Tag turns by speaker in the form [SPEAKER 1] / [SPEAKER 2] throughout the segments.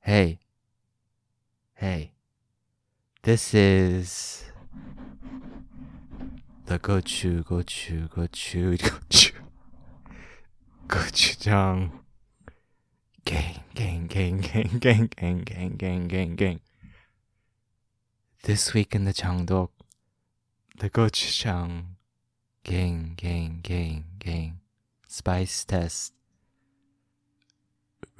[SPEAKER 1] Hey. Hey. This is the Gochu Gochu Gochu Gochu Gochujang gang gang gang gang gang gang gang gang gang gang. This week in the Changdok, the Gochujang gang gang gang gang spice test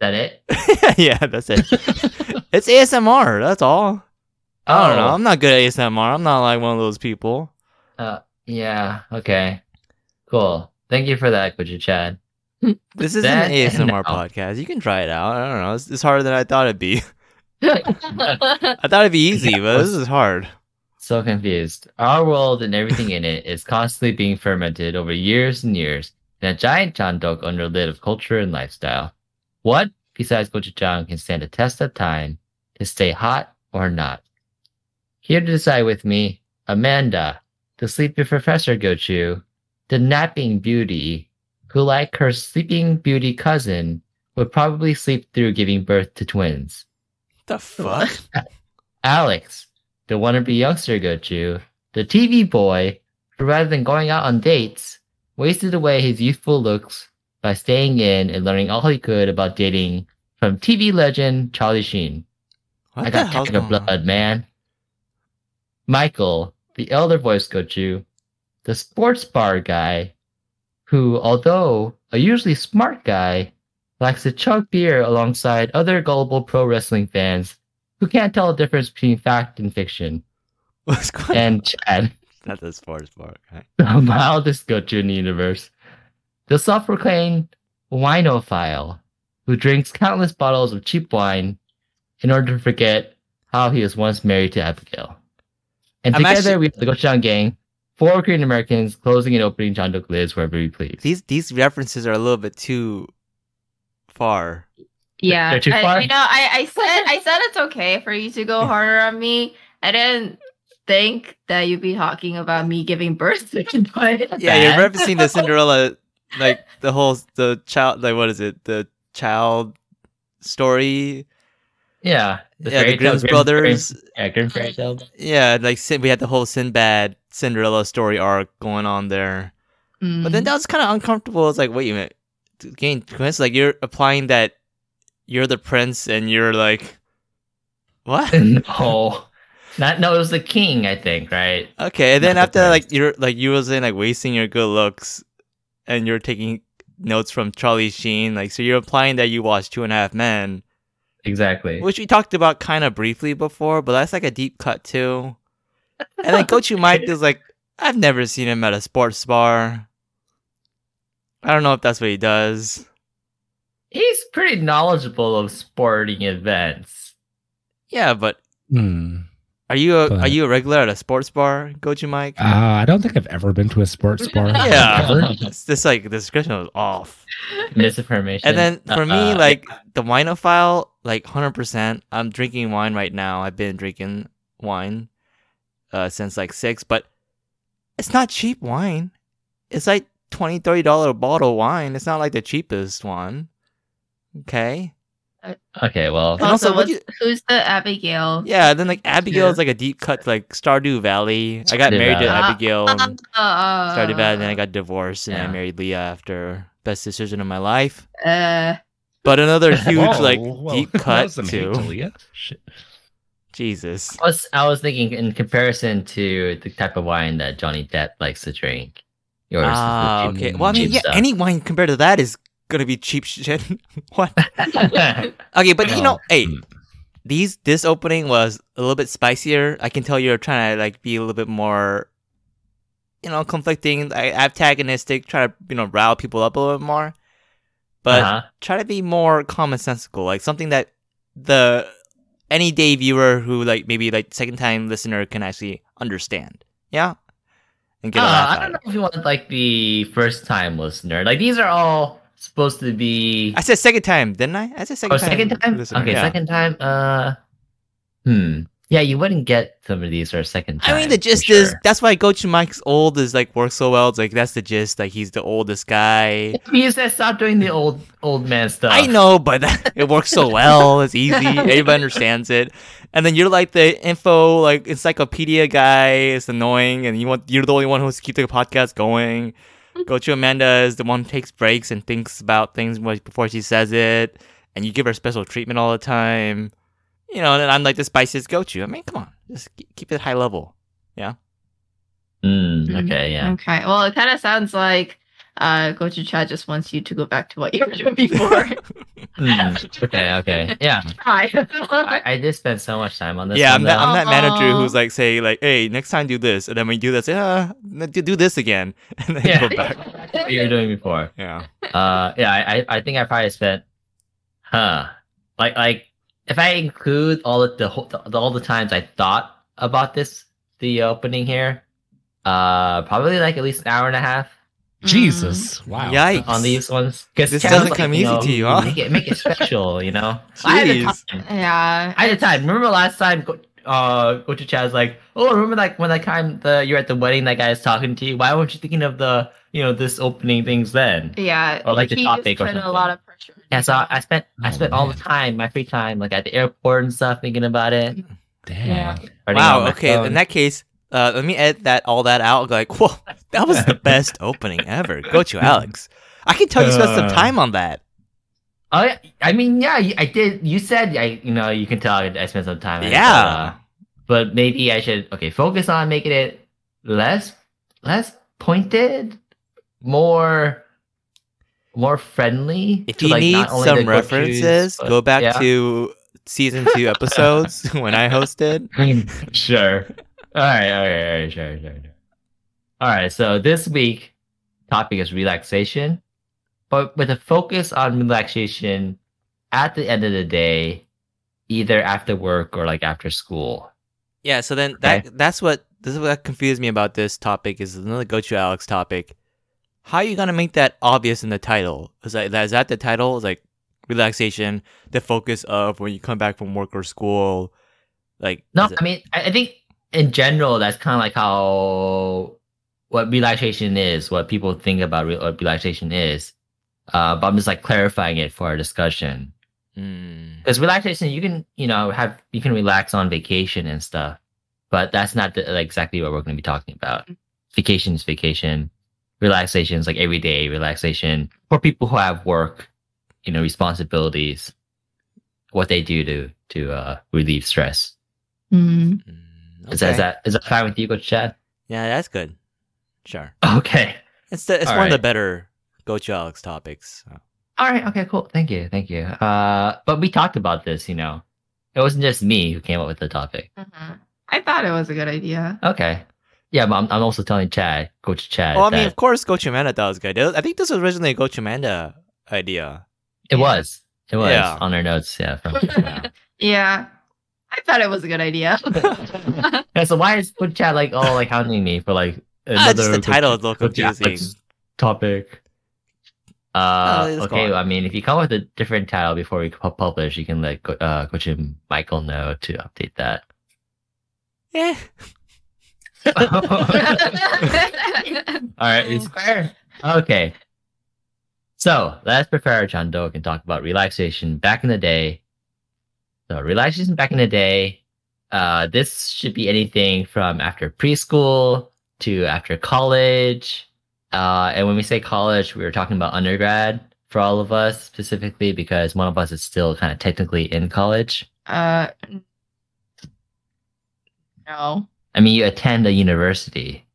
[SPEAKER 2] that it?
[SPEAKER 1] yeah, that's it. it's ASMR. That's all. I don't
[SPEAKER 2] Oh,
[SPEAKER 1] know. I'm not good at ASMR. I'm not like one of those people.
[SPEAKER 2] Yeah. Okay. Cool. Thank you for that, Gucci Chad.
[SPEAKER 1] This is
[SPEAKER 2] Then
[SPEAKER 1] an
[SPEAKER 2] and
[SPEAKER 1] ASMR
[SPEAKER 2] now.
[SPEAKER 1] podcast. You can try it out. I don't know. It's, it's harder than I thought it'd be. I thought it'd be easy, but this is hard.
[SPEAKER 2] so confused. Our world and everything in it is constantly being fermented over years and years in a giant chandok under a lid of culture and lifestyle. What, besides gochujang, can stand a test of time to stay hot or not? Here to decide with me, Amanda, the sleepy professor Gochu, the napping beauty, who like her sleeping beauty cousin, would probably sleep through giving birth to twins.
[SPEAKER 1] The fuck?
[SPEAKER 2] Alex, the wannabe youngster Gochu, the TV boy, who rather than going out on dates, wasted away his youthful looks by staying in and learning all he could about dating from TV legend Charlie Sheen.
[SPEAKER 1] What
[SPEAKER 2] I
[SPEAKER 1] the
[SPEAKER 2] got
[SPEAKER 1] hell's
[SPEAKER 2] tiger
[SPEAKER 1] going
[SPEAKER 2] blood,
[SPEAKER 1] on?
[SPEAKER 2] man. Michael, the elder voice Gochu, the sports bar guy, who, although a usually smart guy, likes to chug beer alongside other gullible pro wrestling fans who can't tell the difference between fact and fiction.
[SPEAKER 1] What's going on?
[SPEAKER 2] And Chad,
[SPEAKER 1] Not the sports bar. Okay.
[SPEAKER 2] the mildest Gochu in the universe, the self-proclaimed winophile, who drinks countless bottles of cheap wine in order to forget how he was once married to Abigail. And
[SPEAKER 1] I'm
[SPEAKER 2] together
[SPEAKER 1] actually-
[SPEAKER 2] we have the Gochujang gang, four Korean Americans closing and opening Chandok lids wherever we please.
[SPEAKER 1] These these references are a little bit too far.
[SPEAKER 3] Yeah,
[SPEAKER 2] They're too
[SPEAKER 3] I-
[SPEAKER 2] far?
[SPEAKER 3] you know, I, I said I said it's okay for you to go harder on me. I didn't think that you'd be talking about me giving birth to a twin.
[SPEAKER 1] Yeah, you're
[SPEAKER 2] Bad.
[SPEAKER 1] referencing the Cinderella, like the whole the child, like what is it? The child story.
[SPEAKER 2] Yeah.
[SPEAKER 1] yeah, the
[SPEAKER 2] fairy tale-
[SPEAKER 1] Grimm's
[SPEAKER 2] Grimm-
[SPEAKER 1] brothers.
[SPEAKER 2] Grimm- yeah, Grimm fairy tale.
[SPEAKER 1] Yeah, like Sin- we had the whole Sinbad Cinderella story arc going on there.
[SPEAKER 3] mm.
[SPEAKER 1] But
[SPEAKER 2] Mm-hmm.
[SPEAKER 1] then that was kind of uncomfortable. It's like, wait a minute, again, Quince, like you're applying that you're the prince and you're like, what?
[SPEAKER 2] no. Not, no, it was the king, I think, right?
[SPEAKER 1] Okay, and then
[SPEAKER 2] Not
[SPEAKER 1] after
[SPEAKER 2] the
[SPEAKER 1] like you're like you was in like wasting your good looks, and you're taking notes from Charlie Sheen, like so you're implying that you watched Two and a Half Men,
[SPEAKER 2] Exactly.
[SPEAKER 1] which we talked about kind of briefly before, but that's like a deep cut too. And then Coachy Mike is like, I've never seen him at a sports bar. I don't know if that's what he does.
[SPEAKER 2] He's pretty knowledgeable of sporting events.
[SPEAKER 1] Yeah, but
[SPEAKER 4] Hmm.
[SPEAKER 1] are you a, are
[SPEAKER 4] But-
[SPEAKER 1] you a regular at a sports bar, Coachy Mike?
[SPEAKER 4] Uh, I don't think I've ever been to a sports bar.
[SPEAKER 1] Yeah.
[SPEAKER 4] Ever.
[SPEAKER 1] It's just like the description was off.
[SPEAKER 2] misinformation.
[SPEAKER 1] And then for me,
[SPEAKER 2] Uh,
[SPEAKER 1] like the winophile, like hundred percent. I'm drinking wine right now. I've been drinking wine uh, since like six, but it's not cheap wine. It's like 20 30 dollar bottle of wine. It's not like the cheapest one. Okay.
[SPEAKER 2] okay, well,
[SPEAKER 1] and also,
[SPEAKER 3] also,
[SPEAKER 1] what
[SPEAKER 3] what's, who's the Abigail?
[SPEAKER 1] Yeah. Then like Abigail is like a deep cut, to, like Stardew Valley. I got
[SPEAKER 2] Stardew
[SPEAKER 1] married to
[SPEAKER 2] Valley.
[SPEAKER 1] Abigail.
[SPEAKER 3] Uh,
[SPEAKER 2] Um,
[SPEAKER 1] and Stardew Valley. Then I got divorced, and I
[SPEAKER 2] Yeah.
[SPEAKER 1] married Leah after best decision of my life.
[SPEAKER 3] Uh,
[SPEAKER 1] But another huge
[SPEAKER 4] Whoa,
[SPEAKER 1] like
[SPEAKER 4] whoa,
[SPEAKER 1] deep
[SPEAKER 4] that
[SPEAKER 1] cut
[SPEAKER 4] was some hate to
[SPEAKER 1] too.
[SPEAKER 4] Leah. Shit.
[SPEAKER 1] Jesus.
[SPEAKER 2] I was I was thinking in comparison to the type of wine that Johnny Depp likes to drink. Yours is the
[SPEAKER 1] Ah,
[SPEAKER 2] cheap-
[SPEAKER 1] okay. Well, I mean,
[SPEAKER 2] cheap
[SPEAKER 1] yeah,
[SPEAKER 2] stuff.
[SPEAKER 1] any wine compared to that is gonna be cheap shit. what?
[SPEAKER 2] yeah,
[SPEAKER 1] Okay, but you know, hey,
[SPEAKER 2] Mm.
[SPEAKER 1] these this opening was a little bit spicier. I can tell you're trying to like be a little bit more, you know, conflicting, like, antagonistic, try to you know rile people up a little bit more, but
[SPEAKER 2] Uh-huh.
[SPEAKER 1] try to be more commonsensical, like something that the any day viewer who like maybe like second time listener can actually understand. Yeah, and get a laugh
[SPEAKER 2] Uh, I
[SPEAKER 1] out of
[SPEAKER 2] don't know
[SPEAKER 1] it.
[SPEAKER 2] if you want like the first time listener. Like these are all supposed to be.
[SPEAKER 1] I said second time, didn't I? I said second
[SPEAKER 2] oh,
[SPEAKER 1] time.
[SPEAKER 2] second time.
[SPEAKER 1] listener,
[SPEAKER 2] Okay,
[SPEAKER 1] yeah.
[SPEAKER 2] second time. Uh, hmm. Yeah, you wouldn't get some of these for a second time.
[SPEAKER 1] I mean, the
[SPEAKER 2] for
[SPEAKER 1] gist is
[SPEAKER 2] sure.
[SPEAKER 1] that's why Gochu Mike's old is like works so well. It's like that's the gist. Like he's the oldest guy.
[SPEAKER 2] You said stop doing the old old man stuff.
[SPEAKER 1] I know, but it works so well. It's easy. Everybody understands it. And then you're like the info like encyclopedia guy. It's annoying, and you want you're the only one who's keep the podcast going. Gochu Amanda is the one who takes breaks and thinks about things like before she says it, and you give her special treatment all the time. You know, and then I'm like the spiciest Gochu. I mean, come on, just ke- keep it high level.
[SPEAKER 2] Hmm,
[SPEAKER 1] Mm-hmm.
[SPEAKER 3] Mm.
[SPEAKER 2] okay, yeah.
[SPEAKER 3] Okay. Well, it kind of sounds like uh, Gochu Cha just wants you to go back to what you were doing before.
[SPEAKER 2] Hmm, okay, okay, yeah.
[SPEAKER 3] Hi.
[SPEAKER 2] I, I did spend so much time on this.
[SPEAKER 1] yeah,
[SPEAKER 2] one,
[SPEAKER 1] I'm that,
[SPEAKER 2] though.
[SPEAKER 1] I'm that manager
[SPEAKER 3] Aw.
[SPEAKER 1] who's like say like, hey, next time do this, and then when you do that, say, ah, n- do do this again, and then
[SPEAKER 2] Yeah.
[SPEAKER 1] go back.
[SPEAKER 2] What you were doing before.
[SPEAKER 1] Yeah,
[SPEAKER 2] Uh, yeah, I, I- I think I probably spent, huh, like like if I include all the, the, whole- the, all the times I thought about this the opening here, uh, probably like at least an hour and a half
[SPEAKER 1] Mm.
[SPEAKER 4] Jesus. Wow.
[SPEAKER 1] Yikes.
[SPEAKER 2] on these ones. Because
[SPEAKER 1] This doesn't come easy to you, huh?
[SPEAKER 2] Make it make it special, you know.
[SPEAKER 3] I had a
[SPEAKER 1] Jeez.
[SPEAKER 3] Mm. Yeah.
[SPEAKER 2] I had time. Remember last time, Go- uh, Coach Chad's like, oh, remember like when that time the you're at the wedding, that guy's talking to you. Why weren't you thinking of the you know this opening things then?
[SPEAKER 3] Yeah.
[SPEAKER 2] Or like the
[SPEAKER 3] he just
[SPEAKER 2] topic or
[SPEAKER 3] put a
[SPEAKER 2] something.
[SPEAKER 3] lot of pressure.
[SPEAKER 2] Yeah, so I- I spent I
[SPEAKER 4] Oh,
[SPEAKER 2] spent all the
[SPEAKER 4] man.
[SPEAKER 2] time, my free time, like at the airport and stuff, thinking about it.
[SPEAKER 4] Damn.
[SPEAKER 3] Yeah.
[SPEAKER 2] writing on
[SPEAKER 1] Wow.
[SPEAKER 2] my
[SPEAKER 1] Okay. In
[SPEAKER 2] phone.
[SPEAKER 1] that case, uh, let me edit that all that out. Like, whoa, that was the best opening ever. Go to Alex. I can tell you spent some
[SPEAKER 2] Uh.
[SPEAKER 1] time on that.
[SPEAKER 2] oh, yeah, I mean, yeah, you- I did. You said I, you know, you can tell I I spent some time. on it,
[SPEAKER 1] Yeah.
[SPEAKER 2] but, uh, but maybe I should okay focus on making it less less pointed, more more friendly.
[SPEAKER 1] If
[SPEAKER 2] to,
[SPEAKER 1] you
[SPEAKER 2] like,
[SPEAKER 1] need
[SPEAKER 2] not only the
[SPEAKER 1] some
[SPEAKER 2] go-tos,
[SPEAKER 1] references,
[SPEAKER 2] but-
[SPEAKER 1] go back
[SPEAKER 2] yeah.
[SPEAKER 1] to season two episodes when I hosted.
[SPEAKER 2] sure. All right, all right, all right, sure, sure, sure. All right, so this week topic is relaxation, but with a focus on relaxation at the end of the day, either after work or like after school.
[SPEAKER 1] Yeah, so then that that's what this is what confused me about this topic is another go to Alex topic. How are you gonna make that obvious in the title? Is that is that the title? It's like relaxation, the focus of when you come back from work or school, like
[SPEAKER 2] No,
[SPEAKER 1] is it-
[SPEAKER 2] I mean, I, I think in general that's kind of like how what relaxation is, what people think about re- what relaxation is. Uh, but I'm just like clarifying it for our discussion.
[SPEAKER 1] Mm.
[SPEAKER 2] because relaxation you can you know have you can relax on vacation and stuff but that's not the, like, exactly what we're going to be talking about
[SPEAKER 1] Mm-hmm.
[SPEAKER 2] vacation is vacation relaxation is like everyday relaxation for people who have work you know responsibilities what they do to to uh relieve stress
[SPEAKER 3] Mm.
[SPEAKER 1] Mm,
[SPEAKER 2] is,
[SPEAKER 1] okay.
[SPEAKER 2] that, is that is that fine with you coach chad
[SPEAKER 1] Yeah, that's good. Sure,
[SPEAKER 2] okay
[SPEAKER 1] it's the, it's
[SPEAKER 2] All
[SPEAKER 1] one of the
[SPEAKER 2] right.
[SPEAKER 1] better go to Alex topics. so.
[SPEAKER 2] all right okay cool thank you thank you uh but we talked about this you know it wasn't just me who came up with the topic
[SPEAKER 3] Mhm. I thought it was a good idea.
[SPEAKER 2] okay yeah but i'm, I'm also telling chad coach chad
[SPEAKER 1] Well, I
[SPEAKER 2] that-
[SPEAKER 1] mean, of course, Go Amanda thought it was good. I think this was originally a Go Amanda idea.
[SPEAKER 2] It
[SPEAKER 3] Yeah.
[SPEAKER 2] was. It was
[SPEAKER 1] Yeah.
[SPEAKER 2] on our notes. Yeah. From,
[SPEAKER 3] Yeah. I thought it was a good idea.
[SPEAKER 2] yeah. So why is Good Chat like all like hounding me for like
[SPEAKER 1] Ah, just
[SPEAKER 2] another
[SPEAKER 1] the
[SPEAKER 2] Good-
[SPEAKER 1] title is a little
[SPEAKER 2] Good Chat
[SPEAKER 1] confusing.
[SPEAKER 2] topic? Uh,
[SPEAKER 1] No, it's
[SPEAKER 2] okay.
[SPEAKER 1] gone.
[SPEAKER 2] I mean, if you come with a different title before we pu- publish, you can let Go- uh, Coach and Michael know to update that.
[SPEAKER 1] Eh.
[SPEAKER 2] all right. It's fair. Okay. So let's prepare John Doe and talk about relaxation back in the day. So relaxation back in the day. Uh, this should be anything from after preschool to after college. Uh, and when we say college, we were talking about undergrad for all of us specifically because one of us is still kind of technically in college.
[SPEAKER 3] uh, no,
[SPEAKER 2] I mean, you attend a university.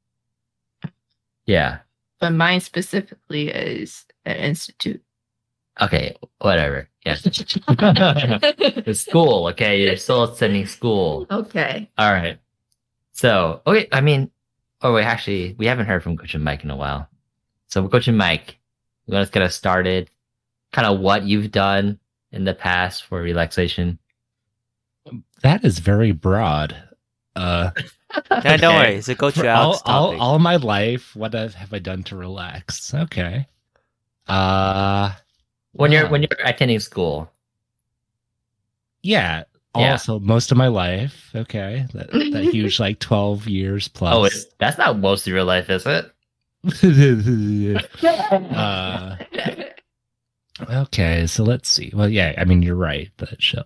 [SPEAKER 2] Yeah.
[SPEAKER 3] but mine specifically is an institute.
[SPEAKER 2] Okay, whatever. Yeah. the school, okay? You're still attending school.
[SPEAKER 3] okay.
[SPEAKER 2] All right. So, okay, I mean, oh, wait, actually, we haven't heard from Coach and Mike in a while. So, Coach and Mike, you want us to get us started? Kind of what you've done in the past for relaxation?
[SPEAKER 4] That is very broad. Uh,
[SPEAKER 1] Yeah, don't
[SPEAKER 2] Okay.
[SPEAKER 1] worry. It's a go
[SPEAKER 4] for
[SPEAKER 1] to Alex
[SPEAKER 4] all,
[SPEAKER 1] topic.
[SPEAKER 4] All, all my life, what have, have I done to relax? Okay. Uh,
[SPEAKER 2] When you're
[SPEAKER 4] Yeah.
[SPEAKER 2] when you're attending school,
[SPEAKER 4] yeah.
[SPEAKER 2] Yeah.
[SPEAKER 4] Also, most of my life. Okay. That, that huge, like 12 years plus.
[SPEAKER 2] oh, it's, that's not most of your life, is it?
[SPEAKER 4] uh, okay, so let's see. Well, yeah, I mean you're right, but shit.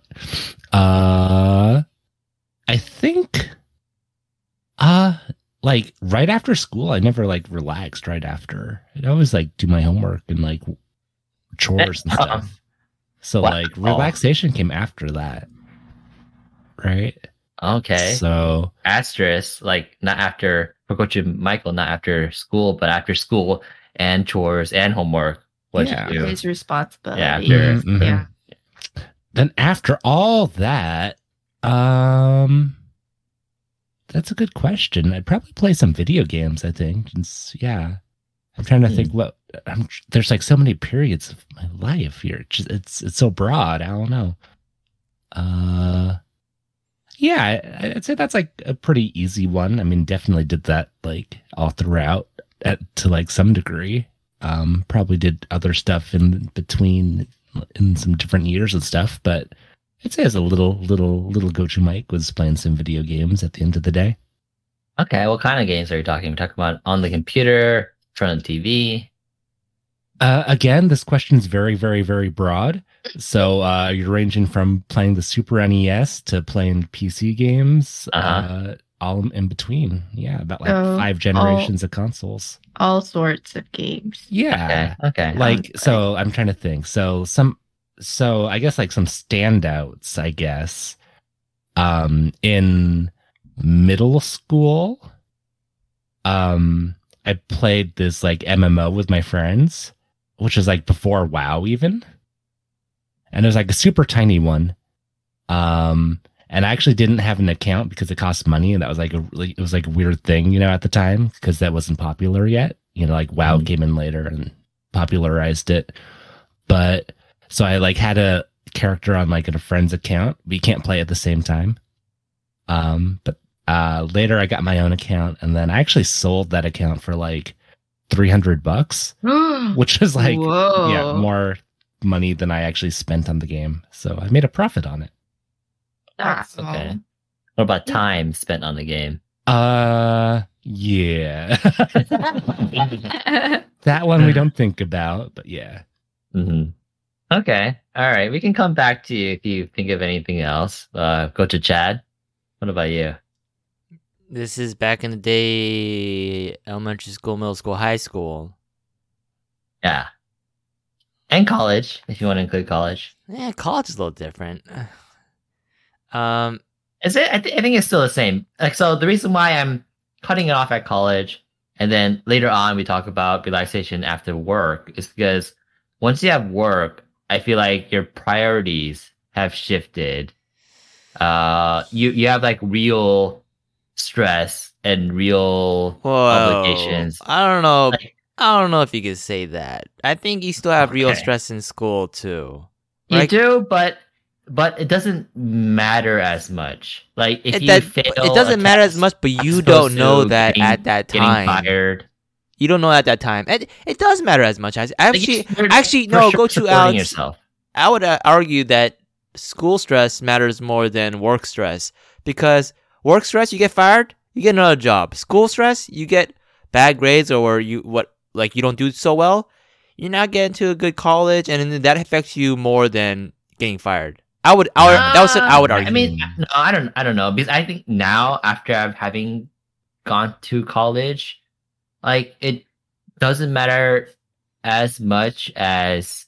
[SPEAKER 4] Uh, I think, uh, like right after school, I never like relaxed right after. I'd always like do my homework and like chores and stuff. So
[SPEAKER 2] Wow.
[SPEAKER 4] like relaxation came after that, right?
[SPEAKER 2] okay.
[SPEAKER 4] So
[SPEAKER 2] asterisk, like not after for Coach Michael, not after school, but after school and chores and homework. What
[SPEAKER 4] Yeah.
[SPEAKER 2] you do?
[SPEAKER 3] His responsibility.
[SPEAKER 2] Yeah, Mm-hmm. sure.
[SPEAKER 4] Mhm, mhm.
[SPEAKER 3] Yeah.
[SPEAKER 4] then after all that, um, that's a good question. I'd probably play some video games. I think. It's- yeah, I'm trying to think what. I'm, tr- there's like so many periods of my life here. It's just- it's, it's so broad. I don't know. Uh, yeah, I, I'd say that's like a pretty easy one. I mean, definitely did that like all throughout at, to like some degree. Um, probably did other stuff in between in some different years and stuff, but I'd say as a little, little, little go-to Mike was playing some video games at the end of the day.
[SPEAKER 2] Okay, what kind of games are you talking? We're talking about on the computer, in front of the
[SPEAKER 4] Uh, again, this question's very, very, very broad. So uh, you're ranging from playing the Super NES to playing PC games, uh
[SPEAKER 2] Uh-huh.
[SPEAKER 4] all in between. Yeah, about like
[SPEAKER 3] So,
[SPEAKER 4] five generations of consoles.
[SPEAKER 3] All sorts of games.
[SPEAKER 4] Yeah.
[SPEAKER 2] TV. Okay, okay.
[SPEAKER 4] like so i'm trying to think so some so i guess like some standouts i guess um in middle school um i played this like mmo with my friends which was like before wow even and it was like a super tiny one um and i actually didn't have an account because it cost money and that was like a really it was like a weird thing you know at the time because that wasn't popular yet you know like wow
[SPEAKER 2] Mhm.
[SPEAKER 4] came in later and popularized it. But so I like had a character on like a friend's account. We can't play at the same time. Um, but uh, later I got my own account, and then I actually sold that account for like three hundred bucks, which is like
[SPEAKER 3] Mm. Whoa.
[SPEAKER 4] yeah more money than I actually spent on the game. So I made a profit on it.
[SPEAKER 3] That's
[SPEAKER 2] Okay.
[SPEAKER 3] all.
[SPEAKER 2] what about time spent on the game?
[SPEAKER 4] Uh, yeah,
[SPEAKER 2] Mm-hmm.
[SPEAKER 3] Uh,
[SPEAKER 4] that one we don't think about, but yeah.
[SPEAKER 2] hmm Okay, all right. We can come back to you if you think of anything else. Uh, go to Chad. What about you?
[SPEAKER 1] This is back in the day elementary school, middle school, high school.
[SPEAKER 2] Yeah, and college if you want to include college.
[SPEAKER 1] Yeah, college is a little different. Um,
[SPEAKER 2] Is it? I, th- I think it's still the same. Like, so the reason why I'm cutting it off at college, and then later on we talk about relaxation after work, is because once you have work, I feel like your priorities have shifted. Uh, you you have like real stress and real
[SPEAKER 1] whoa,
[SPEAKER 2] Obligations.
[SPEAKER 1] I don't know.
[SPEAKER 2] Like-
[SPEAKER 1] I don't know if you could say that. I think you still have real
[SPEAKER 2] Okay.
[SPEAKER 1] stress in school too.
[SPEAKER 2] you
[SPEAKER 1] Like-
[SPEAKER 2] do, but but it doesn't matter as much. Like if
[SPEAKER 1] it,
[SPEAKER 2] you
[SPEAKER 1] that-
[SPEAKER 2] fail,
[SPEAKER 1] it doesn't
[SPEAKER 2] a
[SPEAKER 1] matter as
[SPEAKER 2] test,
[SPEAKER 1] much, but
[SPEAKER 2] as
[SPEAKER 1] you
[SPEAKER 2] opposed
[SPEAKER 1] don't know
[SPEAKER 2] to
[SPEAKER 1] that
[SPEAKER 2] getting-
[SPEAKER 1] at that
[SPEAKER 2] Getting
[SPEAKER 1] time.
[SPEAKER 2] fired.
[SPEAKER 1] You don't know at that time. It, it does matter as much. I
[SPEAKER 2] Like,
[SPEAKER 1] actually,
[SPEAKER 2] you're
[SPEAKER 1] actually,
[SPEAKER 2] for
[SPEAKER 1] no,
[SPEAKER 2] sure
[SPEAKER 1] go to
[SPEAKER 2] supporting
[SPEAKER 1] Alex.
[SPEAKER 2] yourself.
[SPEAKER 1] I would uh, argue that school stress matters more than work stress because work stress, you get fired, you get another job. School stress, you get bad grades or you what like you don't do so well. You're not getting to a good college, and then that affects you more than getting fired. I would, I would that was what I would
[SPEAKER 2] Uh,
[SPEAKER 1] argue.
[SPEAKER 2] I mean, no, I don't. I don't know because I think now after I've having gone to college, like it doesn't matter as much as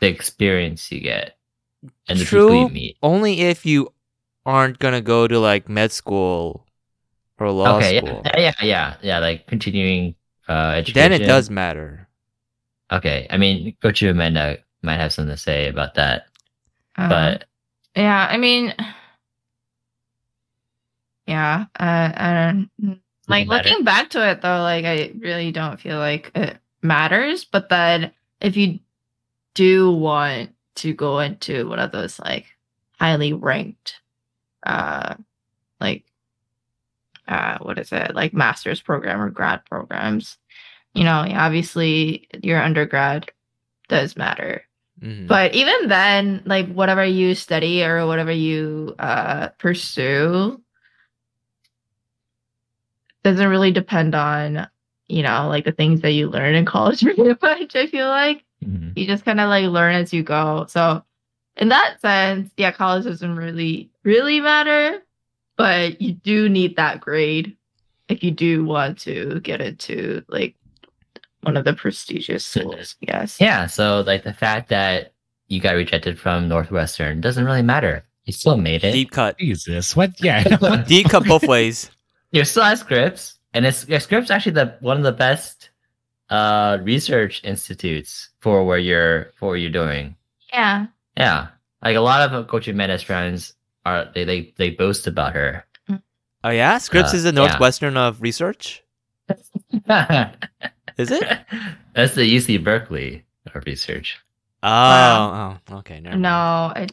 [SPEAKER 2] the experience you get and the people
[SPEAKER 1] True.
[SPEAKER 2] you meet.
[SPEAKER 1] only if you aren't gonna go to like med school or law
[SPEAKER 2] okay,
[SPEAKER 1] school.
[SPEAKER 2] yeah, yeah, yeah, yeah. Like continuing uh, education.
[SPEAKER 1] Then it does matter.
[SPEAKER 2] Okay, I mean, go to Amanda. might have something to say about that.
[SPEAKER 3] Uh,
[SPEAKER 2] but
[SPEAKER 3] yeah, I mean, yeah, uh, I don't like
[SPEAKER 2] matter.
[SPEAKER 3] looking back to it though. Like, I really don't feel like it matters. But then, if you do want to go into one of those like highly ranked, uh, like, uh, what is it like master's program or grad programs? You know, obviously your undergrad does matter
[SPEAKER 1] Mhm.
[SPEAKER 3] but even then like whatever you study or whatever you uh pursue doesn't really depend on you know like the things that you learn in college very much i feel like
[SPEAKER 2] mhm.
[SPEAKER 3] you just kind of like learn as you go so in that sense yeah college doesn't really really matter but you do need that grade if you do want to get into like one of the prestigious schools yes
[SPEAKER 2] yeah, so like the fact that you got rejected from Northwestern doesn't really matter. You still made it.
[SPEAKER 1] deep cut,
[SPEAKER 4] Jesus, what? Yeah,
[SPEAKER 1] deep cut both ways.
[SPEAKER 2] you still have Scripps, and it's yeah, Scripps actually the one of the best uh research institutes for where you're for what you're doing.
[SPEAKER 3] yeah
[SPEAKER 2] Yeah, like a lot of uh, Coach Mendes friends are they they they boast about her.
[SPEAKER 1] Oh yeah, Scripps
[SPEAKER 2] Uh,
[SPEAKER 1] is the
[SPEAKER 2] yeah.
[SPEAKER 1] Northwestern of research. Is it?
[SPEAKER 2] That's the UC Berkeley of research.
[SPEAKER 1] Oh,
[SPEAKER 3] Wow.
[SPEAKER 1] oh, okay. Never mind.
[SPEAKER 3] No, I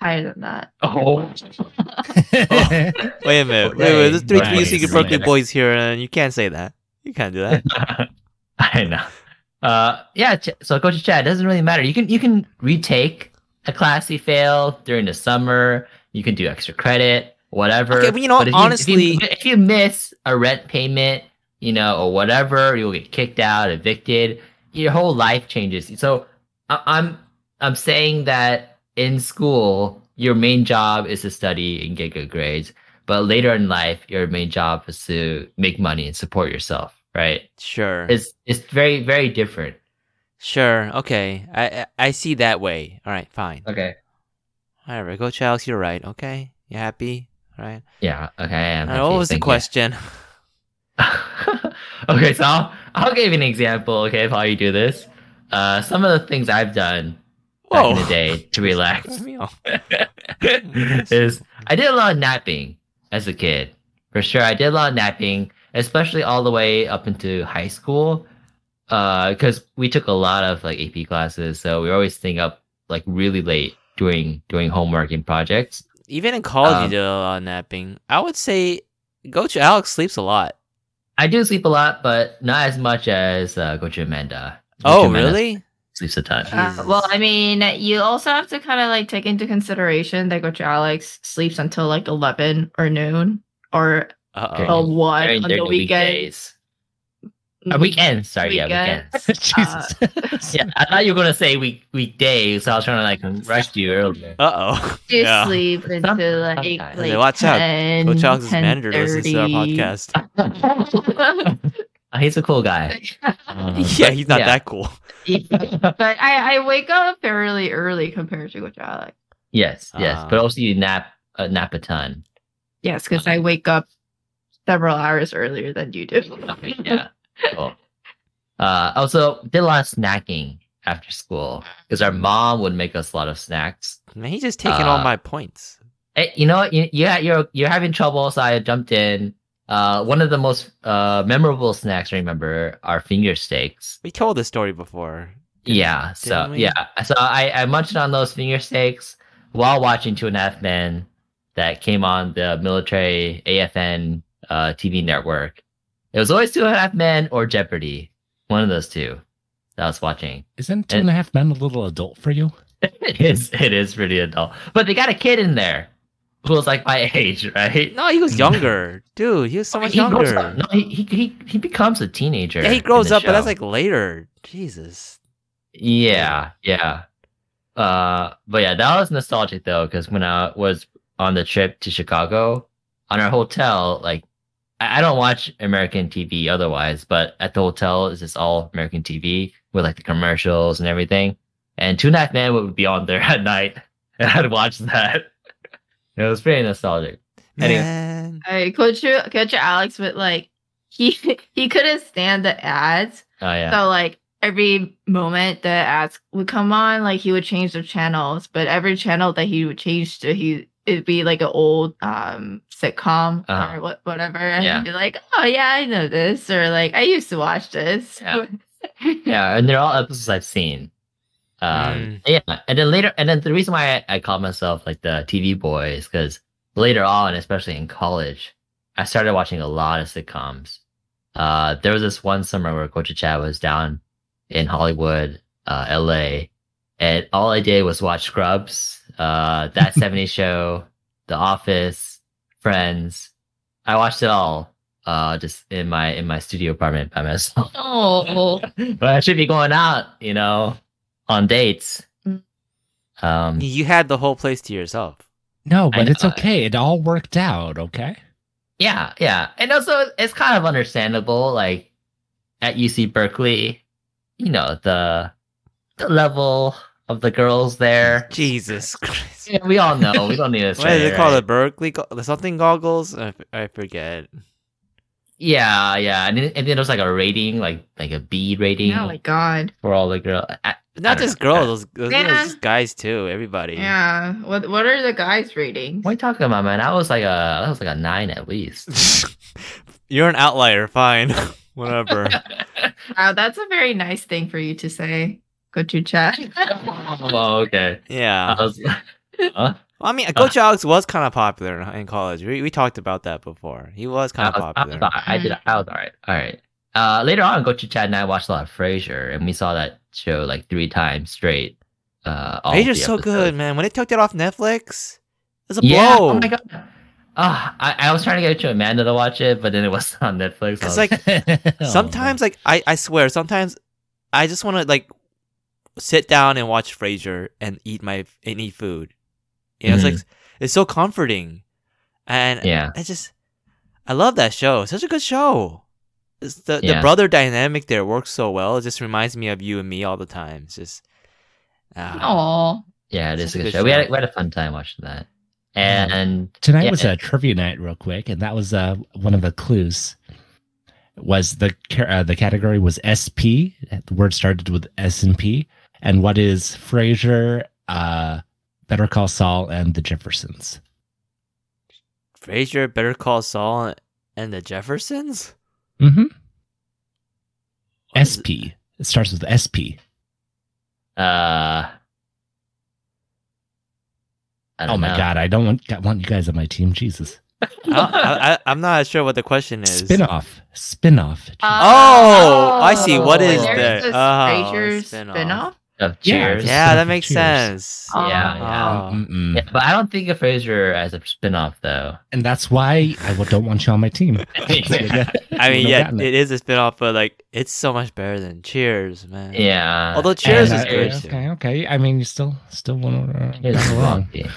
[SPEAKER 3] higher than that.
[SPEAKER 2] Oh,
[SPEAKER 3] oh.
[SPEAKER 1] Wait a minute. Wait, wait. There's three
[SPEAKER 4] Right.
[SPEAKER 1] three secret
[SPEAKER 4] Right.
[SPEAKER 1] Berkeley boys here, and you can't say that. You can't do that.
[SPEAKER 2] I know. Uh, yeah. Ch- So Coach Chad, it doesn't really matter. You can you can retake a class you fail during the summer. You can do extra credit, whatever.
[SPEAKER 1] Okay, but you know,
[SPEAKER 2] if if you,
[SPEAKER 1] honestly-
[SPEAKER 2] if you miss a rent payment, you know, or whatever, you'll get kicked out, evicted. Your whole life changes. So I- I'm I'm saying that in school, your main job is to study and get good grades. But later in life, your main job is to make money and support yourself, right?
[SPEAKER 1] Sure.
[SPEAKER 2] It's it's very very different.
[SPEAKER 1] Sure. Okay. I I I see that way. All right. Fine.
[SPEAKER 2] Okay.
[SPEAKER 1] Whatever. Go, Charles. You're right. Okay. You happy? All right.
[SPEAKER 2] Yeah. Okay. I am
[SPEAKER 1] All right, Uh, what
[SPEAKER 2] happy,
[SPEAKER 1] was the
[SPEAKER 2] thank you.
[SPEAKER 1] question?
[SPEAKER 2] okay, so I'll, I'll give you an example. Okay, of how you do this. Uh, some of the things I've done back
[SPEAKER 1] Oh.
[SPEAKER 2] in the day to relax
[SPEAKER 1] Pissed me off.
[SPEAKER 2] is I did a lot of napping as a kid, for sure. I did a lot of napping, especially all the way up into high school, because we took a lot of like AP classes, so we were always staying up like really late doing doing homework and projects.
[SPEAKER 1] Even in college, you
[SPEAKER 2] Um,
[SPEAKER 1] did a lot of napping. I would say, go to Alex sleeps a lot.
[SPEAKER 2] I do sleep a lot, but not as much as uh, Gochu Amanda. Gochu
[SPEAKER 1] Oh,
[SPEAKER 2] Amanda
[SPEAKER 1] really?
[SPEAKER 2] Sleeps a ton.
[SPEAKER 3] Uh,
[SPEAKER 1] Jesus.
[SPEAKER 3] well, I mean, you also have to kind of like take into consideration that Coach Alex sleeps until like eleven or noon or
[SPEAKER 1] Uh
[SPEAKER 3] till
[SPEAKER 1] oh.
[SPEAKER 2] Okay.
[SPEAKER 3] one
[SPEAKER 2] During,
[SPEAKER 3] on
[SPEAKER 2] during
[SPEAKER 3] the
[SPEAKER 2] the
[SPEAKER 3] weekend. Mm-hmm.
[SPEAKER 2] weekdays. Uh, weekends, sorry, yeah,
[SPEAKER 3] Weekends.
[SPEAKER 2] weekends.
[SPEAKER 4] Jesus.
[SPEAKER 2] yeah, I thought you were gonna say week weekdays, so I was trying to like rush you earlier.
[SPEAKER 1] Uh oh.
[SPEAKER 3] You
[SPEAKER 1] Yeah.
[SPEAKER 3] sleep until like,
[SPEAKER 2] Sometimes.
[SPEAKER 3] like
[SPEAKER 1] Watch out.
[SPEAKER 3] 10,
[SPEAKER 1] Coach Alex's manager listens to our
[SPEAKER 3] 10:30.
[SPEAKER 1] podcast.
[SPEAKER 2] Uh-huh. Uh, He's a cool guy. Um,
[SPEAKER 1] Yeah, he's not
[SPEAKER 2] yeah.
[SPEAKER 1] that cool.
[SPEAKER 3] but I, I wake up fairly early compared to Coach Alex.
[SPEAKER 2] yes, yes,
[SPEAKER 1] Ah.
[SPEAKER 2] but also you nap uh, nap a ton.
[SPEAKER 3] Yes, because I wake up several hours earlier than you do.
[SPEAKER 2] Okay, yeah. Cool. Uh, also, did a lot of snacking after school because our mom would make us a lot of snacks.
[SPEAKER 1] Man, he's just taking all
[SPEAKER 2] Uh,
[SPEAKER 1] my points.
[SPEAKER 2] Eh, you know, what? you, you ha- you're you're having trouble, so I jumped in. Uh, one of the most uh, memorable snacks I remember are finger steaks.
[SPEAKER 1] We told this story before.
[SPEAKER 2] Yeah. So
[SPEAKER 1] didn't we?
[SPEAKER 2] yeah. So I, I munched on those finger steaks while watching Two and a Half Men that came on the military AFN uh, TV network. It was always Two and a Half Men or Jeopardy, one of those two that I was watching.
[SPEAKER 4] Isn't two and a half men a little adult for you?
[SPEAKER 2] it is it is pretty adult, but they got a kid in there who was like my age, right?
[SPEAKER 1] No, he was younger, dude. He was so much
[SPEAKER 2] he grows
[SPEAKER 1] younger.
[SPEAKER 2] up. No, he, he he he becomes a teenager.
[SPEAKER 1] yeah, he
[SPEAKER 2] in
[SPEAKER 1] grows
[SPEAKER 2] the
[SPEAKER 1] up, but that's
[SPEAKER 2] show.
[SPEAKER 1] like later. Jesus.
[SPEAKER 2] Yeah, yeah. Uh, but yeah, that was nostalgic though, because when I was on the trip to Chicago, on our hotel, like I, I don't watch American TV otherwise, but at the hotel it's just all American TV with like the commercials and everything. And Two and a Half Man would be on there at night, and I'd watch that. It was pretty nostalgic. Anyway.
[SPEAKER 1] Man.
[SPEAKER 3] I coach you, coach Alex, but like he he couldn't stand the ads.
[SPEAKER 2] Oh yeah.
[SPEAKER 3] So like every moment that ask would come on, like he would change the channels, but every channel that he would change to, he it'd be like an old um sitcom
[SPEAKER 2] Uh-huh.
[SPEAKER 3] or what, whatever, and
[SPEAKER 2] Yeah.
[SPEAKER 3] he'd be like, "Oh yeah, I know this," or like, "I used to watch this." Oh
[SPEAKER 2] Yeah. yeah, and they're all episodes I've seen. Um, Yeah, and then later, and then the reason why I, I call myself like the TV boy is because later on, especially in college, I started watching a lot of sitcoms. Uh, there was this one summer where Coach Chad was down in Hollywood, uh, LA, and all I did was watch Scrubs, uh, That 70s Show, The Office, Friends. I watched it all, uh, just in my in my studio apartment by myself
[SPEAKER 3] Oh,
[SPEAKER 2] but I should be going out, you know, on dates.
[SPEAKER 3] Mm.
[SPEAKER 2] Um,
[SPEAKER 1] You had the whole place to yourself.
[SPEAKER 4] No,
[SPEAKER 2] I
[SPEAKER 4] but
[SPEAKER 2] know.
[SPEAKER 4] it's okay. It all worked out, okay?
[SPEAKER 2] yeah, yeah, and also it's kind of understandable. Like at UC Berkeley, you know the the level of the girls there.
[SPEAKER 1] Jesus Christ.
[SPEAKER 2] Yeah, we all know. We don't need to say.
[SPEAKER 1] What is it called?
[SPEAKER 2] right?
[SPEAKER 1] The Berkeley go- something goggles? I, f- I forget.
[SPEAKER 2] Yeah, yeah, and then, and then there's like a rating, like like a B rating
[SPEAKER 3] oh my god.
[SPEAKER 2] for all the girls.
[SPEAKER 1] Not
[SPEAKER 2] don't
[SPEAKER 1] just
[SPEAKER 2] know.
[SPEAKER 1] girls, those, those
[SPEAKER 3] Yeah.
[SPEAKER 1] those guys too. Everybody.
[SPEAKER 3] Yeah. What What are the guys reading?
[SPEAKER 2] What are you talking about, man? I was like a, I was like a nine at least.
[SPEAKER 1] You're an outlier. Fine. Whatever.
[SPEAKER 3] Wow, that's a very nice thing for you to say. Go to chat.
[SPEAKER 2] oh, okay.
[SPEAKER 1] Yeah.
[SPEAKER 2] I was, Huh?
[SPEAKER 1] Well, I mean,
[SPEAKER 2] Uh.
[SPEAKER 1] Coach Alex was kind of popular in, in college. We, we talked about that before. He was kind of
[SPEAKER 2] I was- I was
[SPEAKER 1] popular.
[SPEAKER 2] all- I did. I was all right. All right. Uh, later on, Go to Chad and I watched a lot of Frasier, and we saw that show like three times straight. Uh, all
[SPEAKER 1] Major's
[SPEAKER 2] the
[SPEAKER 1] so good,
[SPEAKER 2] episodes.
[SPEAKER 1] man. When they took that off Netflix, it was a
[SPEAKER 2] Yeah.
[SPEAKER 1] blow.
[SPEAKER 2] Oh my god. Ah, I, I was trying to get to Amanda to watch it, but then it was on Netflix. I
[SPEAKER 1] It's
[SPEAKER 2] was-
[SPEAKER 1] like
[SPEAKER 4] Oh,
[SPEAKER 1] sometimes like I, I swear sometimes i just want to like sit down and watch frasier and eat my and eat food you know it's like
[SPEAKER 2] Mm-hmm.
[SPEAKER 1] it's so comforting and
[SPEAKER 2] yeah,
[SPEAKER 1] i just i love that show it's such a good show it's the, the
[SPEAKER 2] Yeah.
[SPEAKER 1] brother dynamic there works so well it just reminds me of you and me all the time it's just ah,
[SPEAKER 3] Oh,
[SPEAKER 2] yeah, it
[SPEAKER 1] It's
[SPEAKER 2] is
[SPEAKER 1] a
[SPEAKER 2] a good
[SPEAKER 1] good
[SPEAKER 2] show. We had
[SPEAKER 1] show.
[SPEAKER 2] we had a fun time watching that,
[SPEAKER 4] Yeah.
[SPEAKER 2] and
[SPEAKER 4] Tonight
[SPEAKER 2] Yeah.
[SPEAKER 4] was a trivia night, real quick, and that was uh, one of the clues. Was the ca- uh, the category was SP? The word started with S and P. And what is Frasier, uh, Better Call Saul, and The Jeffersons?
[SPEAKER 1] frasier better call saul and the jeffersons
[SPEAKER 4] Mm-hmm. SP. It starts with SP.
[SPEAKER 2] uh, I
[SPEAKER 4] Oh
[SPEAKER 2] don't
[SPEAKER 4] my
[SPEAKER 2] know.
[SPEAKER 4] god, I don't want got- want you guys on my team. Jesus.
[SPEAKER 1] I, I, I, i'm not sure what the question is
[SPEAKER 4] Spin off. Spin off.
[SPEAKER 1] Oh, I see. What is
[SPEAKER 3] there's
[SPEAKER 1] there?
[SPEAKER 3] this
[SPEAKER 1] Oh,
[SPEAKER 3] Frasier
[SPEAKER 1] spin-off.
[SPEAKER 3] spin-off?
[SPEAKER 2] Of
[SPEAKER 4] Yeah.
[SPEAKER 2] Cheers.
[SPEAKER 1] Yeah, that makes
[SPEAKER 4] Cheers.
[SPEAKER 1] sense.
[SPEAKER 3] Oh.
[SPEAKER 2] Yeah, yeah.
[SPEAKER 1] Oh.
[SPEAKER 4] Mm-mm.
[SPEAKER 2] Yeah, but I don't think of Frasier as a spin-off though.
[SPEAKER 4] And that's why I w- don't want you on my team.
[SPEAKER 1] I
[SPEAKER 2] yeah.
[SPEAKER 1] mean,
[SPEAKER 4] Wouldn't have
[SPEAKER 1] yeah,
[SPEAKER 4] gotten it.
[SPEAKER 1] it is a spin-off, but like it's so much better than Cheers, man. Although Cheers
[SPEAKER 4] And,
[SPEAKER 1] is
[SPEAKER 4] uh,
[SPEAKER 1] good
[SPEAKER 4] yeah,
[SPEAKER 1] too.
[SPEAKER 4] okay, okay. I mean, you still still want to
[SPEAKER 2] Cheers is wrong. Yeah,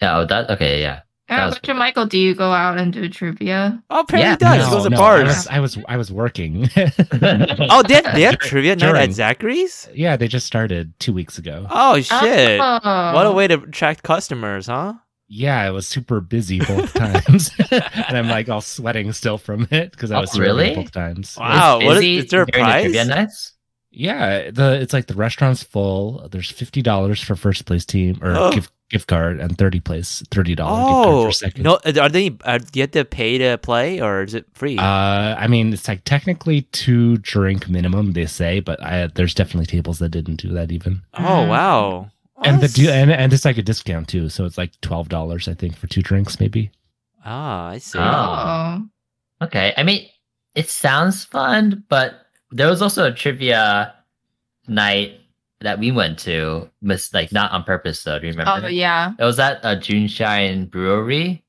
[SPEAKER 2] oh, that okay, yeah. That
[SPEAKER 3] Yeah,
[SPEAKER 2] was-
[SPEAKER 3] Coach Michael, do you go out and do trivia?
[SPEAKER 1] Oh, apparently
[SPEAKER 2] Yeah.
[SPEAKER 1] it does.
[SPEAKER 4] no,
[SPEAKER 1] it goes to
[SPEAKER 4] no, I
[SPEAKER 1] bars.
[SPEAKER 4] was, I was I was working.
[SPEAKER 1] Oh, they have, they have trivia night
[SPEAKER 4] During.
[SPEAKER 1] at Zachary's.
[SPEAKER 4] yeah, they just started two weeks ago.
[SPEAKER 1] Oh shit!
[SPEAKER 3] Oh.
[SPEAKER 1] What a way to attract customers, huh?
[SPEAKER 4] Yeah, I was super busy both times, and I'm like all sweating still from it because I
[SPEAKER 2] Oh,
[SPEAKER 4] was serving
[SPEAKER 2] really?
[SPEAKER 4] both times.
[SPEAKER 1] Wow, what is- is there a
[SPEAKER 2] during the
[SPEAKER 1] prize?
[SPEAKER 2] trivia nights?
[SPEAKER 4] Yeah, the it's like the restaurant's full. There's fifty dollars for first place team or
[SPEAKER 1] Oh.
[SPEAKER 4] gift gift card and thirty place thirty dollar gift card
[SPEAKER 1] Oh
[SPEAKER 4] for second.
[SPEAKER 1] no, are they? Are, do you have to pay to play, or is it free?
[SPEAKER 4] Uh, I mean, it's like technically two drink minimum, they say, but I, there's definitely tables that didn't do that even.
[SPEAKER 1] oh wow!
[SPEAKER 4] and the
[SPEAKER 1] That's-
[SPEAKER 4] deal, and, and it's like a discount too, so it's like twelve dollars, I think, for two drinks, maybe.
[SPEAKER 1] Ah, I see.
[SPEAKER 2] Ah.
[SPEAKER 3] Oh.
[SPEAKER 2] Okay. I mean, it sounds fun, but there was also a trivia night that we went to, mis- like not on purpose though, do you remember?
[SPEAKER 3] Oh, yeah.
[SPEAKER 2] It was at a June Shine Brewery.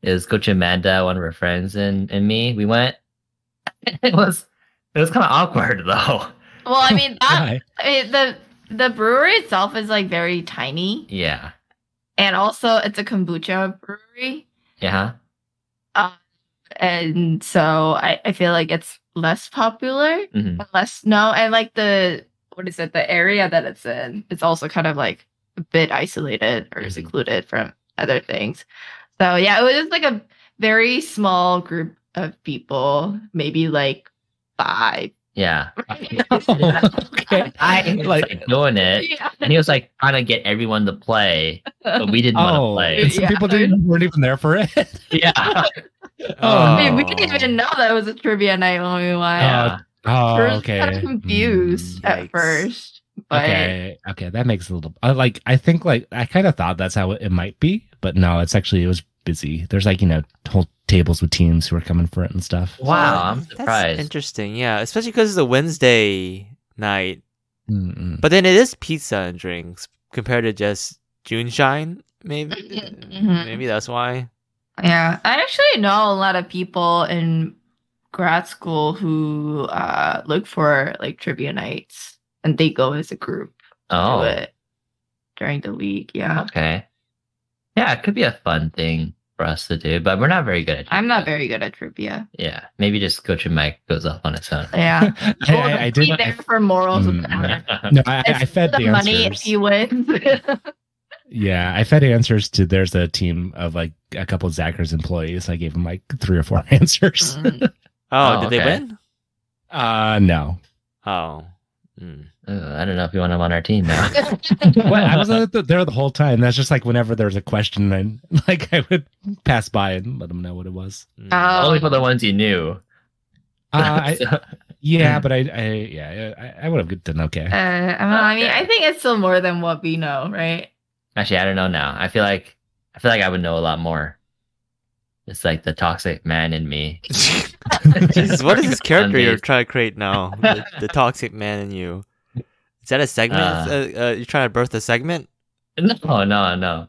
[SPEAKER 2] It was Coach Amanda, one of her friends, and and me. We went. It was it was kind of awkward though.
[SPEAKER 3] Well, I mean, that,
[SPEAKER 4] Why?
[SPEAKER 3] I mean, the the brewery itself is like very tiny,
[SPEAKER 2] Yeah.
[SPEAKER 3] and also it's a kombucha brewery,
[SPEAKER 2] Yeah.
[SPEAKER 3] Uh, and so I, I feel like it's less popular,
[SPEAKER 4] Mm-hmm.
[SPEAKER 2] hmm
[SPEAKER 3] less no, and like the what is it? The area that it's in, it's also kind of like a bit isolated or
[SPEAKER 2] Mhm.
[SPEAKER 4] Mm-hmm.
[SPEAKER 3] secluded from other things. So yeah, it was just like a very small group of people, maybe like five
[SPEAKER 2] Yeah.
[SPEAKER 4] Oh, okay.
[SPEAKER 2] I was
[SPEAKER 4] Like-
[SPEAKER 2] like doing it.
[SPEAKER 3] yeah.
[SPEAKER 2] And he was like trying to get everyone to play, but we didn't
[SPEAKER 4] Oh,
[SPEAKER 2] want to
[SPEAKER 4] and some
[SPEAKER 3] Yeah.
[SPEAKER 4] people didn't weren't even there for it.
[SPEAKER 2] play. Yeah.
[SPEAKER 4] Oh,
[SPEAKER 3] Wait, we didn't even know that was a trivia night when we went.
[SPEAKER 2] Yeah.
[SPEAKER 4] Oh,
[SPEAKER 3] we were just
[SPEAKER 4] okay.
[SPEAKER 3] kind of confused
[SPEAKER 4] Mm,
[SPEAKER 1] yikes.
[SPEAKER 3] at first, but
[SPEAKER 4] okay, okay, that makes a little. I like. I think like I kind of thought that's how it, it might be, but no, it's actually it was busy. There's like you know whole tables with teams who are coming for it and stuff.
[SPEAKER 2] Wow, I'm
[SPEAKER 1] That's
[SPEAKER 2] surprised.
[SPEAKER 1] interesting, yeah, especially because it's a Wednesday night.
[SPEAKER 4] Mm-mm.
[SPEAKER 1] But then it is pizza and drinks compared to just June Shine. Maybe,
[SPEAKER 3] Mhm.
[SPEAKER 2] Mm-hmm.
[SPEAKER 1] maybe that's why.
[SPEAKER 3] yeah, I actually know a lot of people in grad school who uh, look for like trivia nights, and they go as a group
[SPEAKER 2] Oh.
[SPEAKER 3] to it during the week. Yeah,
[SPEAKER 2] Okay. Yeah, it could be a fun thing for us to do, but we're not very good at
[SPEAKER 3] I'm not very good at trivia.
[SPEAKER 2] Yeah. Maybe just Coach Mike goes off on its own.
[SPEAKER 3] Yeah,
[SPEAKER 4] I, I, I did.
[SPEAKER 3] Be there
[SPEAKER 4] I,
[SPEAKER 3] for morals.
[SPEAKER 4] Mm.
[SPEAKER 3] and
[SPEAKER 4] no, I, I
[SPEAKER 3] It's
[SPEAKER 4] fed
[SPEAKER 3] the,
[SPEAKER 4] the,
[SPEAKER 3] money
[SPEAKER 4] answers.
[SPEAKER 3] if you win.
[SPEAKER 2] Mm.
[SPEAKER 4] Yeah, I fed answers to. There's a team of like a couple of Zachers employees. I gave them like three or four answers.
[SPEAKER 3] Mm.
[SPEAKER 1] Oh,
[SPEAKER 2] Oh,
[SPEAKER 1] did they
[SPEAKER 2] okay.
[SPEAKER 1] win?
[SPEAKER 4] Uh no.
[SPEAKER 1] Oh, Mm.
[SPEAKER 2] Ooh, I don't know if you want him on our team now.
[SPEAKER 4] Well, I was at the, there the whole time. That's just like whenever there's a question, and like I would pass by and let them know what it was.
[SPEAKER 1] Mm.
[SPEAKER 3] Oh.
[SPEAKER 2] only for the ones you knew.
[SPEAKER 4] Uh, I,
[SPEAKER 2] So-
[SPEAKER 4] yeah, but I, I yeah, I, I would have done
[SPEAKER 3] Uh,
[SPEAKER 4] okay.
[SPEAKER 3] I don't know, I mean,
[SPEAKER 2] Okay.
[SPEAKER 3] I think it's still more than what we know, right?
[SPEAKER 2] Actually, I don't know now. I feel like I feel like I would know a lot more. It's like the toxic man in me.
[SPEAKER 1] Jesus, what is this character you're
[SPEAKER 2] Sundays.
[SPEAKER 1] trying to create now? The, the toxic man in you. Is that a segment? uh, uh, you're trying to birth a segment?
[SPEAKER 2] No, no, no,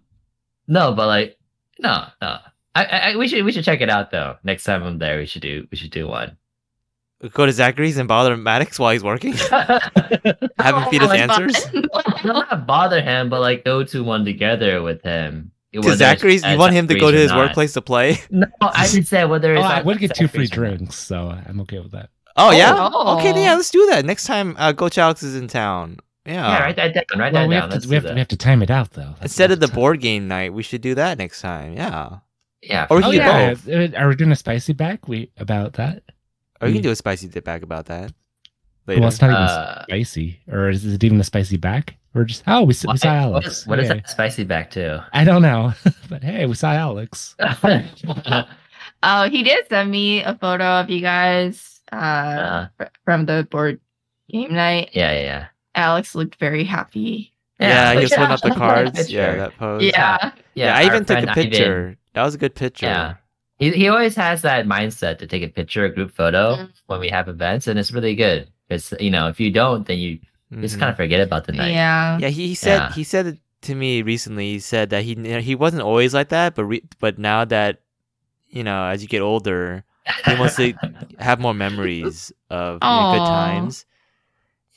[SPEAKER 2] no. But like, no, no. I, I, I- we should, we should check it out though. Next time I'm there, we should do, we should do one.
[SPEAKER 1] Go to Zachary's and bother Maddox while he's working? Have him
[SPEAKER 2] Oh
[SPEAKER 1] feed us answers?
[SPEAKER 2] Not bother him, but like go to one together with him.
[SPEAKER 1] To Zachary's, you want him to go to his workplace to play?
[SPEAKER 2] No, I did say whether
[SPEAKER 4] Oh,
[SPEAKER 2] it's
[SPEAKER 4] I
[SPEAKER 2] at
[SPEAKER 4] would get two free
[SPEAKER 2] Zachary's or not.
[SPEAKER 4] drinks, so I'm okay with that.
[SPEAKER 1] Oh, yeah?
[SPEAKER 3] Oh.
[SPEAKER 1] Okay, yeah, let's do that. Next time uh, Coach Alex is in town. Yeah.
[SPEAKER 2] Yeah, write that down. Write
[SPEAKER 4] Well,
[SPEAKER 2] that
[SPEAKER 4] we
[SPEAKER 2] down.
[SPEAKER 4] have
[SPEAKER 2] Let's
[SPEAKER 4] to we have,
[SPEAKER 2] do
[SPEAKER 4] to-
[SPEAKER 2] that.
[SPEAKER 4] we have to time it out though. That's-
[SPEAKER 1] Instead of the
[SPEAKER 4] that's time.
[SPEAKER 1] board game night, we should do that next time. Yeah.
[SPEAKER 2] yeah.
[SPEAKER 1] Or we can
[SPEAKER 4] Oh
[SPEAKER 1] do
[SPEAKER 4] yeah,
[SPEAKER 1] both.
[SPEAKER 4] uh, are we doing a spicy back? We about that?
[SPEAKER 1] Or you can
[SPEAKER 4] Mm.
[SPEAKER 1] do a spicy dip back about that later.
[SPEAKER 4] Well, it's Oh, not even
[SPEAKER 2] Uh,
[SPEAKER 4] spicy, or is it even a spicy back? Or just oh, we, s- we
[SPEAKER 2] What-
[SPEAKER 4] saw
[SPEAKER 2] what
[SPEAKER 4] Alex.
[SPEAKER 2] is, what is
[SPEAKER 4] Okay.
[SPEAKER 2] that spicy back to?
[SPEAKER 4] I don't know, but hey, we saw Alex.
[SPEAKER 3] Oh, he did send me a photo of you guys uh,
[SPEAKER 2] Uh.
[SPEAKER 3] fr- from the board game night.
[SPEAKER 2] Yeah, yeah, yeah.
[SPEAKER 3] Alex looked very happy.
[SPEAKER 1] yeah,
[SPEAKER 2] but
[SPEAKER 1] he just went up the
[SPEAKER 2] look at
[SPEAKER 1] cards.
[SPEAKER 2] picture.
[SPEAKER 1] Yeah, that pose.
[SPEAKER 3] Yeah.
[SPEAKER 1] Yeah,
[SPEAKER 2] our
[SPEAKER 1] I even took
[SPEAKER 2] friend
[SPEAKER 1] a
[SPEAKER 2] Ivan,
[SPEAKER 1] picture. That was a good picture.
[SPEAKER 2] Yeah. he, he always has that mindset to take a picture, a group photo
[SPEAKER 1] Mm-hmm.
[SPEAKER 3] Mhm.
[SPEAKER 2] when we have events, and it's really good. It's you know, if you don't, then you just
[SPEAKER 1] Mhm.
[SPEAKER 4] Mm-hmm.
[SPEAKER 2] kind of forget about the night.
[SPEAKER 3] Yeah.
[SPEAKER 1] Yeah, he, he said
[SPEAKER 2] Yeah.
[SPEAKER 1] he said it to me recently. He said that he he wasn't always like that, but re, but now that you know, as you get older, you wants to have more memories of you know, good
[SPEAKER 3] Aw.
[SPEAKER 1] times.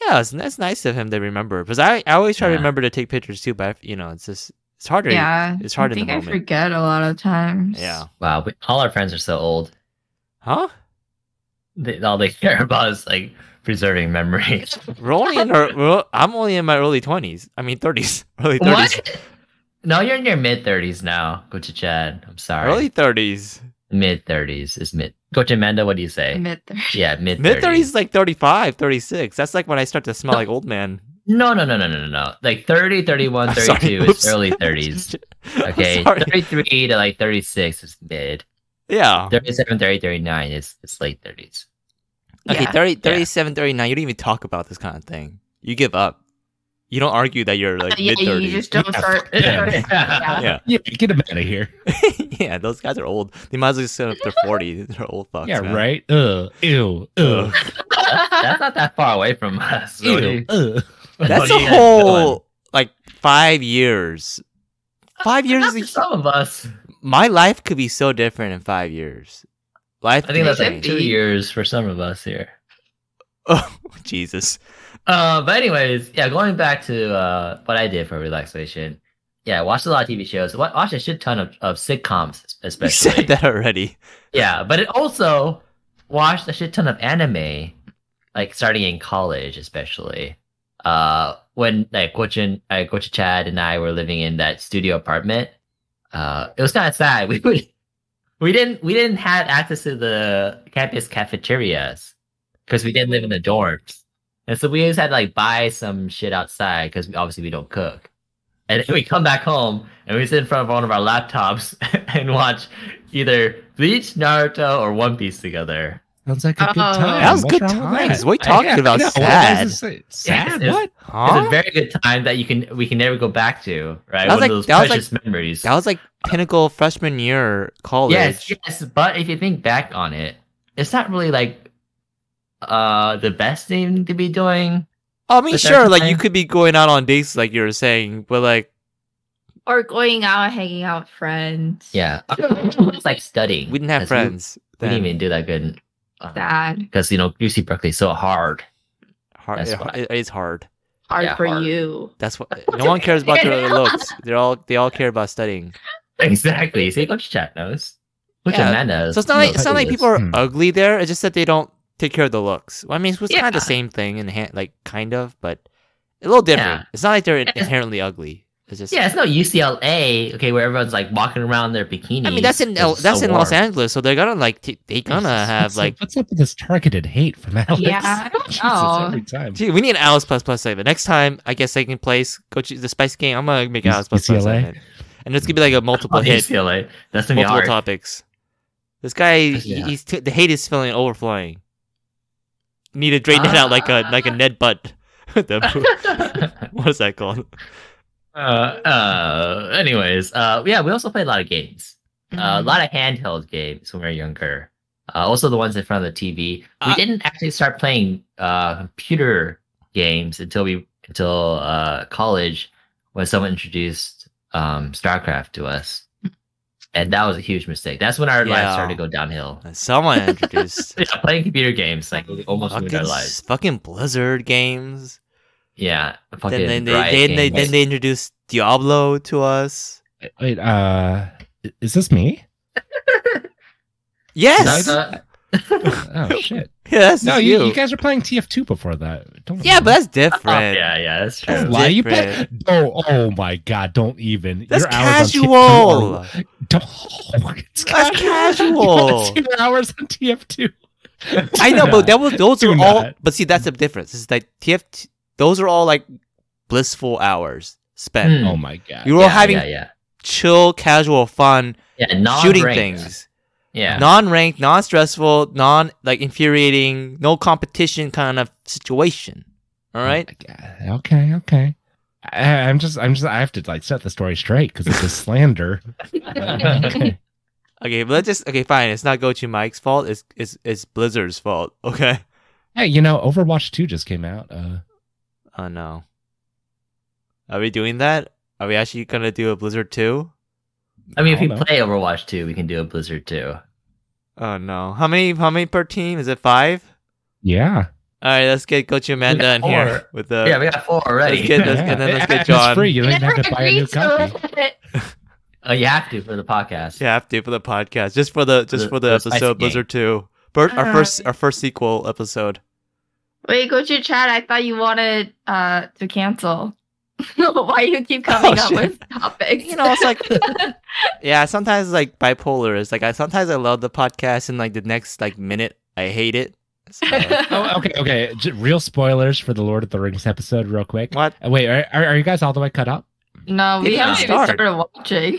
[SPEAKER 1] Yeah, it's, that's nice of him to remember. Because I, I always try to
[SPEAKER 2] Yeah.
[SPEAKER 1] remember to take pictures too, but I, you know, it's just it's harder.
[SPEAKER 3] Yeah.
[SPEAKER 1] it's hard
[SPEAKER 3] I
[SPEAKER 1] in the
[SPEAKER 3] think I
[SPEAKER 1] moment.
[SPEAKER 3] forget a lot of times.
[SPEAKER 1] Yeah.
[SPEAKER 2] wow, we, all our friends are so old.
[SPEAKER 1] Huh?
[SPEAKER 2] They, all they care about is like preserving memories.
[SPEAKER 1] We're only in our. we're- I'm only in my early twenties. I mean, thirties. Early thirties.
[SPEAKER 3] What?
[SPEAKER 2] no, you're in your mid thirties now. Go to Chad. I'm sorry.
[SPEAKER 1] Early thirties.
[SPEAKER 2] Mid thirties is mid. Go to Amanda. What do you say?
[SPEAKER 3] Mid thir-
[SPEAKER 2] yeah, mid
[SPEAKER 1] Mid thirties is like 35, 36. That's like when I start to smell like old man.
[SPEAKER 2] No, no, no, no, no, no, no. Like 30, 31,
[SPEAKER 1] I'm sorry,
[SPEAKER 2] 32
[SPEAKER 1] oops.
[SPEAKER 2] is early 30s.
[SPEAKER 1] I'm
[SPEAKER 2] Okay.
[SPEAKER 1] sorry.
[SPEAKER 2] 33 to like 36 is mid.
[SPEAKER 1] Yeah.
[SPEAKER 2] 37, 38, 39 is, is late 30s.
[SPEAKER 1] Okay,
[SPEAKER 3] Yeah.
[SPEAKER 1] thirty, thirty-seven, thirty-nine. 37, 39. You don't even talk about this kind of thing. You give up. You don't argue that you're like
[SPEAKER 3] yeah,
[SPEAKER 1] mid
[SPEAKER 3] you
[SPEAKER 1] 30s.
[SPEAKER 3] just don't
[SPEAKER 4] Yeah,
[SPEAKER 3] start.
[SPEAKER 2] Yeah.
[SPEAKER 3] Yeah.
[SPEAKER 1] Yeah.
[SPEAKER 4] Yeah, get him out of here.
[SPEAKER 1] yeah, those guys are old. They might as well just sit up to 40. They're old fucks.
[SPEAKER 4] yeah,
[SPEAKER 1] man.
[SPEAKER 4] right. Ugh, ew, uh, ugh,
[SPEAKER 2] That's not that far away from us.
[SPEAKER 4] ew, uh.
[SPEAKER 2] really.
[SPEAKER 4] ugh.
[SPEAKER 1] That's
[SPEAKER 2] What
[SPEAKER 1] a
[SPEAKER 2] are you guys doing?
[SPEAKER 1] whole, like, five years. Five years.
[SPEAKER 2] Not for
[SPEAKER 1] is-
[SPEAKER 2] some of us.
[SPEAKER 1] my life could be so different in five years. Life.
[SPEAKER 2] I think that's like
[SPEAKER 1] changed.
[SPEAKER 2] two years for some of us here.
[SPEAKER 1] Oh, Jesus.
[SPEAKER 2] Uh, but anyways, yeah, going back to uh, what I did for relaxation. Yeah, I watched a lot of TV shows. Wa- Watched a shit ton of, of sitcoms,
[SPEAKER 1] You
[SPEAKER 2] especially.
[SPEAKER 1] said that already.
[SPEAKER 2] Yeah, but it also watched a shit ton of anime, like starting in college, especially. Uh, when like Gochin, uh, Gochin Chad and I were living in that studio apartment, uh, it was kind of sad. We would, we didn't, we didn't have access to the campus cafeterias because we didn't live in the dorms, and so we always had to like buy some shit outside because obviously we don't cook. And then we come back home and we sit in front of one of our laptops and watch either Bleach, Naruto, or One Piece together.
[SPEAKER 4] Sounds like a good
[SPEAKER 3] Oh.
[SPEAKER 4] time.
[SPEAKER 1] That was
[SPEAKER 4] What's
[SPEAKER 1] good
[SPEAKER 4] wrong with
[SPEAKER 1] times.
[SPEAKER 4] that?
[SPEAKER 1] What are you talking
[SPEAKER 4] I- I
[SPEAKER 1] about?
[SPEAKER 4] know. Why
[SPEAKER 1] Sad.
[SPEAKER 4] is this- Sad?
[SPEAKER 2] Yes,
[SPEAKER 4] What?
[SPEAKER 1] Huh?
[SPEAKER 2] It's a very good time that you can we can never go back to,
[SPEAKER 1] That
[SPEAKER 2] right?
[SPEAKER 1] was
[SPEAKER 2] One
[SPEAKER 1] like-
[SPEAKER 2] of those
[SPEAKER 1] that was
[SPEAKER 2] precious memories.
[SPEAKER 1] That was like pinnacle freshman year college.
[SPEAKER 2] yes, yes, but if you think back on it, it's not really like uh the best thing to be doing.
[SPEAKER 1] I mean,
[SPEAKER 2] But
[SPEAKER 1] sure,
[SPEAKER 2] that's
[SPEAKER 1] like you
[SPEAKER 2] fine.
[SPEAKER 1] could be going out on dates, like you were saying, but like
[SPEAKER 3] or going out, hanging out with friends.
[SPEAKER 2] Yeah, it's like studying.
[SPEAKER 1] we didn't have
[SPEAKER 2] 'cause we-
[SPEAKER 1] friends.
[SPEAKER 2] We,
[SPEAKER 1] then.
[SPEAKER 2] didn't even do that good uh,
[SPEAKER 3] Sad.
[SPEAKER 2] because you know UC Berkeley's so hard.
[SPEAKER 1] Hard,
[SPEAKER 2] That's
[SPEAKER 1] it-
[SPEAKER 2] why.
[SPEAKER 1] it is hard.
[SPEAKER 3] Hard
[SPEAKER 2] Yeah,
[SPEAKER 3] for
[SPEAKER 2] hard.
[SPEAKER 3] you.
[SPEAKER 1] That's what no one cares about their looks. They're all they all care about studying.
[SPEAKER 2] Exactly. See, Coach Chat knows. Coach
[SPEAKER 1] Yeah.
[SPEAKER 2] Amanda knows.
[SPEAKER 1] So it's not like
[SPEAKER 2] knows
[SPEAKER 1] it's not
[SPEAKER 2] who
[SPEAKER 1] like
[SPEAKER 2] it is.
[SPEAKER 1] people are uh,
[SPEAKER 4] Hmm.
[SPEAKER 1] ugly there. It's just that they don't take care of the looks. Well, I mean, it's kind of
[SPEAKER 3] Yeah.
[SPEAKER 1] the
[SPEAKER 2] Uh.
[SPEAKER 1] same thing in hand, like kind of, but a little different.
[SPEAKER 2] Yeah.
[SPEAKER 1] It's not like they're
[SPEAKER 2] It's-
[SPEAKER 1] inherently ugly. It's just
[SPEAKER 2] Yeah, it's no UCLA. Okay, where everyone's like walking around their bikinis.
[SPEAKER 1] I mean, that's in
[SPEAKER 2] 'cause
[SPEAKER 1] L-
[SPEAKER 2] it's
[SPEAKER 1] that's
[SPEAKER 2] so
[SPEAKER 1] in Los
[SPEAKER 2] warm.
[SPEAKER 1] Angeles, so they're gonna like t- they gonna
[SPEAKER 4] What's-
[SPEAKER 1] have
[SPEAKER 4] what's
[SPEAKER 1] like.
[SPEAKER 4] up, what's up with this targeted hate from Alex?
[SPEAKER 3] Yeah.
[SPEAKER 4] Jesus,
[SPEAKER 3] Oh.
[SPEAKER 4] every time.
[SPEAKER 1] Gee, we need an Alice plus plus segment next time. I guess second place, go to the Spice Game. I'm gonna make an
[SPEAKER 4] U-
[SPEAKER 1] Alice plus plus
[SPEAKER 4] UCLA?
[SPEAKER 1] segment, and it's gonna be like a multiple
[SPEAKER 2] Oh,
[SPEAKER 1] hit,
[SPEAKER 2] UCLA. That's gonna be
[SPEAKER 1] multiple
[SPEAKER 2] hard.
[SPEAKER 1] topics. This guy, he,
[SPEAKER 2] Yeah.
[SPEAKER 1] he's t- the hate is filling overflowing. Need to drain that out like a like a Ned Butt. The- what is that called?
[SPEAKER 2] uh, uh, anyways, uh, yeah, we also played a lot of games.
[SPEAKER 1] Mm-hmm.
[SPEAKER 2] Uh, a lot of handheld games when we were younger. Uh, also the ones in front of the TV. We
[SPEAKER 1] Uh,
[SPEAKER 2] didn't actually start playing uh, computer games until we until uh, college when someone introduced um, StarCraft to us, and that was a huge mistake. That's when our
[SPEAKER 1] Yeah.
[SPEAKER 2] lives started to go downhill.
[SPEAKER 1] Someone introduced
[SPEAKER 2] Yeah, playing computer games like we almost ruined our
[SPEAKER 1] fucking,
[SPEAKER 2] lives.
[SPEAKER 1] fucking Blizzard games.
[SPEAKER 2] Yeah, fucking
[SPEAKER 1] Then, then they
[SPEAKER 2] Riot
[SPEAKER 1] then they,
[SPEAKER 2] games.
[SPEAKER 1] then they introduced Diablo to us.
[SPEAKER 4] Wait, uh, i- is this me?
[SPEAKER 1] Yes,
[SPEAKER 2] No, no,
[SPEAKER 4] Oh shit!
[SPEAKER 1] yes,
[SPEAKER 4] No,
[SPEAKER 1] it's
[SPEAKER 4] you,
[SPEAKER 1] you.
[SPEAKER 4] you guys were playing TF2 before that. Don't
[SPEAKER 1] Yeah, but that's different.
[SPEAKER 2] oh, yeah, yeah, that's true.
[SPEAKER 4] Don't
[SPEAKER 1] That's
[SPEAKER 4] lie. You play?
[SPEAKER 1] different.
[SPEAKER 4] Oh, oh my god! Don't even.
[SPEAKER 1] That's
[SPEAKER 4] Your hours on
[SPEAKER 1] casual.
[SPEAKER 4] TF2 are- Don't. It's
[SPEAKER 1] That's
[SPEAKER 4] You
[SPEAKER 1] casual.
[SPEAKER 4] spent two hours on TF2.
[SPEAKER 1] I know, but that was those
[SPEAKER 4] Do
[SPEAKER 1] are all.
[SPEAKER 4] not.
[SPEAKER 1] But see, that's the difference. It's like TF. Those are all like blissful hours spent.
[SPEAKER 2] Hmm.
[SPEAKER 4] Oh my god!
[SPEAKER 1] You were all having
[SPEAKER 2] yeah, yeah,
[SPEAKER 1] chill, casual fun,
[SPEAKER 2] yeah, non
[SPEAKER 1] shooting things,
[SPEAKER 2] Yeah,
[SPEAKER 1] non-ranked, non-stressful, non like infuriating, no competition kind of situation. All right.
[SPEAKER 4] Oh my God. Okay, okay. I, I'm just, I'm just, I have to like set the story straight because it's a slander. okay.
[SPEAKER 1] Okay, but let's just okay, fine. It's not Gochu Mike's fault. It's it's it's Blizzard's fault. Okay.
[SPEAKER 4] Hey, you know, Overwatch 2 just came out. Uh,
[SPEAKER 1] Oh no. Are we doing that? Are we actually gonna do a Blizzard two?
[SPEAKER 2] I mean, if
[SPEAKER 4] I
[SPEAKER 2] we
[SPEAKER 4] don't know.
[SPEAKER 2] play Overwatch 2, we can do a Blizzard 2.
[SPEAKER 1] Oh no. How many how many per team? Is it five?
[SPEAKER 4] yeah.
[SPEAKER 1] All right, let's get Gochu Amanda in here
[SPEAKER 2] four.
[SPEAKER 1] with the
[SPEAKER 2] yeah, we got four already.
[SPEAKER 1] let's get this-
[SPEAKER 4] yeah.
[SPEAKER 1] and then let's
[SPEAKER 4] And
[SPEAKER 1] get John.
[SPEAKER 4] It's free. You don't even have to buy a new copy.
[SPEAKER 2] oh, you have to for the podcast.
[SPEAKER 1] You have to for the podcast, just for the just
[SPEAKER 2] The-
[SPEAKER 1] for the
[SPEAKER 2] the spicy
[SPEAKER 1] episode
[SPEAKER 2] game.
[SPEAKER 1] Blizzard two. Bert, our
[SPEAKER 3] Uh,
[SPEAKER 1] first our first sequel episode.
[SPEAKER 3] Wait, go to chat. I thought you wanted uh to cancel. Why you keep coming
[SPEAKER 1] Oh,
[SPEAKER 3] up
[SPEAKER 1] shit.
[SPEAKER 3] with topics?
[SPEAKER 1] You know, it's like yeah, sometimes it's like bipolar. It's like I sometimes I love the podcast, and like the next like minute I hate it. So-
[SPEAKER 4] Oh, okay, okay. J- real spoilers for the Lord of the Rings episode, real quick.
[SPEAKER 1] what?
[SPEAKER 4] Uh, Wait, are, are, are you guys all the way cut up?
[SPEAKER 3] no, we
[SPEAKER 1] Didn't
[SPEAKER 3] haven't even
[SPEAKER 1] start.
[SPEAKER 3] started watching.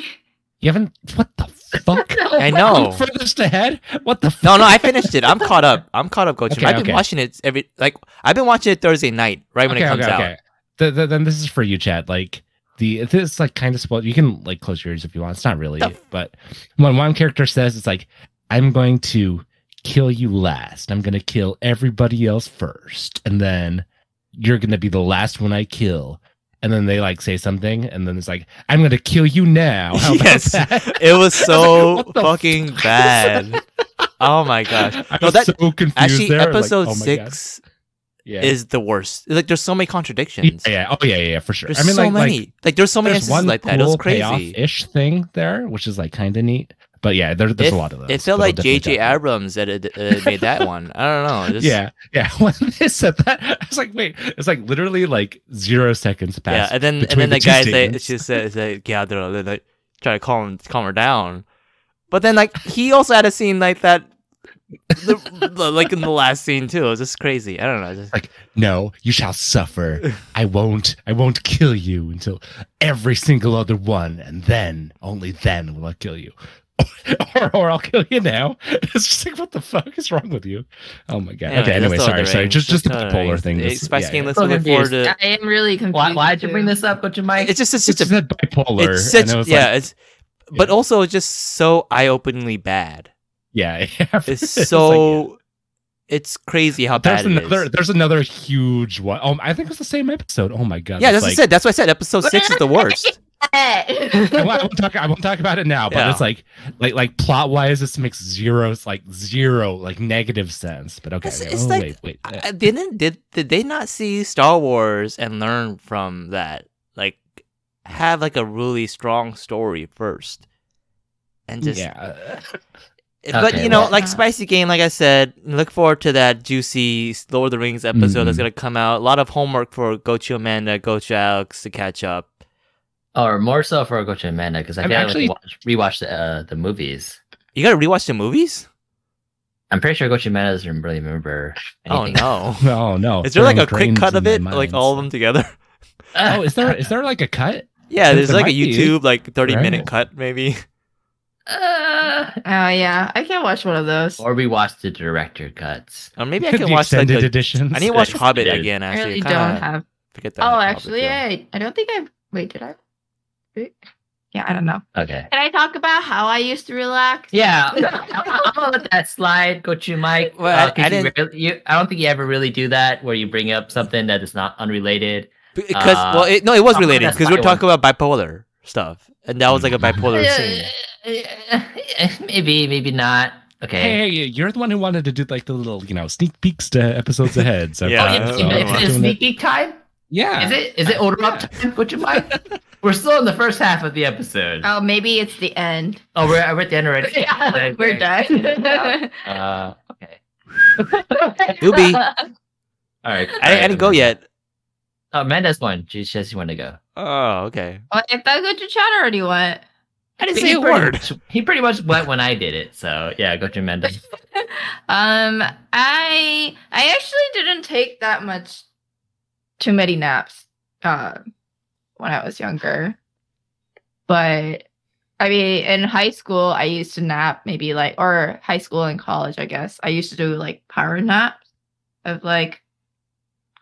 [SPEAKER 4] You haven't? What the fuck?
[SPEAKER 1] I know.
[SPEAKER 4] I'm furthest ahead? What the fuck?
[SPEAKER 1] No, no, I finished it. I'm caught up. I'm caught up, Coach.
[SPEAKER 4] Okay,
[SPEAKER 1] I've been
[SPEAKER 4] okay.
[SPEAKER 1] watching it every like I've been watching it Thursday night, right when it comes out.
[SPEAKER 4] Th- th- then this is for you, Chad. Like the this is like kind of spoiled. You can like close your ears if you want. It's not really,
[SPEAKER 1] The-
[SPEAKER 4] but when one character says it's like, "I'm going to kill you last. I'm going to kill everybody else first, and then you're going to be the last one I kill." And then they like say something, and then it's like, "I'm going to kill you now." How about
[SPEAKER 1] Yes.
[SPEAKER 4] that?
[SPEAKER 1] It was so
[SPEAKER 4] What the
[SPEAKER 1] fucking bad. oh my gosh.
[SPEAKER 4] I
[SPEAKER 1] No,
[SPEAKER 4] was
[SPEAKER 1] that-
[SPEAKER 4] so confused.
[SPEAKER 1] Actually,
[SPEAKER 4] there. like,
[SPEAKER 1] episode
[SPEAKER 4] oh my God.
[SPEAKER 1] six
[SPEAKER 4] yeah.
[SPEAKER 1] is the worst. Like there's so many
[SPEAKER 4] yeah,
[SPEAKER 1] contradictions.
[SPEAKER 4] yeah, oh yeah, yeah, yeah, for sure.
[SPEAKER 1] There's
[SPEAKER 4] I mean,
[SPEAKER 1] so
[SPEAKER 4] like, like,
[SPEAKER 1] many. Like, there's so many
[SPEAKER 4] there's
[SPEAKER 1] instances
[SPEAKER 4] one
[SPEAKER 1] like that. It was crazy.
[SPEAKER 4] ish thing there, which is like kind of neat. But yeah, there, there's
[SPEAKER 1] It-
[SPEAKER 4] a lot of those.
[SPEAKER 1] It felt
[SPEAKER 4] but I'll
[SPEAKER 1] like
[SPEAKER 4] definitely
[SPEAKER 1] J.J.
[SPEAKER 4] talk about
[SPEAKER 1] Abrams that had, uh, made that one. I don't know.
[SPEAKER 4] it.
[SPEAKER 1] Just-
[SPEAKER 4] Yeah, yeah. When they said that, I was like, wait, it's like literally like zero seconds
[SPEAKER 1] Yeah,
[SPEAKER 4] past.
[SPEAKER 1] and then and
[SPEAKER 4] between
[SPEAKER 1] then the,
[SPEAKER 4] the two
[SPEAKER 1] guy say
[SPEAKER 4] statements.
[SPEAKER 1] she said like yeah, they're- they're like try to calm calm her down, but then like he also had a scene like that the, the- like in the last scene too. It was just crazy. I don't know. Just,
[SPEAKER 4] No, you shall suffer. I won't. I won't kill you until every single other one, and then only then will I kill you, or, or I'll kill you now. It's just like what the fuck is wrong with you? Oh my god. okay.
[SPEAKER 1] let's
[SPEAKER 4] Anyway,
[SPEAKER 1] throw
[SPEAKER 4] sorry,
[SPEAKER 1] the
[SPEAKER 4] sorry.
[SPEAKER 1] rings.
[SPEAKER 4] Just just
[SPEAKER 1] Let's
[SPEAKER 4] the
[SPEAKER 1] throw
[SPEAKER 4] polar
[SPEAKER 1] rings.
[SPEAKER 4] thing.
[SPEAKER 1] Hey,
[SPEAKER 4] This-
[SPEAKER 1] Spice
[SPEAKER 4] yeah,
[SPEAKER 1] Game.
[SPEAKER 4] yeah.
[SPEAKER 1] Let's look forward
[SPEAKER 2] confused.
[SPEAKER 1] to.
[SPEAKER 3] I am really confused.
[SPEAKER 2] Why, why'd you
[SPEAKER 3] too.
[SPEAKER 2] bring this up, Butcher Mike?
[SPEAKER 1] It's just it's
[SPEAKER 4] It's
[SPEAKER 1] just a
[SPEAKER 4] just that bipolar.
[SPEAKER 1] It's
[SPEAKER 4] and
[SPEAKER 1] such
[SPEAKER 4] I was like,
[SPEAKER 1] yeah, it's but
[SPEAKER 4] Yeah.
[SPEAKER 1] also it's just so eye-openingly bad.
[SPEAKER 4] yeah.
[SPEAKER 1] It's
[SPEAKER 4] like,
[SPEAKER 1] so it's crazy how
[SPEAKER 4] There's
[SPEAKER 1] bad it is.
[SPEAKER 4] another. There's another huge one. Oh, I think it was the same episode. Oh my god.
[SPEAKER 1] yeah,
[SPEAKER 4] it's
[SPEAKER 1] that's what I
[SPEAKER 4] like-
[SPEAKER 1] said. That's why I said episode six is the worst.
[SPEAKER 4] I won't, I won't talk. I won't talk about it now. But
[SPEAKER 1] Yeah.
[SPEAKER 4] it's like, like, like plot wise, this makes zero, it's like zero, like negative sense. But okay,
[SPEAKER 1] It's-
[SPEAKER 4] okay,
[SPEAKER 1] it's
[SPEAKER 4] oh,
[SPEAKER 1] like-
[SPEAKER 4] wait, wait.
[SPEAKER 1] I- I Uh, didn't did did they not see Star Wars and learn from that? Like have like a really strong story first, and just
[SPEAKER 4] yeah,
[SPEAKER 1] but
[SPEAKER 2] Okay,
[SPEAKER 1] you know
[SPEAKER 2] well-
[SPEAKER 1] like spicy game. Like I said, look forward to that juicy Lord of the Rings episode that's
[SPEAKER 4] Mhm.
[SPEAKER 1] gonna come out. A lot of homework for Gochu Amanda, Gochu Alex to catch up.
[SPEAKER 2] or more so for Coach Amanda because I
[SPEAKER 4] I'm
[SPEAKER 2] gotta
[SPEAKER 4] actually-
[SPEAKER 2] watch, rewatch the uh, the movies.
[SPEAKER 1] You gotta rewatch the movies.
[SPEAKER 2] I'm pretty sure Coach Amanda doesn't really remember. Anything.
[SPEAKER 1] Oh no.
[SPEAKER 4] no, no.
[SPEAKER 1] Is there like a
[SPEAKER 4] throwing
[SPEAKER 1] quick
[SPEAKER 4] grains
[SPEAKER 1] cut
[SPEAKER 4] in
[SPEAKER 1] of
[SPEAKER 4] my
[SPEAKER 1] it, like
[SPEAKER 4] minds.
[SPEAKER 1] all of them together?
[SPEAKER 4] Oh, is there? Is there like a cut?
[SPEAKER 1] Yeah,
[SPEAKER 4] There-
[SPEAKER 1] there's
[SPEAKER 4] there
[SPEAKER 1] like a
[SPEAKER 4] might be.
[SPEAKER 1] YouTube like 30 minute
[SPEAKER 4] Right.
[SPEAKER 1] cut maybe.
[SPEAKER 2] Uh,
[SPEAKER 3] Oh yeah, I can't watch one of those.
[SPEAKER 2] or we watched the director cuts.
[SPEAKER 1] Or Uh, maybe I can
[SPEAKER 4] the
[SPEAKER 1] watch like
[SPEAKER 4] extended
[SPEAKER 1] the,
[SPEAKER 4] editions.
[SPEAKER 1] I need to watch
[SPEAKER 2] Yes,
[SPEAKER 1] Hobbit
[SPEAKER 2] it is.
[SPEAKER 1] again.
[SPEAKER 3] I
[SPEAKER 1] Actually,
[SPEAKER 3] really
[SPEAKER 1] Kinda
[SPEAKER 3] don't have.
[SPEAKER 1] forget that.
[SPEAKER 3] Oh,
[SPEAKER 1] Hobbit
[SPEAKER 3] actually,
[SPEAKER 1] film.
[SPEAKER 3] I, I don't think I. Wait, did I? wait. Yeah, I don't know.
[SPEAKER 2] Okay.
[SPEAKER 3] Can I talk about how I used to relax?
[SPEAKER 2] Yeah, I'm gonna- I'm gonna let that slide, Coach Mike.
[SPEAKER 1] Well, I-
[SPEAKER 2] uh, 'cause
[SPEAKER 1] I
[SPEAKER 2] you
[SPEAKER 1] didn't-
[SPEAKER 2] really- you- I don't think you ever really do that where you bring up something that is not unrelated.
[SPEAKER 1] because
[SPEAKER 2] uh,
[SPEAKER 1] well, it, no, it was
[SPEAKER 2] oh,
[SPEAKER 1] related
[SPEAKER 2] that's
[SPEAKER 1] because we we're
[SPEAKER 2] my
[SPEAKER 1] talking about bipolar stuff, and that was like a bipolar scene.
[SPEAKER 2] maybe, maybe not. Okay.
[SPEAKER 4] Hey, hey, you're the one who wanted to do like the little, you know, sneak peeks to episodes ahead. So
[SPEAKER 1] Yeah,
[SPEAKER 2] oh,
[SPEAKER 1] I
[SPEAKER 2] yeah,
[SPEAKER 1] don't
[SPEAKER 2] you know,
[SPEAKER 1] know.
[SPEAKER 2] it's, it's sneak peek time.
[SPEAKER 4] yeah.
[SPEAKER 2] Is it? Is it order up time, Coach Mike? We're still in the first half of the episode.
[SPEAKER 3] Oh, maybe it's the end.
[SPEAKER 2] Oh, we're, we're at the end already.
[SPEAKER 3] Yeah, we're done.
[SPEAKER 2] Uh, okay.
[SPEAKER 1] Doobie,
[SPEAKER 2] All right.
[SPEAKER 1] I, I didn't go yet.
[SPEAKER 2] Oh, Amanda's one. She says she wanted to go.
[SPEAKER 1] Oh, okay.
[SPEAKER 3] well, if that's what your chat already went.
[SPEAKER 1] I didn't
[SPEAKER 2] He
[SPEAKER 1] say a
[SPEAKER 2] pretty
[SPEAKER 1] word.
[SPEAKER 2] much- he pretty much went when I did it. So yeah, go to Amanda.
[SPEAKER 3] um, I I actually didn't take that much, too many naps, uh, when I was younger. But I mean, in high school, I used to nap maybe like, or high school and college, I guess. I used to do like power naps of like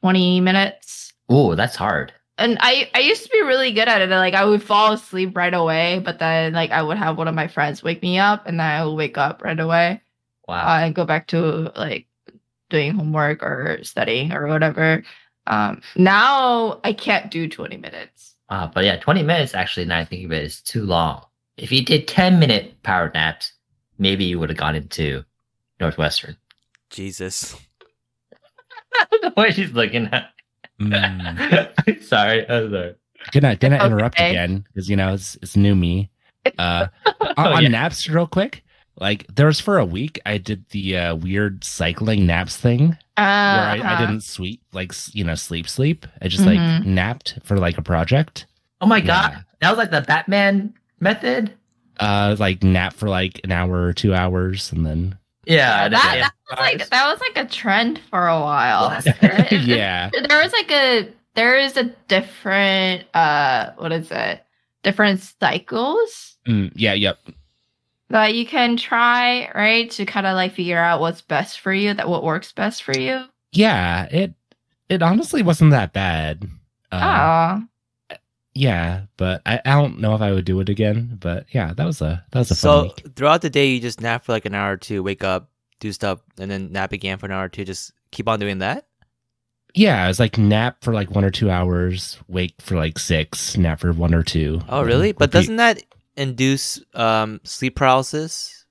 [SPEAKER 3] twenty minutes
[SPEAKER 2] Ooh, that's hard.
[SPEAKER 3] and I I used to be really good at it. Like I would fall asleep right away, but then like I would have one of my friends wake me up, and then I would wake up right away
[SPEAKER 2] Wow.
[SPEAKER 3] uh, and go back to like doing homework or studying or whatever. Um, now I can't do twenty minutes.
[SPEAKER 2] Uh, but yeah, 20 minutes actually, now I think of it, is too long. If you did 10 minute power naps, maybe you would have gone into Northwestern.
[SPEAKER 1] Jesus.
[SPEAKER 2] the way she's looking at.
[SPEAKER 4] Mm.
[SPEAKER 2] sorry. I'm sorry.
[SPEAKER 4] Can I can I interrupt
[SPEAKER 3] Okay.
[SPEAKER 4] again? Because you know it's it's new me. Uh, on,
[SPEAKER 2] Oh,
[SPEAKER 4] on
[SPEAKER 2] yeah.
[SPEAKER 4] Napster, real quick. Like there was for a week, I did the uh, weird cycling naps thing
[SPEAKER 3] Uh,
[SPEAKER 4] where I, I didn't sleep, like s- you know, sleep, sleep. I just like
[SPEAKER 3] Mhm.
[SPEAKER 4] napped for like a project.
[SPEAKER 2] Oh my God.
[SPEAKER 4] Yeah.
[SPEAKER 2] That was like the Batman method.
[SPEAKER 4] Uh, like nap for like an hour or two hours, and then
[SPEAKER 2] Yeah.
[SPEAKER 3] that, that was like that was like a trend for a while.
[SPEAKER 2] Was
[SPEAKER 3] It- it-
[SPEAKER 4] yeah,
[SPEAKER 3] there was like a there is a different uh what is it different cycles
[SPEAKER 4] Mm, yeah, yep.
[SPEAKER 3] that you can try, right? To kind of like figure out what's best for you, that what works best for you.
[SPEAKER 4] yeah it it honestly wasn't that bad uh,
[SPEAKER 3] oh,
[SPEAKER 4] yeah but I, I don't know if i would do it again but yeah that was a that was a fun
[SPEAKER 1] So
[SPEAKER 4] week
[SPEAKER 1] throughout the day, you just nap for like an hour or two, wake up, do stuff, and then nap again for an hour or two. Just keep on doing that.
[SPEAKER 4] yeah it was like nap for like one or two hours wake for like six nap for one or two Mm-hmm.
[SPEAKER 1] Oh, really?
[SPEAKER 4] Repeat.
[SPEAKER 1] But doesn't that induce um, sleep paralysis?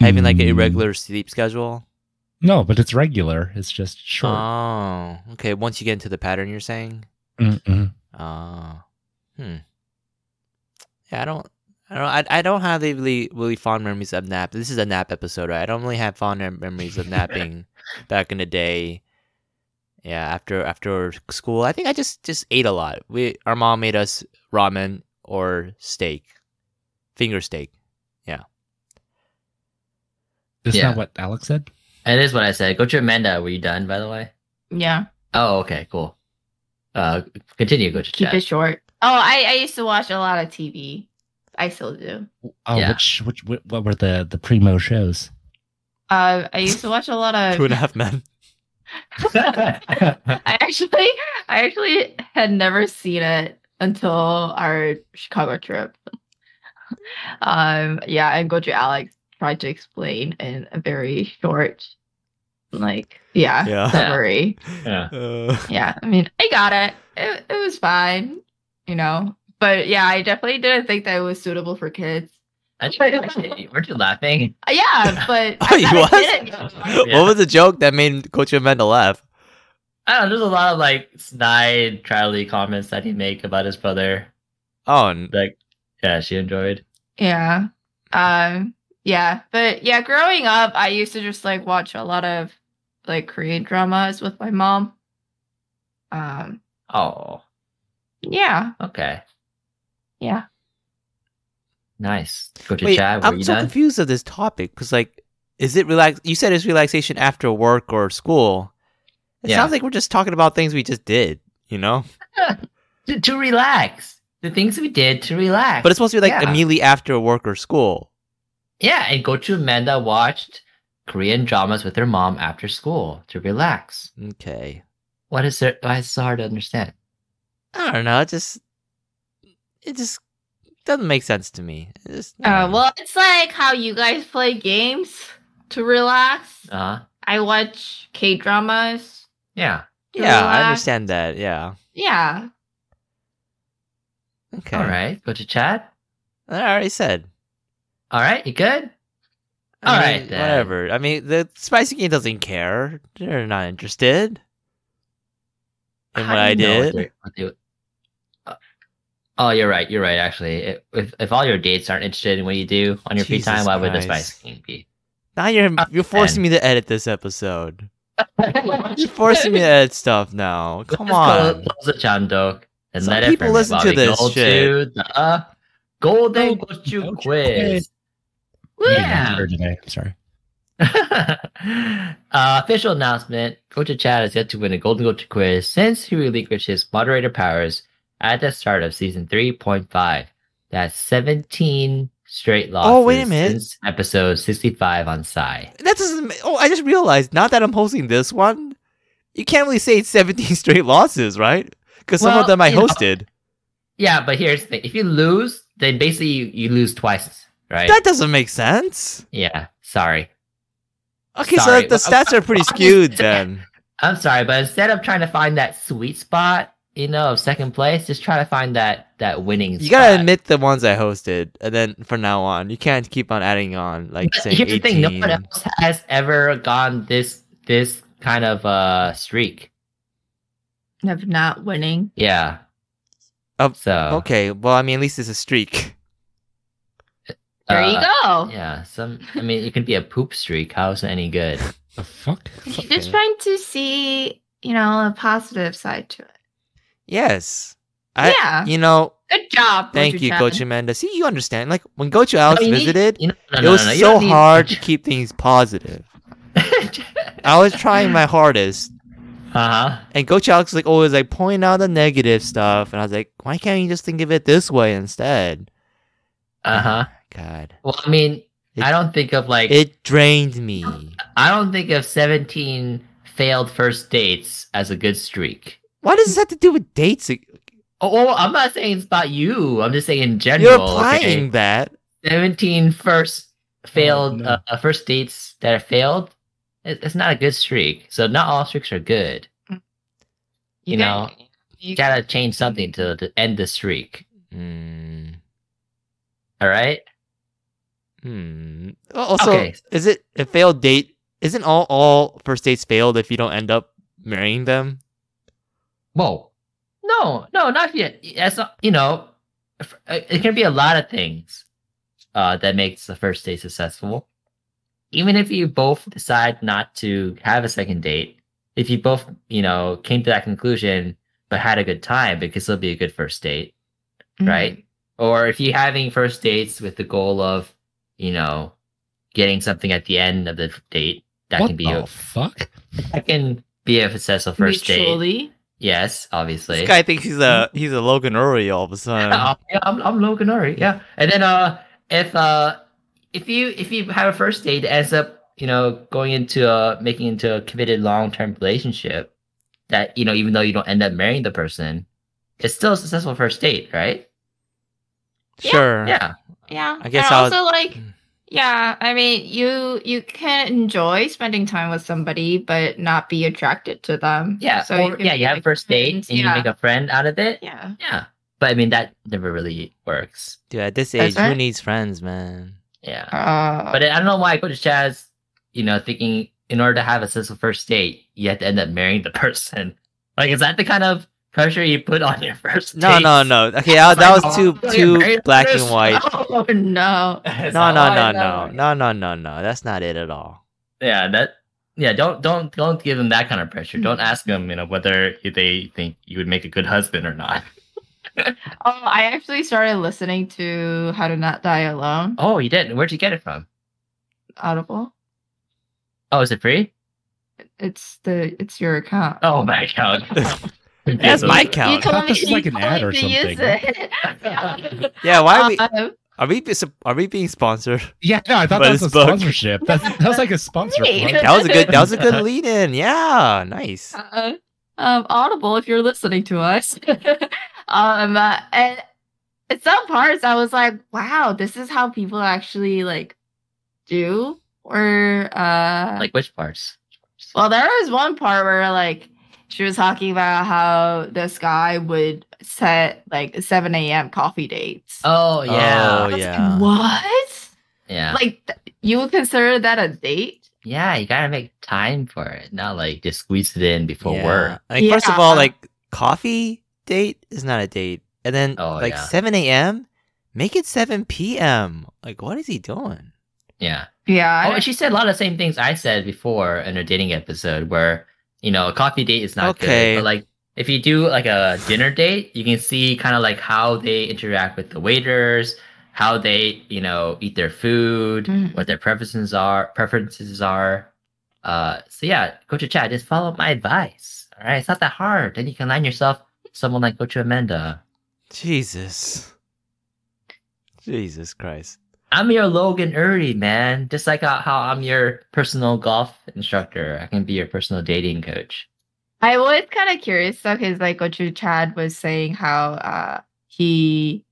[SPEAKER 1] Having like an
[SPEAKER 4] Mm,
[SPEAKER 1] irregular sleep schedule.
[SPEAKER 4] Mm-hmm. no but it's regular it's just short
[SPEAKER 1] Oh, okay. Once you get into the pattern, you're saying.
[SPEAKER 4] Mm-mm.
[SPEAKER 1] Oh, hmm. Yeah, I don't. I don't. I, I don't have the really really fond memories of nap. This is a nap episode, right? I don't really have fond mem- memories of napping back in the day. Yeah, after after school, I think I just just ate a lot. We our mom made us ramen or steak, finger steak. Yeah.
[SPEAKER 4] That's
[SPEAKER 2] Yeah.
[SPEAKER 4] not what Alex said.
[SPEAKER 2] It is what I said. Go to Amanda. Were you done, by the way?
[SPEAKER 3] Yeah,
[SPEAKER 2] Oh, okay, cool. Uh, continue. Go to
[SPEAKER 3] keep
[SPEAKER 2] chat.
[SPEAKER 3] it short. Oh, I, I used to watch a lot of TV. I still do.
[SPEAKER 4] Oh,
[SPEAKER 2] Yeah.
[SPEAKER 4] which, which which what were the the primo shows?
[SPEAKER 3] Uh, I used to watch a lot of
[SPEAKER 1] Two and a half men.
[SPEAKER 3] I actually, I actually had never seen it until our Chicago trip. um, yeah, and Goju Alex tried to explain in a very short, like, yeah,
[SPEAKER 1] Yeah.
[SPEAKER 3] summary.
[SPEAKER 2] yeah.
[SPEAKER 1] Uh,
[SPEAKER 3] yeah, I mean, I got it. it. It was fine, you know. But yeah, I definitely didn't think that it was suitable for kids.
[SPEAKER 2] I just- Weren't you laughing?
[SPEAKER 3] Uh, Yeah, but
[SPEAKER 1] Oh,
[SPEAKER 3] I
[SPEAKER 1] you
[SPEAKER 3] kinda
[SPEAKER 1] was?
[SPEAKER 3] did it.
[SPEAKER 2] Yeah.
[SPEAKER 1] What was the joke that made Coach Amanda laugh?
[SPEAKER 2] I don't know. There's a lot of like snide Charlie comments that he make about his brother.
[SPEAKER 1] Oh, n-
[SPEAKER 2] Like, yeah, she enjoyed.
[SPEAKER 3] Yeah. Um yeah, but yeah, growing up I used to just like watch a lot of like Korean dramas with my mom. Um
[SPEAKER 2] Oh,
[SPEAKER 3] yeah,
[SPEAKER 2] okay,
[SPEAKER 3] yeah.
[SPEAKER 2] nice. Go to
[SPEAKER 1] wait,
[SPEAKER 2] chat. Were
[SPEAKER 1] I'm
[SPEAKER 2] you
[SPEAKER 1] so
[SPEAKER 2] done?
[SPEAKER 1] confused of this topic because, like, is it relax? You said it's relaxation after work or school. It
[SPEAKER 2] Yeah.
[SPEAKER 1] sounds like we're just talking about things we just did, you know.
[SPEAKER 2] to, to relax. The things we did to relax.
[SPEAKER 1] But it's supposed to be like
[SPEAKER 2] Yeah.
[SPEAKER 1] immediately after work or school.
[SPEAKER 2] yeah, and go to Amanda watched Korean dramas with her mom after school to relax.
[SPEAKER 1] Okay.
[SPEAKER 2] What is there? Why is it so hard to understand?
[SPEAKER 1] I don't know. It just it just doesn't make sense to me. It just,
[SPEAKER 2] Oh,
[SPEAKER 3] Uh well it's like how you guys play games to relax.
[SPEAKER 2] Uh huh.
[SPEAKER 3] I watch K dramas.
[SPEAKER 2] Yeah.
[SPEAKER 1] yeah, I understand that. Yeah.
[SPEAKER 3] Yeah.
[SPEAKER 1] Okay.
[SPEAKER 2] All right. Go to chat.
[SPEAKER 1] I already said.
[SPEAKER 2] All right. You good?
[SPEAKER 1] I
[SPEAKER 2] All
[SPEAKER 1] mean,
[SPEAKER 2] right, then.
[SPEAKER 1] Whatever. I mean, the spicy game doesn't care. They're not interested in
[SPEAKER 2] How
[SPEAKER 1] what
[SPEAKER 2] do
[SPEAKER 1] I
[SPEAKER 2] you know what
[SPEAKER 1] did.
[SPEAKER 2] they- what they- Uh, Oh, you're right. You're right. Actually, If- if if all your dates aren't interested in what you do on your free
[SPEAKER 1] Jesus
[SPEAKER 2] time, why would the
[SPEAKER 1] Christ.
[SPEAKER 2] spice game be?
[SPEAKER 1] Now you're
[SPEAKER 2] Uh,
[SPEAKER 1] you're forcing me to edit this episode. You're forcing me to edit stuff now. Come
[SPEAKER 2] Just close-
[SPEAKER 1] on.
[SPEAKER 2] close the chandok and
[SPEAKER 1] Some
[SPEAKER 2] let it
[SPEAKER 1] people
[SPEAKER 2] ferment
[SPEAKER 1] listen
[SPEAKER 2] while
[SPEAKER 1] to
[SPEAKER 2] we
[SPEAKER 1] this
[SPEAKER 2] go
[SPEAKER 1] shit.
[SPEAKER 2] To the uh, golden
[SPEAKER 4] Golden
[SPEAKER 2] gochu
[SPEAKER 4] Gochu
[SPEAKER 2] quiz.
[SPEAKER 4] I didn't
[SPEAKER 2] Yeah.
[SPEAKER 4] remember today. I'm sorry.
[SPEAKER 2] uh, official announcement: Gochu Chad is yet to win a golden gochu quiz since he relinquished his moderator powers at the start of season three point five. That's seventeen straight losses.
[SPEAKER 1] Oh, wait a minute.
[SPEAKER 2] Since episode sixty-five on Psy.
[SPEAKER 1] That doesn't. ma- Oh, I just realized. Now that I'm hosting this one, you can't really say it's 17 straight losses, right? Because some
[SPEAKER 2] Well,
[SPEAKER 1] of them I
[SPEAKER 2] you know,
[SPEAKER 1] hosted.
[SPEAKER 2] Yeah, but here's the thing: if you lose, then basically you, you lose twice, right?
[SPEAKER 1] That doesn't make sense.
[SPEAKER 2] yeah. Sorry.
[SPEAKER 1] Okay,
[SPEAKER 2] Sorry,
[SPEAKER 1] so the
[SPEAKER 2] well, I-
[SPEAKER 1] stats are pretty
[SPEAKER 2] I just-
[SPEAKER 1] skewed then.
[SPEAKER 2] I'm sorry, but instead of trying to find that sweet spot, you know, of second place, just try to find that that winning.
[SPEAKER 1] You gotta
[SPEAKER 2] spot.
[SPEAKER 1] admit the ones I hosted, and then from now on, you can't keep on adding on like
[SPEAKER 2] But
[SPEAKER 1] saying
[SPEAKER 2] here's the thing: no
[SPEAKER 1] 18.
[SPEAKER 2] one else has ever gone this this kind of uh streak.
[SPEAKER 3] Of not winning.
[SPEAKER 2] Yeah.
[SPEAKER 1] Oh,
[SPEAKER 2] so
[SPEAKER 1] okay, well, I mean, at least it's a streak.
[SPEAKER 3] There you
[SPEAKER 2] uh,
[SPEAKER 3] go.
[SPEAKER 2] Yeah. Some. I mean, it could be a poop streak. How is it any good?
[SPEAKER 4] The fuck?
[SPEAKER 3] You're just trying to see, you know, a positive side to it.
[SPEAKER 1] Yes, I,
[SPEAKER 3] yeah.
[SPEAKER 1] you know,
[SPEAKER 3] Good job.
[SPEAKER 1] thank you,
[SPEAKER 3] Gochujang.
[SPEAKER 1] Coach Amanda. See, you understand. Like when Coach Alex
[SPEAKER 2] No, you need-
[SPEAKER 1] visited,
[SPEAKER 2] you know- no,
[SPEAKER 1] it
[SPEAKER 2] no,
[SPEAKER 1] was
[SPEAKER 2] no, no, you
[SPEAKER 1] so
[SPEAKER 2] don't need-
[SPEAKER 1] hard to keep things positive. I was trying my hardest,
[SPEAKER 2] uh huh.
[SPEAKER 1] and Coach Alex was like always like pointing out the negative stuff, and I was like, why can't you just think of it this way instead?
[SPEAKER 2] Uh huh.
[SPEAKER 1] God,
[SPEAKER 2] Well, I mean,
[SPEAKER 1] It-
[SPEAKER 2] I don't think of like
[SPEAKER 1] it drained me.
[SPEAKER 2] I don't think of 17 failed first dates as a good streak.
[SPEAKER 1] Why does this have to do with dates?
[SPEAKER 2] Oh, oh, I'm not saying it's about you. I'm just saying in general.
[SPEAKER 1] You're applying
[SPEAKER 2] okay?
[SPEAKER 1] that.
[SPEAKER 2] 17 first failed
[SPEAKER 4] no.
[SPEAKER 2] uh, first dates that are failed. It, it's not a good streak. So not all streaks are good. You know,
[SPEAKER 3] got-
[SPEAKER 2] You
[SPEAKER 3] you
[SPEAKER 2] gotta change something to, to end the streak.
[SPEAKER 1] Mm,
[SPEAKER 2] All right.
[SPEAKER 1] hmm. Al- Also,
[SPEAKER 2] Okay.
[SPEAKER 1] is it a failed date? Isn't all all first dates failed if you don't end up marrying them?
[SPEAKER 2] Whoa. No, no, not yet. That's not, you know, f- uh, it can be a lot of things uh, that makes the first date successful. Even if you both decide not to have a second date, if you both, you know, came to that conclusion but had a good time, it could still be a good first date,
[SPEAKER 3] Mhm.
[SPEAKER 2] right? Or if you're having first dates with the goal of, you know, getting something at the end of the date that
[SPEAKER 4] what
[SPEAKER 2] can be
[SPEAKER 4] the
[SPEAKER 2] a,
[SPEAKER 4] fuck?
[SPEAKER 2] that can be a successful first date.
[SPEAKER 3] Mm-hmm. Mutually.
[SPEAKER 2] Yes, obviously.
[SPEAKER 1] This guy thinks he's a he's a Logan Uri all of a sudden.
[SPEAKER 2] yeah, I'm, I'm Logan Ori. Yeah, and then uh, if uh, if you if you have a first date that ends up you know going into a making into a committed long term relationship, that you know even though you don't end up marrying the person, it's still a successful first date, right?
[SPEAKER 3] Yeah,
[SPEAKER 1] sure.
[SPEAKER 2] Yeah,
[SPEAKER 3] Yeah.
[SPEAKER 1] I guess
[SPEAKER 3] and
[SPEAKER 1] I'll-
[SPEAKER 3] also like
[SPEAKER 1] Mm.
[SPEAKER 3] yeah, I mean you you can enjoy spending time with somebody but not be attracted to them.
[SPEAKER 2] yeah.
[SPEAKER 3] So
[SPEAKER 2] or,
[SPEAKER 3] can
[SPEAKER 2] yeah, you have a
[SPEAKER 3] make
[SPEAKER 2] first date and
[SPEAKER 3] friends,
[SPEAKER 2] you
[SPEAKER 3] yeah.
[SPEAKER 2] make a friend out of it.
[SPEAKER 3] yeah.
[SPEAKER 2] Yeah, but I mean that never really works.
[SPEAKER 1] Dude, at this
[SPEAKER 3] That's
[SPEAKER 1] age, who
[SPEAKER 3] right.
[SPEAKER 1] needs friends, man?
[SPEAKER 2] Yeah.
[SPEAKER 3] Uh,
[SPEAKER 2] But I don't know why I go to Chaz, you know, thinking in order to have a successful first date, you have to end up marrying the person. Like, is that the kind of pressure you put on your first
[SPEAKER 1] No,
[SPEAKER 2] date?
[SPEAKER 1] no, no. Okay, that, that
[SPEAKER 2] oh,
[SPEAKER 1] was too too black and white.
[SPEAKER 3] oh no.
[SPEAKER 1] No, no, no, no, no, no, no, no. That's not it at all.
[SPEAKER 2] Yeah, that. Yeah, don't don't don't give them that kind of pressure. Don't ask them, you know, whether they think you would make a good husband or not.
[SPEAKER 3] Oh, I actually started listening to How to Not Die Alone.
[SPEAKER 2] Oh, you did. Where'd you get it from?
[SPEAKER 3] Audible.
[SPEAKER 2] Oh, is it free?
[SPEAKER 3] It's the it's your account.
[SPEAKER 2] Oh my god,
[SPEAKER 1] That's my
[SPEAKER 3] You
[SPEAKER 1] count.
[SPEAKER 4] thought
[SPEAKER 3] told me
[SPEAKER 4] this was
[SPEAKER 3] you
[SPEAKER 4] like an
[SPEAKER 3] told
[SPEAKER 4] ad
[SPEAKER 3] me
[SPEAKER 4] or
[SPEAKER 3] to use
[SPEAKER 4] something.
[SPEAKER 3] it.
[SPEAKER 1] Yeah, why are we
[SPEAKER 3] Um,
[SPEAKER 1] are we be- are we being sponsored?
[SPEAKER 4] Yeah, no, I thought
[SPEAKER 1] But
[SPEAKER 4] that was a
[SPEAKER 1] his book.
[SPEAKER 4] sponsorship. That's, that was like a sponsor.
[SPEAKER 3] Hey.
[SPEAKER 4] plug.
[SPEAKER 1] That was a good that was a good lead in. Yeah, nice.
[SPEAKER 3] Uh, um, Audible, if you're listening to us. um, uh, and at some parts, I was like, "Wow, this is how people actually like do." Or uh,
[SPEAKER 2] Like which parts?
[SPEAKER 3] well, there was one part where like she was talking about how this guy would set like 7 a.m. coffee dates.
[SPEAKER 2] Oh yeah,
[SPEAKER 1] Oh,
[SPEAKER 3] I was
[SPEAKER 1] yeah.
[SPEAKER 3] Like, what?
[SPEAKER 2] yeah.
[SPEAKER 3] Like th- you would consider that a date?
[SPEAKER 2] Yeah, you gotta make time for it, not like just squeeze it in before
[SPEAKER 1] Yeah.
[SPEAKER 2] work.
[SPEAKER 1] Like first of all,
[SPEAKER 3] Yeah.
[SPEAKER 1] like coffee date is not a date, and then
[SPEAKER 2] Oh,
[SPEAKER 1] like
[SPEAKER 2] yeah.
[SPEAKER 1] seven a.m. Make it seven p.m. Like what is he doing?
[SPEAKER 2] Yeah.
[SPEAKER 3] Yeah.
[SPEAKER 2] Oh, and she said a lot of the same things I said before in her dating episode, where you know a coffee date is not
[SPEAKER 1] Okay.
[SPEAKER 2] good, but like if you do like a dinner date, you can see kind of like how they interact with the waiters, how they you know eat their food,
[SPEAKER 3] Mm.
[SPEAKER 2] what their preferences are, preferences are. Uh, so yeah, go to chat. Just follow my advice. All right, it's not that hard. Then you can line yourself with someone like Coach Amanda.
[SPEAKER 1] Jesus. Jesus Christ.
[SPEAKER 2] I'm your Logan Uri, man. Just like how, how I'm your personal golf instructor, I can be your personal dating coach.
[SPEAKER 3] I was kind of curious though, because like what you Chad was saying, how uh he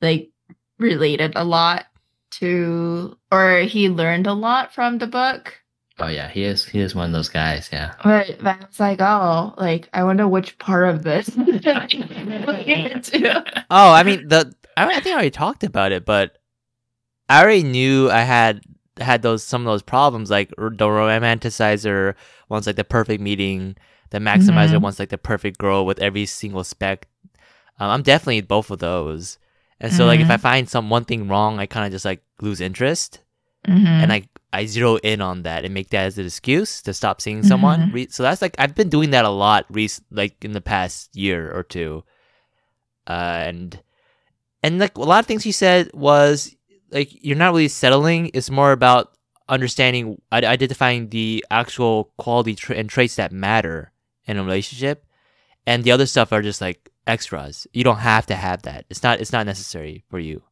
[SPEAKER 3] like related a lot to, or he learned a lot from the book.
[SPEAKER 2] Oh yeah, he is. He is one of those guys. Yeah.
[SPEAKER 3] But, but I was like, oh, like I wonder which part of this.
[SPEAKER 2] yeah.
[SPEAKER 1] Oh, I mean the I, I think I already talked about it, but I already knew I had had those some of those problems like r- the romanticizer wants like the perfect meeting, the maximizer
[SPEAKER 3] Mhm.
[SPEAKER 1] wants like the perfect girl with every single spec. Um, I'm definitely both of those. And so like if
[SPEAKER 3] Mhm.
[SPEAKER 1] I find some one thing wrong, I kind of just like lose interest
[SPEAKER 3] Mm-hmm.
[SPEAKER 1] and I I zero in on that and make that as an excuse to stop seeing someone.
[SPEAKER 3] Mhm.
[SPEAKER 1] Re- so that's like I've been doing that a lot, rec- like in the past year or two, uh, and and like a lot of things you said was like you're not really settling. It's more about understanding, i- identifying the actual quality tra- and traits that matter in a relationship, and the other stuff are just like extras. You don't have to have that. It's not it's not necessary for you,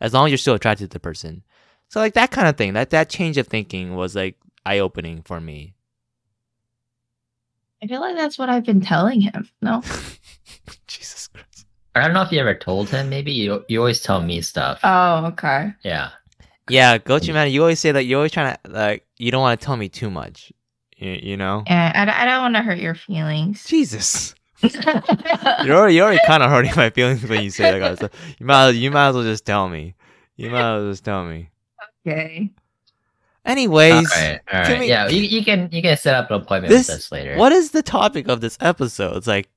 [SPEAKER 1] as long as you're still attracted to the person. So like that kind of thing, that that change of thinking was like eye opening for me.
[SPEAKER 3] I feel like that's what I've been telling him. No,
[SPEAKER 1] Jesus Christ.
[SPEAKER 2] I don't know if you ever told him. Maybe you you always tell me stuff.
[SPEAKER 1] Uh,
[SPEAKER 3] oh, okay.
[SPEAKER 2] yeah.
[SPEAKER 1] Yeah, Gochi man, you always say that you're always trying to like you don't want to tell me too much. You, you know?
[SPEAKER 3] Yeah, I, don't- I don't want to hurt your feelings.
[SPEAKER 1] Jesus. You're already, you're already kind of hurting my feelings when you say that kind of stuff. You might you might as well just tell me. You might as well just tell me.
[SPEAKER 3] okay.
[SPEAKER 2] All
[SPEAKER 1] Anyways,
[SPEAKER 2] right. All
[SPEAKER 1] can
[SPEAKER 2] right.
[SPEAKER 1] we-
[SPEAKER 2] yeah. You, you can you can set up an appointment
[SPEAKER 1] This-
[SPEAKER 2] with us later.
[SPEAKER 1] what is the topic of this episode? It's like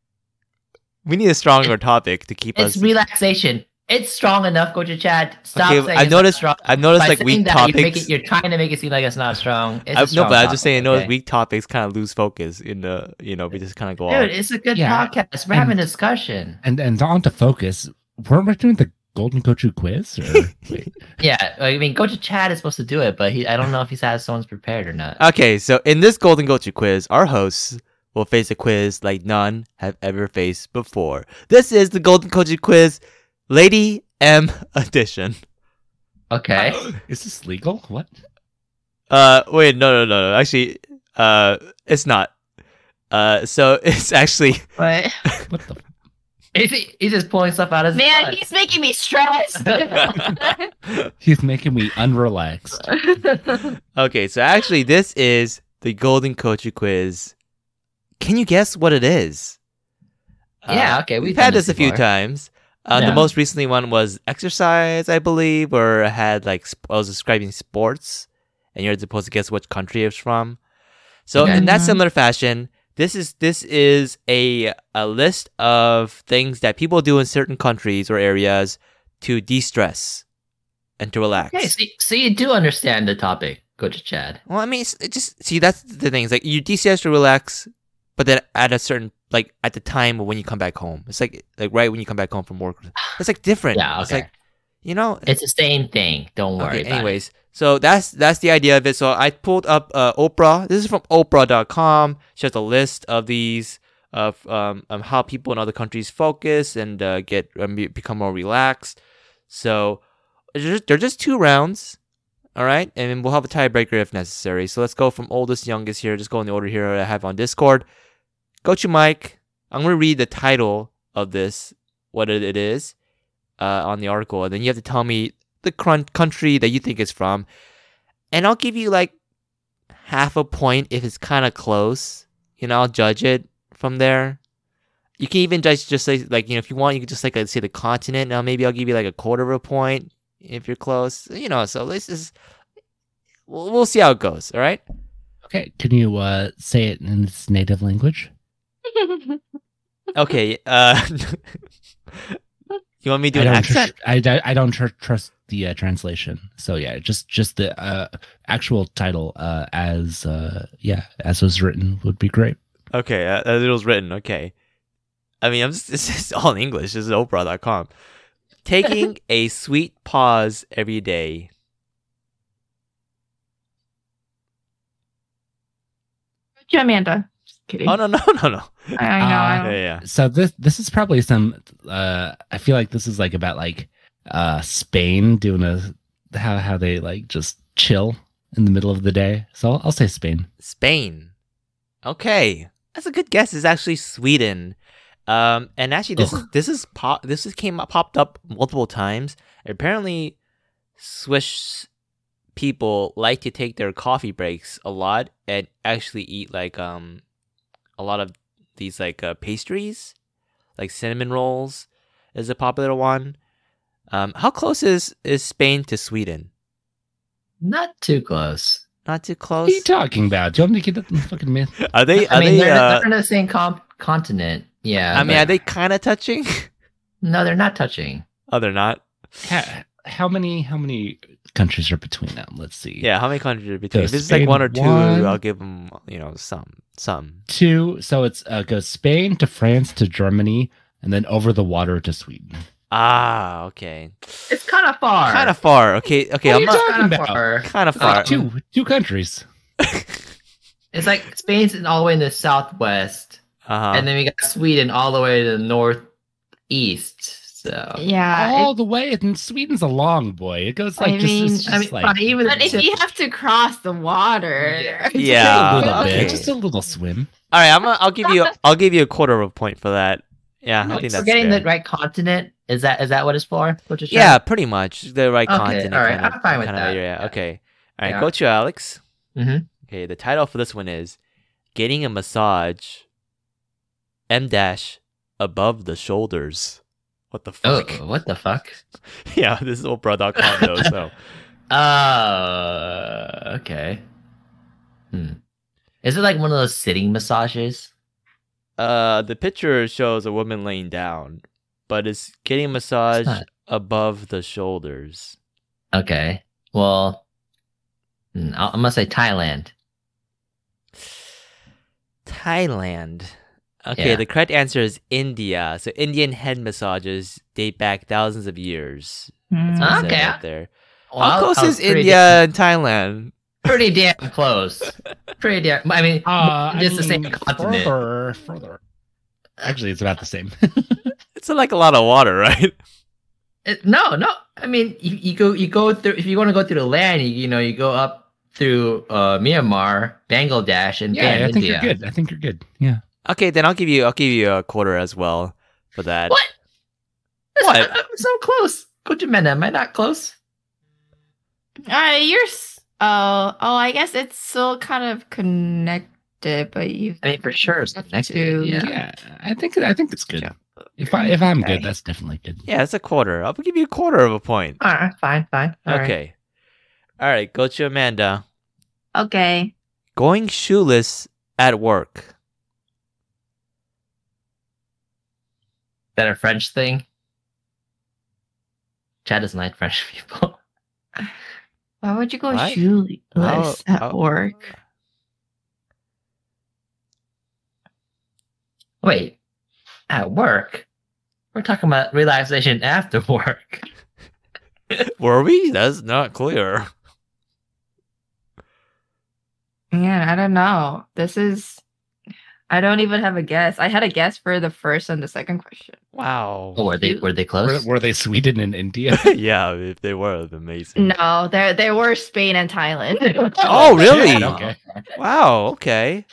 [SPEAKER 1] we need a stronger topic to keep
[SPEAKER 2] It's
[SPEAKER 1] us.
[SPEAKER 2] relaxation. It's strong enough, Coach Chad. Stop
[SPEAKER 1] Okay,
[SPEAKER 2] saying
[SPEAKER 1] I've
[SPEAKER 2] it's not
[SPEAKER 1] noticed-
[SPEAKER 2] strong.
[SPEAKER 1] I've noticed
[SPEAKER 2] By
[SPEAKER 1] like
[SPEAKER 2] saying
[SPEAKER 1] weak
[SPEAKER 2] that, You make
[SPEAKER 1] topics.
[SPEAKER 2] it, you're trying to make it seem like it's not strong. It's a
[SPEAKER 1] I, no,
[SPEAKER 2] strong
[SPEAKER 1] but I was just saying,
[SPEAKER 2] topic,
[SPEAKER 1] no,
[SPEAKER 2] okay?
[SPEAKER 1] weak topics kind of lose focus in the, you know, we just kind of go off.
[SPEAKER 2] Dude, it's a good
[SPEAKER 4] Yeah.
[SPEAKER 2] podcast. We're having a discussion.
[SPEAKER 4] And and on to focus. Weren't we doing the golden gochu quiz? Or, wait,
[SPEAKER 2] Yeah, I mean, go to Chad is supposed to do it, but he, I don't know if he's had someone's prepared or not.
[SPEAKER 5] Okay, so in this Golden Gochu quiz, our hosts will face a quiz like none have ever faced before. This is the Golden Gochu quiz, Lady M edition.
[SPEAKER 2] Okay.
[SPEAKER 4] is this legal? What?
[SPEAKER 5] Uh, wait, no, no, no, no. Actually, uh, it's not. Uh, so it's actually
[SPEAKER 3] But
[SPEAKER 4] What the? f-
[SPEAKER 2] Is he, he's just pulling stuff out of his
[SPEAKER 3] man,
[SPEAKER 2] butt.
[SPEAKER 3] he's making me stressed.
[SPEAKER 4] He's making me unrelaxed.
[SPEAKER 5] okay. So actually, this is the Golden Gochu quiz. Can you guess what it is?
[SPEAKER 2] Yeah, okay,
[SPEAKER 5] Uh, We've,
[SPEAKER 2] we've
[SPEAKER 5] had
[SPEAKER 2] done
[SPEAKER 5] this
[SPEAKER 2] this
[SPEAKER 5] a few
[SPEAKER 2] before.
[SPEAKER 5] times. Uh, The
[SPEAKER 2] Yeah.
[SPEAKER 5] most recently one was exercise, I believe, or had like sp- I was describing sports, and you're supposed to guess which country it's from. So
[SPEAKER 2] Okay.
[SPEAKER 5] in that
[SPEAKER 3] Mhm.
[SPEAKER 5] similar fashion, this is this is a a list of things that people do in certain countries or areas to de-stress and to relax.
[SPEAKER 2] Okay, so, so you do understand the topic, go to Chad.
[SPEAKER 5] Well, I mean, it's, it just see that's the thing. It's like you DCS to relax, but then at a certain like at the time when you come back home, it's like like right when you come back home from work, it's like different.
[SPEAKER 2] Yeah,
[SPEAKER 5] It's
[SPEAKER 2] okay.
[SPEAKER 5] like you know.
[SPEAKER 2] It's the same thing. Don't worry.
[SPEAKER 5] okay.
[SPEAKER 2] about it.
[SPEAKER 5] Anyways, so that's that's the idea of it. So I pulled up uh, Oprah. This is from Oprah.com. She has a list of these of um, um how people in other countries focus and uh, get um, be- become more relaxed. So they're just, they're just two rounds. All right, and then we'll have a tiebreaker if necessary. So let's go from oldest to youngest here. Just go in the order here I have on Discord. Go to Mike. I'm gonna read the title of this, what it it is, uh, on the article, and then you have to tell me the crun- country that you think it's from, and I'll give you like half a point if it's kind of close. You know, I'll judge it from there. You can even judge just say like you know if you want you can just like uh, say the continent. Now maybe I'll give you like a quarter of a point if you're close. You know, so this is we'll, we'll see how it goes. All right.
[SPEAKER 4] Okay, can you uh, say it in its native language?
[SPEAKER 5] Okay. Uh, you want me to do
[SPEAKER 4] I
[SPEAKER 5] an
[SPEAKER 4] don't
[SPEAKER 5] accent?
[SPEAKER 4] tr- I, don't- I don't tr- trust the uh, translation. So yeah, just just the uh, actual title uh, as uh, yeah as was written would be great.
[SPEAKER 5] Okay, uh, as it was written. Okay. I mean, I'm just, it's just all in English. This is Oprah.com. Taking a sweet pause every day.
[SPEAKER 3] you, Amanda. Just kidding.
[SPEAKER 5] Oh, no, Ah, no, no, no.
[SPEAKER 3] I, I know.
[SPEAKER 4] Uh,
[SPEAKER 3] I
[SPEAKER 5] Yeah,
[SPEAKER 3] don't.
[SPEAKER 5] yeah.
[SPEAKER 4] So this this is probably some. Uh, I feel like this is like about like uh, Spain doing a how how they like just chill in the middle of the day. So I'll, I'll say Spain.
[SPEAKER 5] Spain. Okay. That's a good guess. It's actually Sweden. Um, and actually, this
[SPEAKER 4] Ugh.
[SPEAKER 5] is this is pop. This is came up, popped up multiple times. Apparently, Swiss people like to take their coffee breaks a lot and actually eat like um a lot of these like uh, pastries, like cinnamon rolls is a popular one. Um, how close is is Spain to Sweden?
[SPEAKER 2] Not too close.
[SPEAKER 5] Not too
[SPEAKER 4] What are you
[SPEAKER 5] close.
[SPEAKER 4] talking about? Do you want me to get that fucking myth?
[SPEAKER 5] Are they? Are
[SPEAKER 2] I mean,
[SPEAKER 5] they?
[SPEAKER 2] they're,
[SPEAKER 5] uh,
[SPEAKER 2] they're in the same comp- continent. Yeah.
[SPEAKER 5] I mean,
[SPEAKER 2] but-
[SPEAKER 5] are they kind of touching?
[SPEAKER 2] no, they're not touching.
[SPEAKER 5] Oh, they're not.
[SPEAKER 4] How, how many how many countries are between them? Let's see.
[SPEAKER 5] Yeah, how many countries are between?
[SPEAKER 4] Yeah,
[SPEAKER 5] If it's like
[SPEAKER 4] Spain,
[SPEAKER 5] one or two,
[SPEAKER 4] one.
[SPEAKER 5] I'll give them, you know, some, some.
[SPEAKER 4] two. So it's uh, goes Spain to France to Germany, and then over the water to Sweden.
[SPEAKER 5] Ah, okay.
[SPEAKER 3] It's kind of far.
[SPEAKER 5] Kind of far. Okay, okay.
[SPEAKER 4] What are
[SPEAKER 5] I'm
[SPEAKER 4] you
[SPEAKER 5] not
[SPEAKER 4] talking about?
[SPEAKER 2] Far.
[SPEAKER 5] kind of
[SPEAKER 4] Like
[SPEAKER 5] far.
[SPEAKER 4] two two countries.
[SPEAKER 2] It's like Spain's in all the way in the southwest,
[SPEAKER 5] Uh-huh.
[SPEAKER 2] and then we got Sweden all the way to the northeast. So
[SPEAKER 3] Yeah.
[SPEAKER 4] all
[SPEAKER 3] it-
[SPEAKER 4] the way, and Sweden's a long boy. It goes like
[SPEAKER 3] I
[SPEAKER 4] just,
[SPEAKER 3] mean-
[SPEAKER 4] Oh, it's just
[SPEAKER 2] I mean,
[SPEAKER 4] like
[SPEAKER 2] but even
[SPEAKER 3] but if you have to cross the water,
[SPEAKER 2] Yeah.
[SPEAKER 5] Yeah.
[SPEAKER 4] a little
[SPEAKER 5] okay.
[SPEAKER 4] bit, just a little swim.
[SPEAKER 5] All right, I'm. Gonna, I'll give you. I'll give you a quarter of a point for that. Yeah, I think
[SPEAKER 2] so
[SPEAKER 5] that's
[SPEAKER 2] getting
[SPEAKER 5] fair.
[SPEAKER 2] the right continent is that is that what it's for? What you're
[SPEAKER 5] Yeah, pretty much the right
[SPEAKER 2] Okay,
[SPEAKER 5] continent.
[SPEAKER 2] all right,
[SPEAKER 5] kind of-
[SPEAKER 2] I'm fine with
[SPEAKER 5] kind of
[SPEAKER 2] that.
[SPEAKER 5] area.
[SPEAKER 2] Yeah.
[SPEAKER 5] Okay. All right,
[SPEAKER 2] Yeah.
[SPEAKER 5] go to Alex.
[SPEAKER 2] Mhm.
[SPEAKER 5] Okay, the title for this one is "Getting a Massage." M dash above the shoulders. What the
[SPEAKER 2] trying-
[SPEAKER 5] fuck?
[SPEAKER 2] Oh, what the fuck?
[SPEAKER 5] yeah, this is Oprah.com though. So
[SPEAKER 2] Uh, okay. Hmm. Is it like one of those sitting massages?
[SPEAKER 5] uh, the picture shows a woman laying down, but it's getting a massage
[SPEAKER 2] It's not.
[SPEAKER 5] above the shoulders.
[SPEAKER 2] Okay. Well, hmm, I- I'm gonna say Thailand.
[SPEAKER 5] Thailand. Okay,
[SPEAKER 2] Yeah.
[SPEAKER 5] the correct answer is India. So Indian head massages date back thousands of years.
[SPEAKER 3] Hmm.
[SPEAKER 5] That's what it says
[SPEAKER 2] Okay.
[SPEAKER 5] right there. How
[SPEAKER 2] Well,
[SPEAKER 5] close
[SPEAKER 2] I was
[SPEAKER 5] is
[SPEAKER 2] pretty-
[SPEAKER 5] India and Thailand?
[SPEAKER 2] Pretty damn close. Pretty damn. I mean,
[SPEAKER 4] Uh,
[SPEAKER 2] It's the same continent.
[SPEAKER 4] Further, further. Actually, it's about the same.
[SPEAKER 5] It's like a lot of water, right?
[SPEAKER 2] It, no, no. I mean, you, you go you go through if you want to go through the land, you, you know, you go up through uh, Myanmar, Bangladesh, and
[SPEAKER 4] yeah,
[SPEAKER 2] bam,
[SPEAKER 4] I think
[SPEAKER 2] India.
[SPEAKER 4] you're good. I think you're good. Yeah.
[SPEAKER 5] Okay, then I'll give you I'll give you a quarter as well for that.
[SPEAKER 2] What? That's-
[SPEAKER 5] What?
[SPEAKER 2] I'm so close. Go to Mena. Am I not close?
[SPEAKER 3] Uh, you're. s- Oh, oh, I guess it's still kind of connected, but you.
[SPEAKER 2] I mean, for sure, it's connected.
[SPEAKER 3] Dude.
[SPEAKER 2] Yeah.
[SPEAKER 4] Yeah, I think I think it's good.
[SPEAKER 3] Yeah.
[SPEAKER 4] If I if I'm
[SPEAKER 3] Okay.
[SPEAKER 4] good, that's definitely good.
[SPEAKER 5] Yeah, it's a quarter. I'll give you a quarter of a point.
[SPEAKER 2] All right, fine, fine. All right.
[SPEAKER 5] okay. All right, go to Amanda.
[SPEAKER 3] Okay.
[SPEAKER 5] Going shoeless at work.
[SPEAKER 2] Is that a French thing? Chad doesn't like French people.
[SPEAKER 3] Why would you go
[SPEAKER 5] What?
[SPEAKER 3] shoeless
[SPEAKER 5] Oh,
[SPEAKER 3] at
[SPEAKER 5] oh.
[SPEAKER 3] work?
[SPEAKER 2] Wait, at work? We're talking about relaxation after work.
[SPEAKER 5] Were we? That's not clear.
[SPEAKER 3] Man, I don't know. This is. I don't even have a guess. I had a guess for the first and the second question.
[SPEAKER 5] Wow.
[SPEAKER 2] Oh, were they were they
[SPEAKER 4] Were,
[SPEAKER 2] close?
[SPEAKER 4] were they Sweden and India?
[SPEAKER 5] yeah, if they were, it'd be amazing.
[SPEAKER 3] No, there there were Spain and Thailand.
[SPEAKER 5] Oh, really?
[SPEAKER 4] Yeah, okay.
[SPEAKER 5] Wow, okay.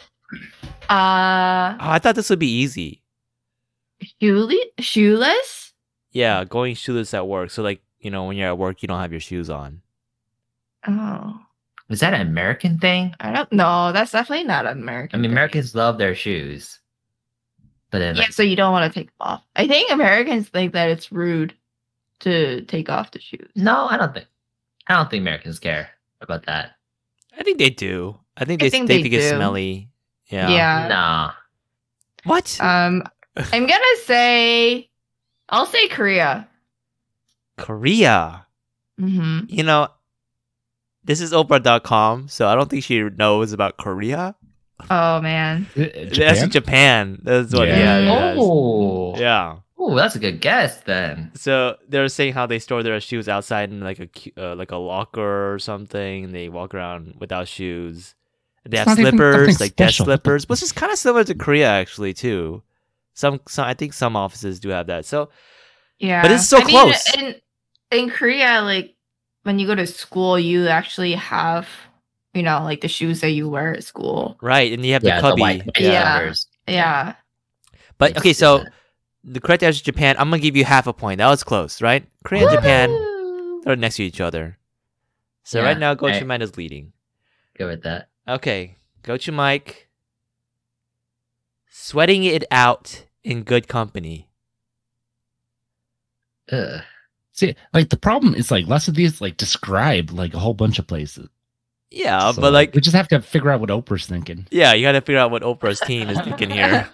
[SPEAKER 3] uh,
[SPEAKER 5] Oh, I thought this would be easy.
[SPEAKER 3] shoeless, shoeless.
[SPEAKER 5] Yeah, going shoeless at work. So, like, you know, when you're at work, you don't have your shoes on.
[SPEAKER 3] Oh,
[SPEAKER 2] Is that an American thing?
[SPEAKER 3] I don't know. That's definitely not an
[SPEAKER 2] I
[SPEAKER 3] American.
[SPEAKER 2] mean,
[SPEAKER 3] thing.
[SPEAKER 2] Americans love their shoes, but then
[SPEAKER 3] Yeah, so you don't want to take them off. I think Americans think that it's rude to take off the shoes.
[SPEAKER 2] no, I don't think I don't think Americans care about that.
[SPEAKER 5] I think they do. I think
[SPEAKER 3] I
[SPEAKER 5] they
[SPEAKER 3] think
[SPEAKER 5] they,
[SPEAKER 3] they
[SPEAKER 5] think it's
[SPEAKER 3] do.
[SPEAKER 5] smelly. Yeah.
[SPEAKER 3] Uh,
[SPEAKER 2] Nah,
[SPEAKER 5] What?
[SPEAKER 3] Um, I'm gonna say, I'll say Korea.
[SPEAKER 5] Korea.
[SPEAKER 3] hmm
[SPEAKER 5] You know, this is Oprah.com, so I don't think she knows about Korea.
[SPEAKER 3] Oh man.
[SPEAKER 4] Uh,
[SPEAKER 5] That's
[SPEAKER 4] Japan?
[SPEAKER 5] Japan. That's what.
[SPEAKER 4] Yeah.
[SPEAKER 5] Yeah. Yeah.
[SPEAKER 2] Oh,
[SPEAKER 5] that's- yeah.
[SPEAKER 2] oh, that's a good guess then.
[SPEAKER 5] So they're saying how they store their shoes outside in like a cu- uh, like a locker or something. They walk around without shoes. They
[SPEAKER 4] It's
[SPEAKER 5] have
[SPEAKER 4] not even
[SPEAKER 5] slippers,
[SPEAKER 4] something
[SPEAKER 5] like desk
[SPEAKER 4] special. What the-
[SPEAKER 5] slippers, which is kind of similar to Korea actually too. Some, some I think some offices do have that. So
[SPEAKER 3] Yeah.
[SPEAKER 5] it's so
[SPEAKER 3] I mean,
[SPEAKER 5] close.
[SPEAKER 3] in in Korea, like when you go to school, you actually have, you know, like the shoes that you wear at school.
[SPEAKER 5] right, and you have
[SPEAKER 2] Yeah,
[SPEAKER 5] the cubby.
[SPEAKER 2] the white, white
[SPEAKER 3] Yeah.
[SPEAKER 2] covers.
[SPEAKER 3] Yeah.
[SPEAKER 5] But okay,
[SPEAKER 2] It's-
[SPEAKER 5] so the correct answer is Japan. I'm gonna give you half a point. That was close, right? Korea and Japan
[SPEAKER 3] Woo!
[SPEAKER 5] are next to each other. So
[SPEAKER 2] Yeah,
[SPEAKER 5] right now, Go
[SPEAKER 2] right.
[SPEAKER 5] Chiman is leading.
[SPEAKER 2] go with that.
[SPEAKER 5] Okay, go to Mike. Sweating it out in good company.
[SPEAKER 2] Ugh.
[SPEAKER 4] See, like the problem is like less of these like describe like a whole bunch of places.
[SPEAKER 5] Yeah,
[SPEAKER 4] So,
[SPEAKER 5] Uh, but like,
[SPEAKER 4] we just have to figure out what Oprah's thinking.
[SPEAKER 5] yeah, you gotta figure out what Oprah's team is thinking here.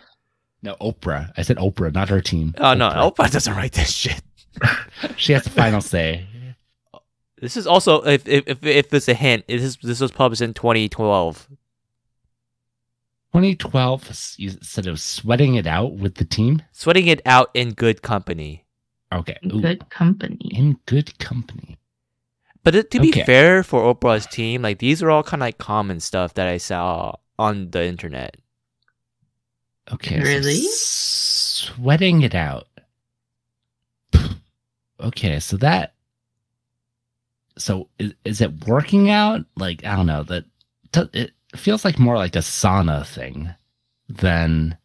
[SPEAKER 4] No, Oprah. I said Oprah, not her team.
[SPEAKER 5] Oh no, Oprah doesn't write this shit.
[SPEAKER 4] Oprah. She has the final say.
[SPEAKER 5] This is also, if if if, if there's a hint, this is, this was published in 2012.
[SPEAKER 4] 2012 s- you said it was sweating it out with the team.
[SPEAKER 5] Sweating it out in good company.
[SPEAKER 4] Okay. Ooh,
[SPEAKER 3] Good company.
[SPEAKER 4] In good company.
[SPEAKER 5] But it, to be
[SPEAKER 4] Okay.
[SPEAKER 5] fair for Oprah's team, like these are all kind of like common stuff that I saw on the internet.
[SPEAKER 4] Okay. so
[SPEAKER 3] Really?
[SPEAKER 4] s- sweating it out. Okay, so that. So is, is it working out? Like I don't know. That do- it feels like more like a sauna thing than.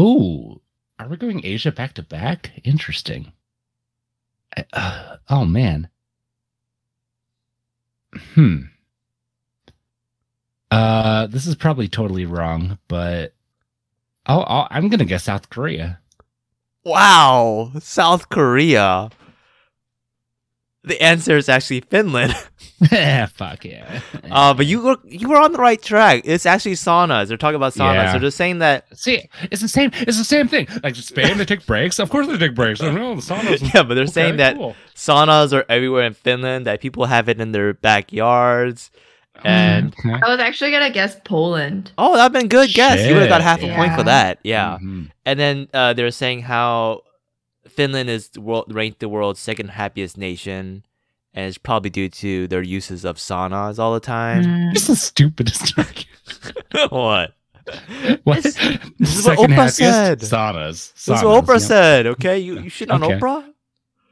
[SPEAKER 4] Ooh, are we going Asia back to back? Interesting. I, uh, oh man. Hmm. Uh, this is probably totally wrong, but I'll, I'll, I'm gonna guess South Korea.
[SPEAKER 5] Wow, South Korea. The answer is actually Finland.
[SPEAKER 4] Fuck yeah.
[SPEAKER 5] Uh, but you were you were on the right track. It's actually saunas. They're talking about saunas.
[SPEAKER 4] Yeah.
[SPEAKER 5] They're just saying that.
[SPEAKER 4] see, it's the same. It's the same thing. Like Spain, they take breaks. Of course, they take breaks. Oh, no, the saunas.
[SPEAKER 5] Yeah, but they're saying
[SPEAKER 4] Okay,
[SPEAKER 5] that
[SPEAKER 4] cool.
[SPEAKER 5] saunas are everywhere in Finland. That people have it in their backyards,
[SPEAKER 1] And
[SPEAKER 4] Okay.
[SPEAKER 3] I was actually gonna guess Poland.
[SPEAKER 1] oh, that'd been good guess. You would have got
[SPEAKER 4] Shit.
[SPEAKER 1] half a point for
[SPEAKER 3] Yeah.
[SPEAKER 1] that. Yeah.
[SPEAKER 4] Mhm.
[SPEAKER 1] And then uh, they were saying how Finland is the world, ranked the world's second happiest nation, and it's probably due to their uses of saunas all the time.
[SPEAKER 3] Hmm.
[SPEAKER 4] It's the stupidest argument. Mm.
[SPEAKER 1] what?
[SPEAKER 4] What?
[SPEAKER 1] This-
[SPEAKER 4] This
[SPEAKER 1] is what Oprah said.
[SPEAKER 4] Saunas.
[SPEAKER 1] This is
[SPEAKER 4] Saunas,
[SPEAKER 1] what Oprah
[SPEAKER 4] yep.
[SPEAKER 1] said. Okay, you you shit on
[SPEAKER 4] Okay.
[SPEAKER 1] Oprah.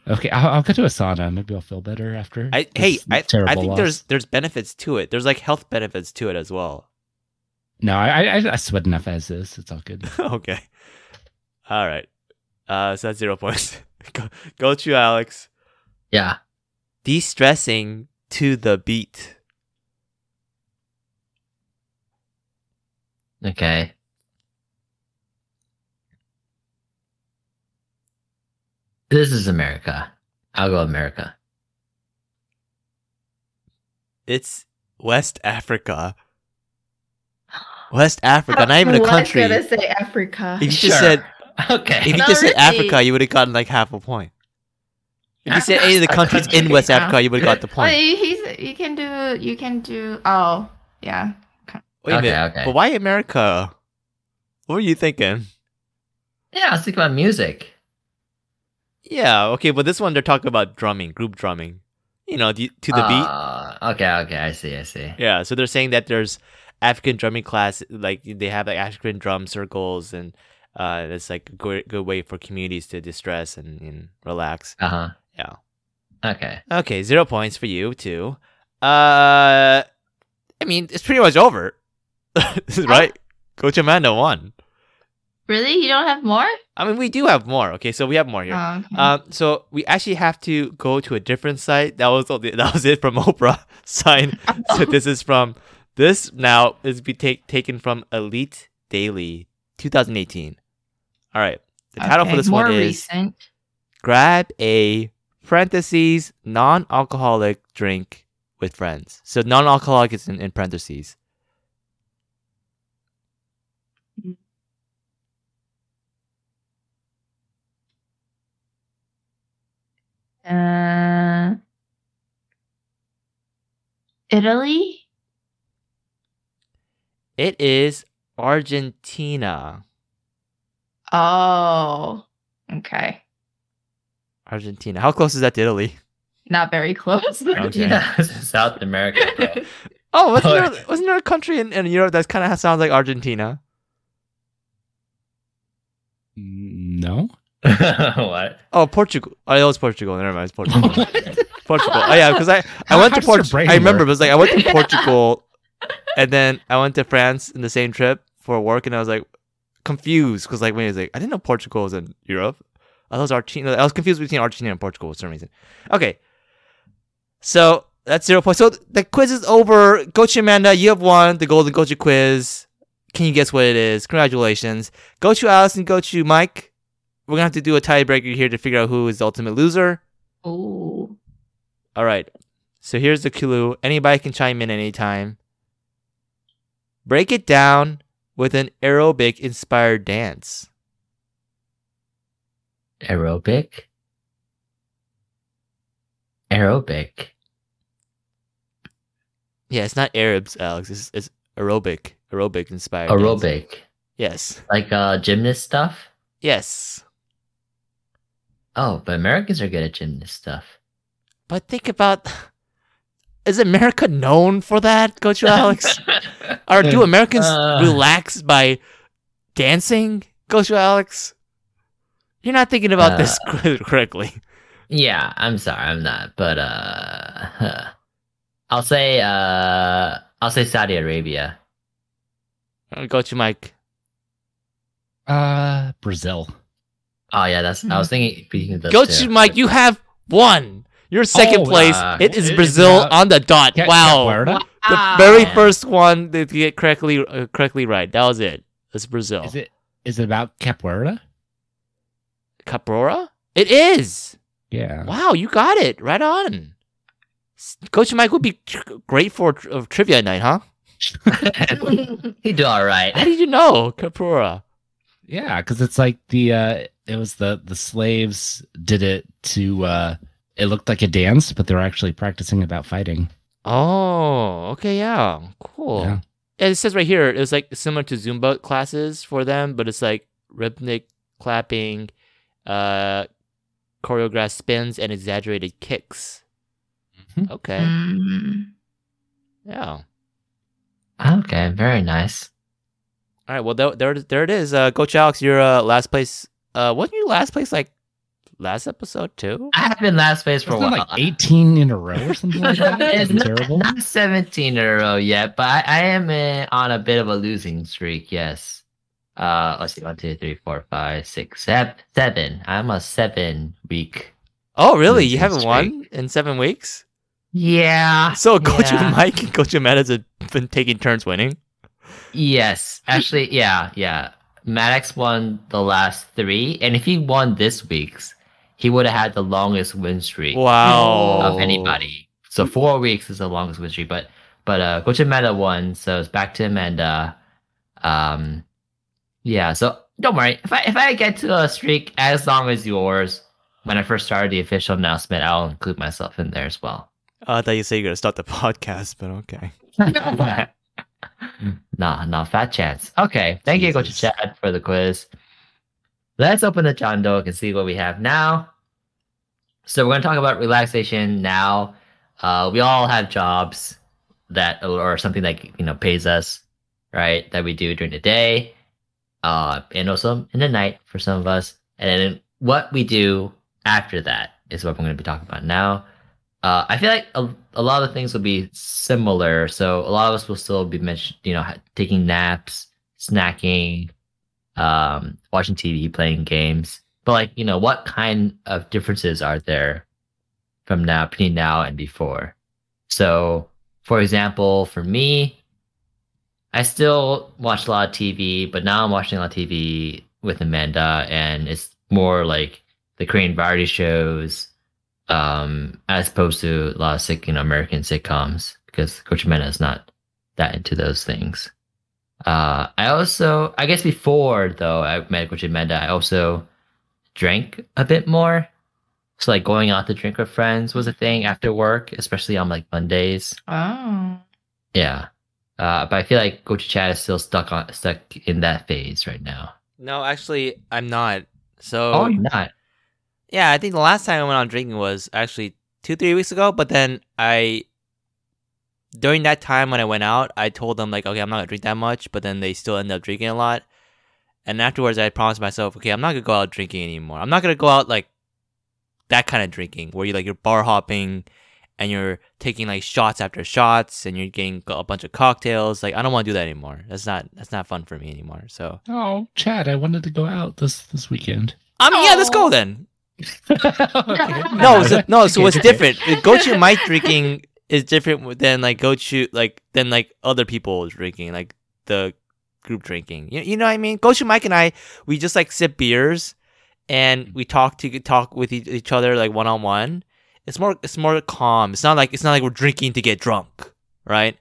[SPEAKER 4] Okay, I'll, I'll go to a sauna. Maybe I'll feel better after.
[SPEAKER 1] I,
[SPEAKER 4] this
[SPEAKER 1] hey, I, I
[SPEAKER 4] terrible
[SPEAKER 1] think
[SPEAKER 4] loss.
[SPEAKER 1] there's there's benefits to it. There's like health benefits to it as well.
[SPEAKER 4] no. I, I I sweat enough as is. It's all good.
[SPEAKER 1] okay. All right. Uh, so that's zero points. go, go to you, Alex.
[SPEAKER 2] Yeah.
[SPEAKER 1] De-stressing to the beat.
[SPEAKER 2] Okay. This is America. I'll go America.
[SPEAKER 1] It's West Africa. West Africa, not even a country.
[SPEAKER 3] I was
[SPEAKER 1] If
[SPEAKER 3] gonna say Africa.
[SPEAKER 1] you just said if
[SPEAKER 2] okay.
[SPEAKER 1] you
[SPEAKER 3] No,
[SPEAKER 1] just said
[SPEAKER 3] really.
[SPEAKER 1] Africa, you would have gotten like half a point. If you said any of the countries in West
[SPEAKER 3] Yeah.
[SPEAKER 1] Africa, you would have got the
[SPEAKER 3] Well,
[SPEAKER 1] point.
[SPEAKER 3] Oh, he- he's you can do you can do oh yeah.
[SPEAKER 1] Wait a
[SPEAKER 2] Okay,
[SPEAKER 1] minute.
[SPEAKER 2] okay.
[SPEAKER 1] But why America? What were you thinking?
[SPEAKER 2] Yeah, I was thinking about music.
[SPEAKER 1] Yeah, okay, but this one they're talking about drumming, group drumming. You know, the- to
[SPEAKER 2] Uh,
[SPEAKER 1] the beat.
[SPEAKER 2] beat. Okay, okay, I see, I see.
[SPEAKER 1] Yeah, so they're saying that there's African drumming class, like they have like African drum circles, and uh, it's like a good, good way for communities to distress and, and relax.
[SPEAKER 2] Uh huh.
[SPEAKER 1] Yeah.
[SPEAKER 2] Okay.
[SPEAKER 1] Okay, zero points for you too. Uh, I mean, it's pretty much over, right? Coach Amanda won.
[SPEAKER 3] Really? You don't have more?
[SPEAKER 1] I mean, we do have more. Okay, so we have more here.
[SPEAKER 3] Oh, okay.
[SPEAKER 1] Um, so we actually have to go to a different site. That was all the, that was it from Oprah sign. So this is from this now is be take, taken from Elite Daily 2018. All right, the title for
[SPEAKER 3] Okay,
[SPEAKER 1] this
[SPEAKER 3] more
[SPEAKER 1] one is
[SPEAKER 3] recent.
[SPEAKER 1] "Grab a parentheses non-alcoholic drink with friends." So non-alcoholic is in, in parentheses.
[SPEAKER 3] Uh, Italy.
[SPEAKER 1] It is Argentina.
[SPEAKER 3] Oh, okay.
[SPEAKER 1] Argentina. How close is that to Italy?
[SPEAKER 3] Not very close.
[SPEAKER 2] Argentina is in South America, bro.
[SPEAKER 1] Oh, wasn't,
[SPEAKER 2] Oh,
[SPEAKER 1] there, wasn't there a country in, in Europe that kind of sounds like Argentina?
[SPEAKER 4] No.
[SPEAKER 2] what?
[SPEAKER 1] Oh, Portugal. Oh, that was Portugal. Never mind. It's Portugal.
[SPEAKER 4] What?
[SPEAKER 1] Portugal. Oh, yeah, because I, I
[SPEAKER 4] How-
[SPEAKER 1] went to
[SPEAKER 4] how does your
[SPEAKER 1] Portugal.
[SPEAKER 4] brain
[SPEAKER 1] I remember,
[SPEAKER 4] work?
[SPEAKER 1] it was like I went to Portugal and then I went to France in the same trip for work and I was like confused because like when he was like, I didn't know Portugal was in Europe. I thought it was Argentina. I was confused between Argentina and Portugal for some reason. Okay. So that's zero points. So the quiz is over. Gochi Amanda, you have won the Golden Gochi quiz. Can you guess what it is? Congratulations. Go to Alice and go to Mike. We're going to have to do a tiebreaker here to figure out who is the ultimate loser.
[SPEAKER 3] Oh,
[SPEAKER 1] All right. So here's the clue. Anybody can chime in anytime. Break it down with an aerobic inspired dance.
[SPEAKER 2] Aerobic? Aerobic.
[SPEAKER 1] Yeah, it's not Arabs, Alex. It's, it's aerobic. Aerobic inspired. dance.
[SPEAKER 2] Aerobic.
[SPEAKER 1] Yes.
[SPEAKER 2] Like uh gymnast stuff?
[SPEAKER 1] Yes.
[SPEAKER 2] Oh, but Americans are good at gymnast stuff.
[SPEAKER 1] But think about is America known for that, Coach Alex? or do Americans
[SPEAKER 2] Uh.
[SPEAKER 1] relax by dancing, Coach Alex? You're not thinking about this correctly.
[SPEAKER 2] yeah, I'm sorry, I'm not. But uh huh. I'll say uh I'll say Saudi Arabia.
[SPEAKER 1] Go to Mike.
[SPEAKER 4] Uh, Brazil.
[SPEAKER 2] Oh yeah, that's I was thinking speaking of those
[SPEAKER 1] Mm-hmm. Go
[SPEAKER 2] two.
[SPEAKER 1] to Mike. You have one. You're second
[SPEAKER 4] Oh,
[SPEAKER 1] place.
[SPEAKER 2] uh,
[SPEAKER 1] it is
[SPEAKER 4] it-
[SPEAKER 1] Brazil
[SPEAKER 4] it's not-
[SPEAKER 1] on the dot.
[SPEAKER 4] Ca-
[SPEAKER 1] wow.
[SPEAKER 4] Capoeira?
[SPEAKER 1] The
[SPEAKER 3] Wow.
[SPEAKER 1] very
[SPEAKER 2] Yeah.
[SPEAKER 1] first one that you get correctly uh, correctly right. That was it. That's Brazil.
[SPEAKER 4] Is it is it about capoeira?
[SPEAKER 1] Capoeira? It is.
[SPEAKER 4] Yeah.
[SPEAKER 1] Wow, you got it right on. S- Coach Mike would be tr- great for tr- of trivia night, huh?
[SPEAKER 2] He do all right.
[SPEAKER 1] How did you know Capoeira?
[SPEAKER 4] Yeah, because it's like the uh, it was the the slaves did it to uh, it looked like a dance, but they were actually practicing about fighting.
[SPEAKER 1] Oh, okay, yeah, cool.
[SPEAKER 4] Yeah.
[SPEAKER 1] And it says right here, it's like similar to Zumba classes for them, but it's like rhythmic clapping, uh, choreographed spins, and exaggerated kicks.
[SPEAKER 4] Mhm.
[SPEAKER 1] Okay,
[SPEAKER 3] Mm.
[SPEAKER 1] yeah.
[SPEAKER 2] Okay, very nice.
[SPEAKER 1] All right, well there, there, there it is. Uh, Coach Alex, your uh, last place. Uh, wasn't you last place like last episode too?
[SPEAKER 2] I have been last place for a
[SPEAKER 4] Wasn't it
[SPEAKER 2] while.
[SPEAKER 4] like 18 in a row or something like that?
[SPEAKER 2] It's
[SPEAKER 4] Something
[SPEAKER 2] not,
[SPEAKER 4] terrible.
[SPEAKER 2] not 17 in a row yet, but I, I am in, on a bit of a losing streak, yes. Uh, let's see, one, two, three, four, five, six, seven, seven. I'm a seven week.
[SPEAKER 1] Oh, really? You
[SPEAKER 2] Losing
[SPEAKER 1] haven't won
[SPEAKER 2] streak.
[SPEAKER 1] in seven weeks.
[SPEAKER 2] Yeah.
[SPEAKER 1] So Coach
[SPEAKER 2] Ah, yeah.
[SPEAKER 1] Mike and Coach Matt has been taking turns winning.
[SPEAKER 2] Yes, actually, yeah, yeah. Maddox won the last three, and if he won this week's, he would have had the longest win streak
[SPEAKER 1] Wow.
[SPEAKER 2] Oh, of anybody. So four weeks is the longest win streak, but but uh, Coach Meta won, so it's back to him, and uh, um, yeah. So don't worry if I if I get to a streak as long as yours. When I first started the official announcement, I'll include myself in there as well.
[SPEAKER 1] Oh, I thought you said you're gonna start the podcast, but okay.
[SPEAKER 2] nah, nah, fat chance. Okay, thank you, Coach
[SPEAKER 1] Jesus.
[SPEAKER 2] Chad, for the quiz. Let's open the John Doe and see what we have now. So we're going to talk about relaxation now. Uh, we all have jobs that or something like you know pays us, right? That we do during the day, uh, and also in the night for some of us. And then what we do after that is what we're going to be talking about now. Uh, I feel like a, a lot of things will be similar. So a lot of us will still be mentioned, you know, ha- taking naps, snacking, um, watching TV, playing games. But like, you know, what kind of differences are there from now between now and before? So, for example, for me, I still watch a lot of TV, but now I'm watching a lot of TV with Amanda, and it's more like the Korean variety shows, um, as opposed to a lot of sick, you know, American sitcoms because Coach Amanda is not that into those things. Uh, I also, I guess before though, I met Coach Amanda, I also drank a bit more. So like going out to drink with friends was a thing after work, especially on like Mondays.
[SPEAKER 3] Oh.
[SPEAKER 2] Yeah. Uh, but I feel like Coach Chad is still stuck on stuck in that phase right now.
[SPEAKER 1] No, actually, I'm not. So
[SPEAKER 2] Oh, you're not.
[SPEAKER 1] Yeah, I think the last time I went on drinking was actually two, three weeks ago. But then I, during that time when I went out, I told them like, okay, I'm not gonna drink that much. But then they still ended up drinking a lot. And afterwards, I promised myself, okay, I'm not gonna go out drinking anymore. I'm not gonna go out like that kind of drinking where you like you're bar hopping and you're taking like shots after shots and you're getting a bunch of cocktails. Like I don't want to do that anymore. That's not that's not fun for me anymore. So
[SPEAKER 4] Oh, Chad, I wanted to go out this this weekend.
[SPEAKER 1] I mean, um, yeah, let's go then.
[SPEAKER 4] Okay.
[SPEAKER 1] no, so, no. So
[SPEAKER 4] Okay,
[SPEAKER 1] it's
[SPEAKER 4] okay.
[SPEAKER 1] different. The gochu mic drinking is different than like gochu like than like other people drinking, like the group drinking. You, you know what I mean? Gochu Mike and I, we just like sip beers, and we talk to talk with each, each other like one on one. It's more it's more calm. It's not like it's not like we're drinking to get drunk, right?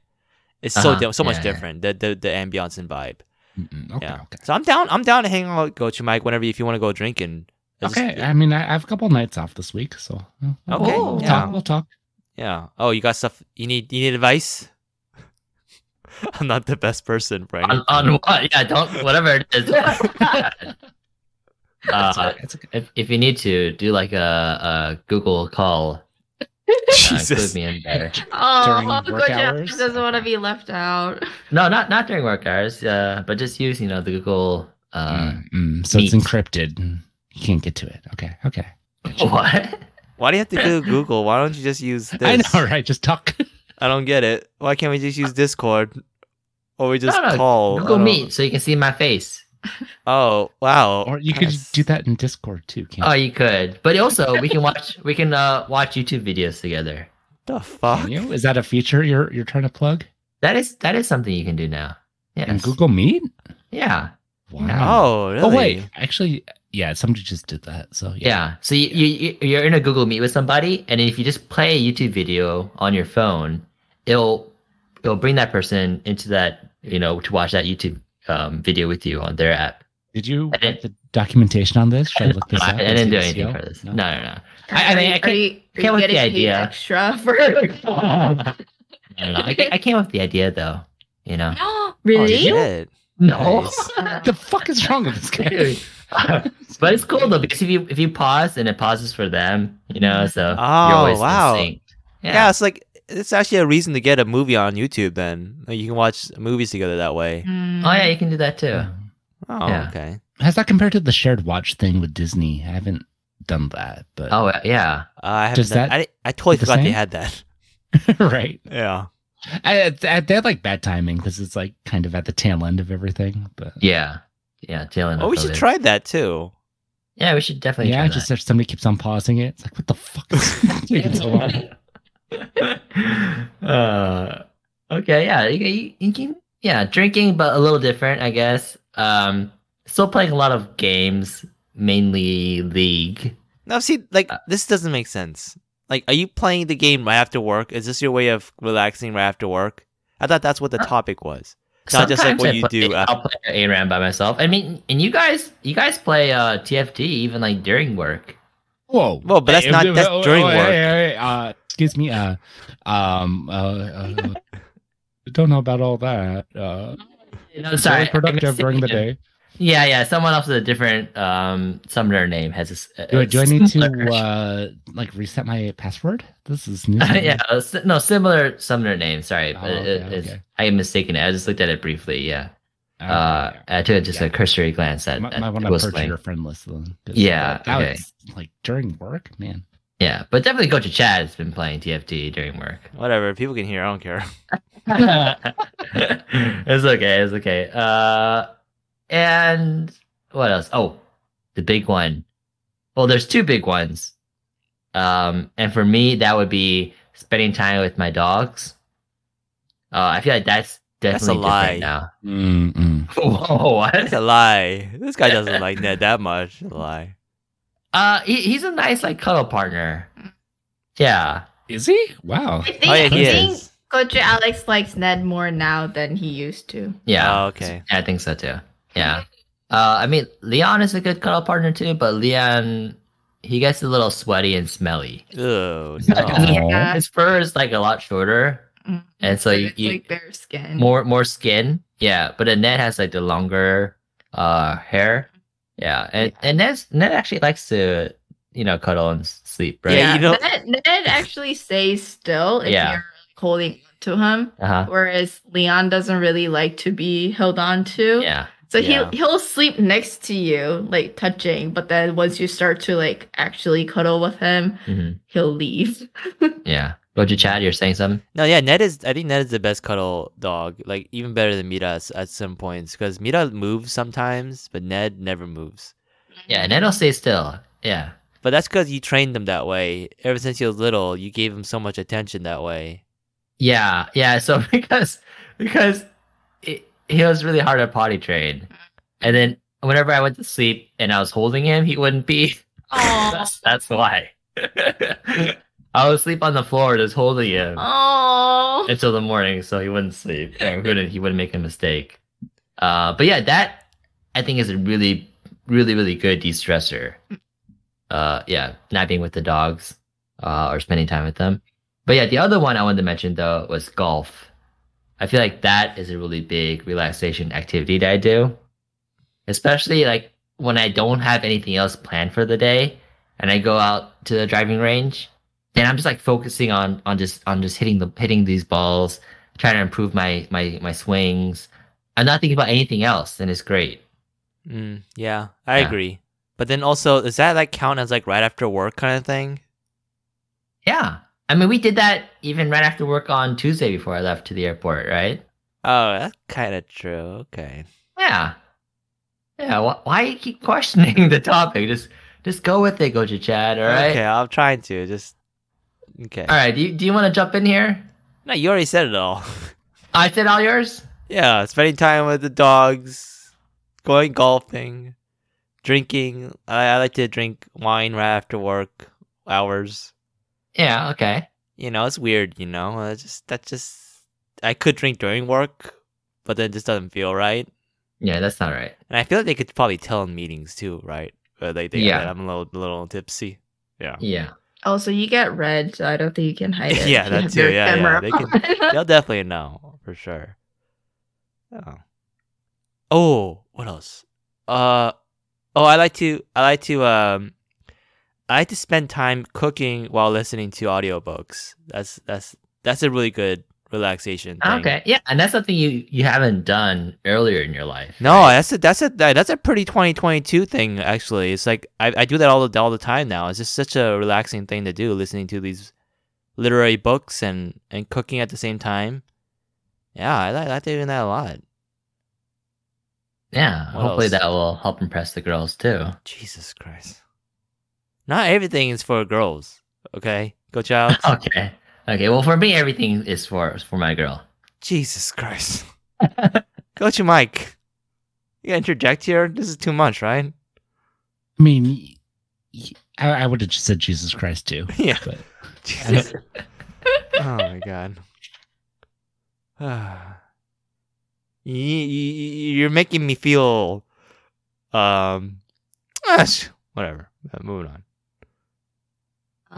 [SPEAKER 1] It's so
[SPEAKER 2] Uh-huh.
[SPEAKER 1] di- so much
[SPEAKER 2] Yeah, yeah.
[SPEAKER 1] different. The the the ambiance and vibe.
[SPEAKER 4] Mm-mm, Okay,
[SPEAKER 1] Yeah.
[SPEAKER 4] okay.
[SPEAKER 1] So I'm down. I'm down to hang out with gochu Mike whenever if you want to go drinking. I just-
[SPEAKER 4] Okay, I mean, I I have a couple nights off this week, so okay, Oh,
[SPEAKER 1] Okay,
[SPEAKER 4] we'll,
[SPEAKER 1] yeah.
[SPEAKER 4] talk, we'll talk.
[SPEAKER 1] Yeah. Oh, you got stuff. You need. You need advice. I'm not the best person, right?
[SPEAKER 2] On, on what? Yeah, don't whatever it is.
[SPEAKER 4] It's
[SPEAKER 2] uh,
[SPEAKER 4] okay, it's okay.
[SPEAKER 2] if, if you need to do like a, a Google call, uh, include
[SPEAKER 1] Jesus.
[SPEAKER 2] me in there.
[SPEAKER 3] Oh,
[SPEAKER 4] During work
[SPEAKER 3] Coach Alex
[SPEAKER 4] hours?
[SPEAKER 3] doesn't want to be left out.
[SPEAKER 2] No, not not during work hours. Uh, but just use you know the Google. Uh,
[SPEAKER 4] Mm, mm, so it's
[SPEAKER 2] neat.
[SPEAKER 4] encrypted. and You can't get to it. Okay, okay.
[SPEAKER 2] What?
[SPEAKER 1] Why do you have to do Google? Why don't you just use this?
[SPEAKER 4] I know, right? Just talk.
[SPEAKER 1] I don't get it. Why can't we just use Discord? Or we just
[SPEAKER 2] No, no,
[SPEAKER 1] call? I
[SPEAKER 2] Google
[SPEAKER 1] don't-
[SPEAKER 2] Meet, so you can see my face.
[SPEAKER 1] Oh wow.
[SPEAKER 4] Or you could
[SPEAKER 1] That's-
[SPEAKER 4] do that in Discord too. Can't
[SPEAKER 2] Oh, you could. But also, we can watch we can uh, watch YouTube videos together.
[SPEAKER 1] The
[SPEAKER 4] you?
[SPEAKER 1] fuck.
[SPEAKER 4] Can you? Is that a feature you're you're trying to plug
[SPEAKER 2] That is that is something you can do now.
[SPEAKER 4] in
[SPEAKER 2] Yes.
[SPEAKER 4] Google Meet?
[SPEAKER 2] Yeah.
[SPEAKER 4] Wow.
[SPEAKER 1] Oh really?
[SPEAKER 4] Oh wait, actually, yeah, somebody just did that. So
[SPEAKER 2] Yeah. So you, you you- you're in a Google Meet with somebody, and if you just play a YouTube video on your phone, it'll it'll bring that person into that you know to watch that YouTube um, video with you on their app.
[SPEAKER 4] Did you
[SPEAKER 2] I didn't-
[SPEAKER 4] get the documentation on this? Should I look this
[SPEAKER 2] I,
[SPEAKER 4] up?
[SPEAKER 2] I didn't do anything
[SPEAKER 4] SEO?
[SPEAKER 2] for this. No,
[SPEAKER 4] No.
[SPEAKER 2] no, no. I- I mean, I
[SPEAKER 3] Are you- are you
[SPEAKER 2] came with the
[SPEAKER 3] getting paid
[SPEAKER 2] idea.
[SPEAKER 3] Extra for.
[SPEAKER 2] I don't know. I, ca- I came up with the idea though. You know.
[SPEAKER 1] Oh,
[SPEAKER 3] really?
[SPEAKER 1] shit. Nice.
[SPEAKER 4] the fuck is wrong with this guy?
[SPEAKER 2] but it's cool though because if you if you pause and it pauses for them, you know, so
[SPEAKER 1] Oh,
[SPEAKER 2] you're always
[SPEAKER 1] wow.
[SPEAKER 2] in sync.
[SPEAKER 1] Yeah.
[SPEAKER 2] Yeah.
[SPEAKER 1] it's like it's actually a reason to get a movie on YouTube. Then like, you can watch movies together that way.
[SPEAKER 3] Mm.
[SPEAKER 2] Oh yeah, you can do that too.
[SPEAKER 1] Oh,
[SPEAKER 2] Yeah.
[SPEAKER 1] okay.
[SPEAKER 4] How's that compared to the shared watch thing with Disney? I haven't done that, but
[SPEAKER 2] Oh yeah.
[SPEAKER 1] Uh, I haven't.
[SPEAKER 4] Does
[SPEAKER 1] done-
[SPEAKER 4] that
[SPEAKER 1] I I totally
[SPEAKER 4] the
[SPEAKER 1] forgot they
[SPEAKER 4] same?
[SPEAKER 1] had that.
[SPEAKER 4] right.
[SPEAKER 1] Yeah.
[SPEAKER 4] I, I, they had like bad timing because it's like kind of at the tail end of everything. But
[SPEAKER 2] Yeah. Yeah. Jalen.
[SPEAKER 1] Oh, we should
[SPEAKER 2] uploaded.
[SPEAKER 1] try that too.
[SPEAKER 2] Yeah, we should definitely
[SPEAKER 4] yeah,
[SPEAKER 2] try
[SPEAKER 4] I just if somebody keeps on pausing it, it's like what the fuck is taking so long?
[SPEAKER 2] that. uh, okay, yeah. You, you, you can yeah, drinking but a little different, I guess. Um still playing a lot of games, mainly League.
[SPEAKER 1] Now, see, like
[SPEAKER 2] Uh,
[SPEAKER 1] this doesn't make sense. Like, are you playing the game right after work? Is this your way of relaxing right after work? I thought that's what the
[SPEAKER 2] Uh,
[SPEAKER 1] topic was. Not just like
[SPEAKER 2] Sometimes
[SPEAKER 1] what
[SPEAKER 2] I
[SPEAKER 1] you
[SPEAKER 2] play-
[SPEAKER 1] do
[SPEAKER 2] I'll play ARAM by myself. I mean, and you guys, you guys play uh, TFT even like during work.
[SPEAKER 4] Whoa.
[SPEAKER 1] Well, but that's not- that's during work.
[SPEAKER 4] hey, hey, hey, uh, excuse me. Uh, um, uh, uh, don't know about all that. Uh,
[SPEAKER 2] No, sorry,
[SPEAKER 4] very productive during the day.
[SPEAKER 2] Yeah, yeah. Someone else with a different um summoner name has a s- a.
[SPEAKER 4] Do, I-
[SPEAKER 2] a
[SPEAKER 4] do I need
[SPEAKER 2] similar-
[SPEAKER 4] to uh, like reset my password? This is new.
[SPEAKER 2] yeah, a s- no, similar summoner name. Sorry,
[SPEAKER 4] Oh,
[SPEAKER 2] but it-
[SPEAKER 4] okay,
[SPEAKER 2] it's-
[SPEAKER 4] okay.
[SPEAKER 2] I am mistaken. I just looked at it briefly. Yeah,
[SPEAKER 4] Uh,
[SPEAKER 2] uh, I took just
[SPEAKER 4] yeah.
[SPEAKER 2] a cursory glance at.
[SPEAKER 4] might,
[SPEAKER 2] at
[SPEAKER 4] might want to
[SPEAKER 2] Ghost
[SPEAKER 4] purge
[SPEAKER 2] Lane.
[SPEAKER 4] your friend list then. 'cause
[SPEAKER 2] Yeah,
[SPEAKER 4] that
[SPEAKER 2] okay.
[SPEAKER 4] was, like during work, man.
[SPEAKER 2] Yeah, but definitely go to Chad. Has been playing TFT during work.
[SPEAKER 1] Whatever, people can hear. I don't care.
[SPEAKER 2] it's okay. It's okay. Uh, and what else? Oh, the big one. Well, there's two big ones. Um, and for me, that would be spending time with my dogs. Uh, I feel like that's
[SPEAKER 1] That's a
[SPEAKER 2] definitely
[SPEAKER 1] lie.
[SPEAKER 2] different now.
[SPEAKER 4] Mm-mm.
[SPEAKER 2] Whoa,
[SPEAKER 1] That's a
[SPEAKER 2] what?
[SPEAKER 1] lie. This guy doesn't like Ned that much. That's a lie.
[SPEAKER 2] Uh, he, he's a nice like cuddle partner. Yeah.
[SPEAKER 4] Is he? Wow.
[SPEAKER 3] I think,
[SPEAKER 1] Oh yeah,
[SPEAKER 3] I
[SPEAKER 1] he
[SPEAKER 3] think
[SPEAKER 1] is.
[SPEAKER 3] Coach Alex likes Ned more now than he used to.
[SPEAKER 2] Yeah.
[SPEAKER 1] Oh, okay.
[SPEAKER 2] Yeah, I think so too. Yeah. Uh, I mean, Leon is a good cuddle partner too, but Leon, he gets a little sweaty and smelly.
[SPEAKER 1] Oh
[SPEAKER 4] Aw.
[SPEAKER 1] no.
[SPEAKER 3] Yeah.
[SPEAKER 2] His fur is like a lot shorter,
[SPEAKER 3] Mm.
[SPEAKER 2] and so you,
[SPEAKER 3] it's
[SPEAKER 2] you
[SPEAKER 3] like bare skin.
[SPEAKER 2] more more skin. Yeah, but Annette has like the longer uh hair. Yeah, and and Ned Ned actually likes to you know cuddle and s- sleep, right?
[SPEAKER 1] Yeah,
[SPEAKER 3] Yeah,
[SPEAKER 1] you know-
[SPEAKER 3] Ned, Ned actually stays still if
[SPEAKER 2] Yeah.
[SPEAKER 3] you're like, holding on to him,
[SPEAKER 2] Uh huh.
[SPEAKER 3] whereas Leon doesn't really like to be held on to.
[SPEAKER 2] Yeah.
[SPEAKER 3] So
[SPEAKER 1] Yeah.
[SPEAKER 3] he he'll sleep next to you, like touching, but then once you start to like actually cuddle with him,
[SPEAKER 2] hmm
[SPEAKER 3] he'll leave.
[SPEAKER 2] Yeah. Go to Chad. You're saying something.
[SPEAKER 1] No, yeah, Ned is. I think Ned is the best cuddle dog. Like even better than Mira s- at some points because Mira moves sometimes, but Ned never moves.
[SPEAKER 2] Yeah, and Ned'll stay still. Yeah.
[SPEAKER 1] But that's because you trained him that way. Ever since he was little, you gave him so much attention that way.
[SPEAKER 2] Yeah, yeah. So because because it, he was really hard to potty train, and then whenever I went to sleep and I was holding him, he wouldn't be.
[SPEAKER 3] Oh,
[SPEAKER 2] That's, that's why. I would sleep on the floor just holding him
[SPEAKER 3] oh,
[SPEAKER 2] until the morning, so he wouldn't sleep. And wouldn't he wouldn't make a mistake. Uh, but yeah, that I think is a really, really, really good de-stressor. Uh, yeah, not being with the dogs uh, or spending time with them. But yeah, the other one I wanted to mention though was golf. I feel like that is a really big relaxation activity that I do, especially like when I don't have anything else planned for the day and I go out to the driving range and I'm just like focusing on on just on just hitting the hitting these balls, trying to improve my my my swings. I'm not thinking about anything else, and it's great.
[SPEAKER 1] Mm, yeah, I
[SPEAKER 2] Yeah.
[SPEAKER 1] agree. But then also, does that like count as like right after work kind of thing?
[SPEAKER 2] Yeah, I mean, we did that even right after work on Tuesday before I left to the airport, right?
[SPEAKER 1] Oh, that's kind of true. Okay.
[SPEAKER 2] Yeah, yeah. Wh- why you keep questioning the topic? Just just go with it, go to Chad. All right.
[SPEAKER 1] Okay, I'm trying to just. Okay.
[SPEAKER 2] All right. Do you, do you want to jump in here?
[SPEAKER 1] No, you already said it all.
[SPEAKER 2] I said all yours.
[SPEAKER 1] yeah, spending time with the dogs, going golfing, drinking. I, I like to drink wine right after work hours.
[SPEAKER 2] Yeah. Okay.
[SPEAKER 1] You know, it's weird. You know, I just that just I could drink during work, but then it just doesn't feel right.
[SPEAKER 2] Yeah, that's not right.
[SPEAKER 1] And I feel like they could probably tell in meetings too, right? Uh, they, they,
[SPEAKER 2] Yeah.
[SPEAKER 1] that I'm a little, little tipsy.
[SPEAKER 2] Yeah.
[SPEAKER 3] Also, you get red, so I don't think you can hide it.
[SPEAKER 1] Yeah,
[SPEAKER 3] if you
[SPEAKER 1] that
[SPEAKER 3] have
[SPEAKER 1] too.
[SPEAKER 3] your
[SPEAKER 1] Yeah, yeah,
[SPEAKER 3] camera
[SPEAKER 1] they can-
[SPEAKER 3] on.
[SPEAKER 1] They'll definitely know for sure. Oh. Oh, what else? Uh oh, I like to I like to um I like to spend time cooking while listening to audiobooks. That's that's that's a really good relaxation thing.
[SPEAKER 2] Okay, yeah, and that's something you you haven't done earlier in your life.
[SPEAKER 1] No,
[SPEAKER 2] right?
[SPEAKER 1] that's a that's a that's a pretty 2022 thing actually. It's like I, I do that all the all the time now. It's just such a relaxing thing to do, listening to these literary books and and cooking at the same time. Yeah, I like I like doing that a lot.
[SPEAKER 2] yeah.
[SPEAKER 1] What
[SPEAKER 2] hopefully
[SPEAKER 1] else?
[SPEAKER 2] that will help impress the girls too.
[SPEAKER 1] Jesus Christ! Not everything is for girls. Okay, go child.
[SPEAKER 2] okay, okay. Well, for me, everything is for for my girl.
[SPEAKER 1] Jesus Christ! go to Mike. You gotta interject here. This is too much, right?
[SPEAKER 4] I mean, y- y- I, would have just said Jesus Christ too.
[SPEAKER 1] Yeah.
[SPEAKER 4] But
[SPEAKER 1] Jesus. oh my god. Ah. you, you, you're making me feel, um, ah, sh- whatever. Uh, moving on.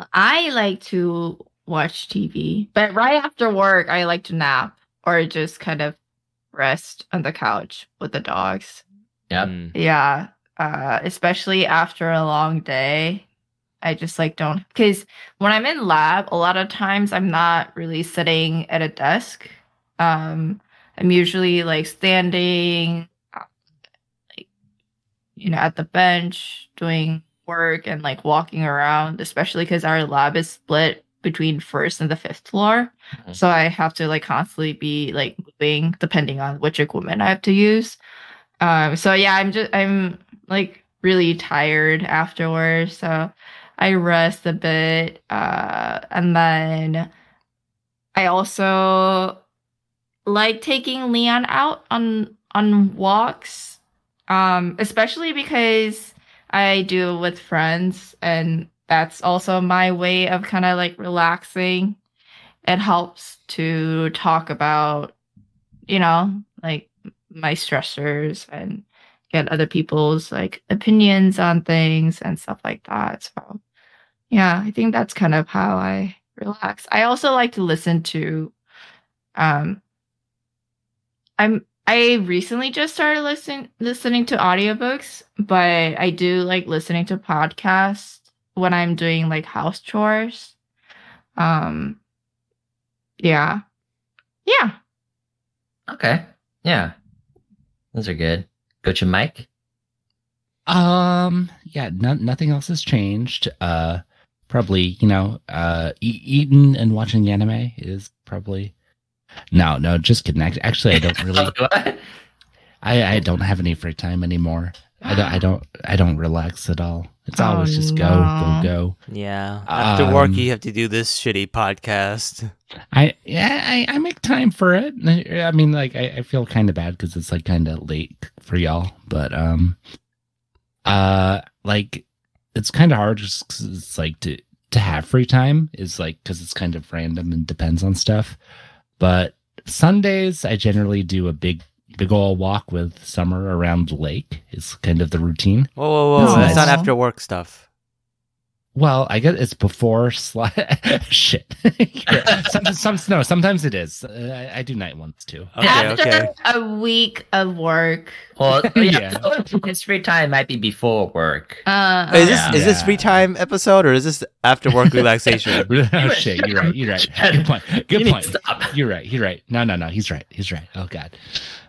[SPEAKER 3] I like to watch TV, but right after work, I like to nap or just kind of rest on the couch with the dogs.
[SPEAKER 2] Yep.
[SPEAKER 1] Mm.
[SPEAKER 3] Yeah, uh, especially after a long day. I just like don't because when I'm in lab, a lot of times I'm not really sitting at a desk. Um, I'm usually like standing, uh, like, you know, at the bench doing work and like walking around, especially because our lab is split between first and the fifth floor.
[SPEAKER 2] Mhm.
[SPEAKER 3] So I have to like constantly be like moving depending on which equipment I have to use. Um, so yeah, I'm just I'm like really tired afterwards. So I rest a bit, uh, and then I also like taking Leon out on on walks, um, especially because I do it with friends, and that's also my way of kind of like relaxing. It helps to talk about, you know, like my stressors and get other people's like opinions on things and stuff like that. So yeah, I think that's kind of how I relax. I also like to listen to um I'm I recently just started listen listening to audiobooks, but I do like listening to podcasts when I'm doing like house chores. Um yeah. Yeah.
[SPEAKER 2] Okay. Yeah. Those are good. Go to Mike.
[SPEAKER 4] um, yeah, no, nothing else has changed. Uh, probably you know, uh, e- eating and watching anime is probably. No, no, just kidding. Act- Actually, I don't really.
[SPEAKER 2] What?
[SPEAKER 4] I, I don't have any free time anymore. I don't. I don't. I don't relax at all. It's
[SPEAKER 3] Oh,
[SPEAKER 4] always just
[SPEAKER 3] no.
[SPEAKER 4] go, go, go.
[SPEAKER 1] Yeah. After work,
[SPEAKER 4] Um,
[SPEAKER 1] you have to do this shitty podcast.
[SPEAKER 4] I yeah, I, I make time for it. I I mean, like I, I feel kind of bad because it's like kind of late for y'all, but um, uh, like it's kind of hard just 'cause it's like to to have free time is like because it's kind of random and depends on stuff. But Sundays, I generally do a big big ol' walk with Summer around the lake. Is kind of the routine.
[SPEAKER 1] Whoa, whoa, whoa!
[SPEAKER 4] That's
[SPEAKER 1] It's not
[SPEAKER 3] nice.
[SPEAKER 1] after work stuff.
[SPEAKER 4] Well, I guess it's before sli- shit. some, some, no, sometimes it is. Uh, I, I do night ones too.
[SPEAKER 1] Okay,
[SPEAKER 3] After
[SPEAKER 1] okay.
[SPEAKER 3] a week of work.
[SPEAKER 2] Well, oh, yeah.
[SPEAKER 4] Yeah.
[SPEAKER 2] His free time might be before work.
[SPEAKER 3] Uh,
[SPEAKER 1] Is this
[SPEAKER 2] Yeah.
[SPEAKER 1] is this free time episode or is this after work relaxation?
[SPEAKER 4] oh shit! You're right. You're right. Good point. Good
[SPEAKER 2] You need
[SPEAKER 4] point.
[SPEAKER 2] to stop.
[SPEAKER 4] You're right. You're right. No, no, no. He's right. He's right. Oh god.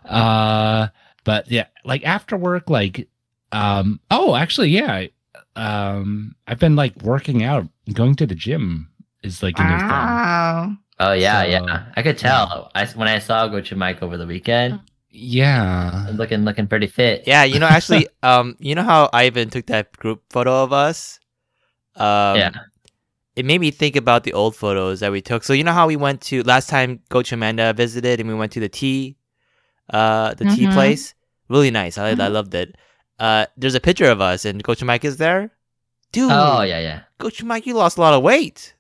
[SPEAKER 4] Uh, but yeah, like after work, like, um, oh, actually, yeah, I- um, I've been like working out, going to the gym is like a new
[SPEAKER 3] Ah.
[SPEAKER 4] thing.
[SPEAKER 3] wow.
[SPEAKER 2] Oh yeah,
[SPEAKER 4] So-
[SPEAKER 2] yeah. I could tell. I when I saw Go to Mike over the weekend,
[SPEAKER 4] Yeah.
[SPEAKER 2] looking looking pretty fit.
[SPEAKER 1] Yeah, you know, actually, um, you know how Ivan took that group photo of us? Um,
[SPEAKER 2] Yeah.
[SPEAKER 1] It made me think about the old photos that we took. So you know how we went to last time Coach Amanda visited, and we went to the tea, uh, the tea
[SPEAKER 2] Mm-hmm.
[SPEAKER 3] Mhm.
[SPEAKER 1] place. Really nice. I I loved it. Uh, there's a picture of us, and Coach Mike is there. Dude,
[SPEAKER 2] Oh yeah, yeah.
[SPEAKER 1] Coach Mike, you lost a lot of weight.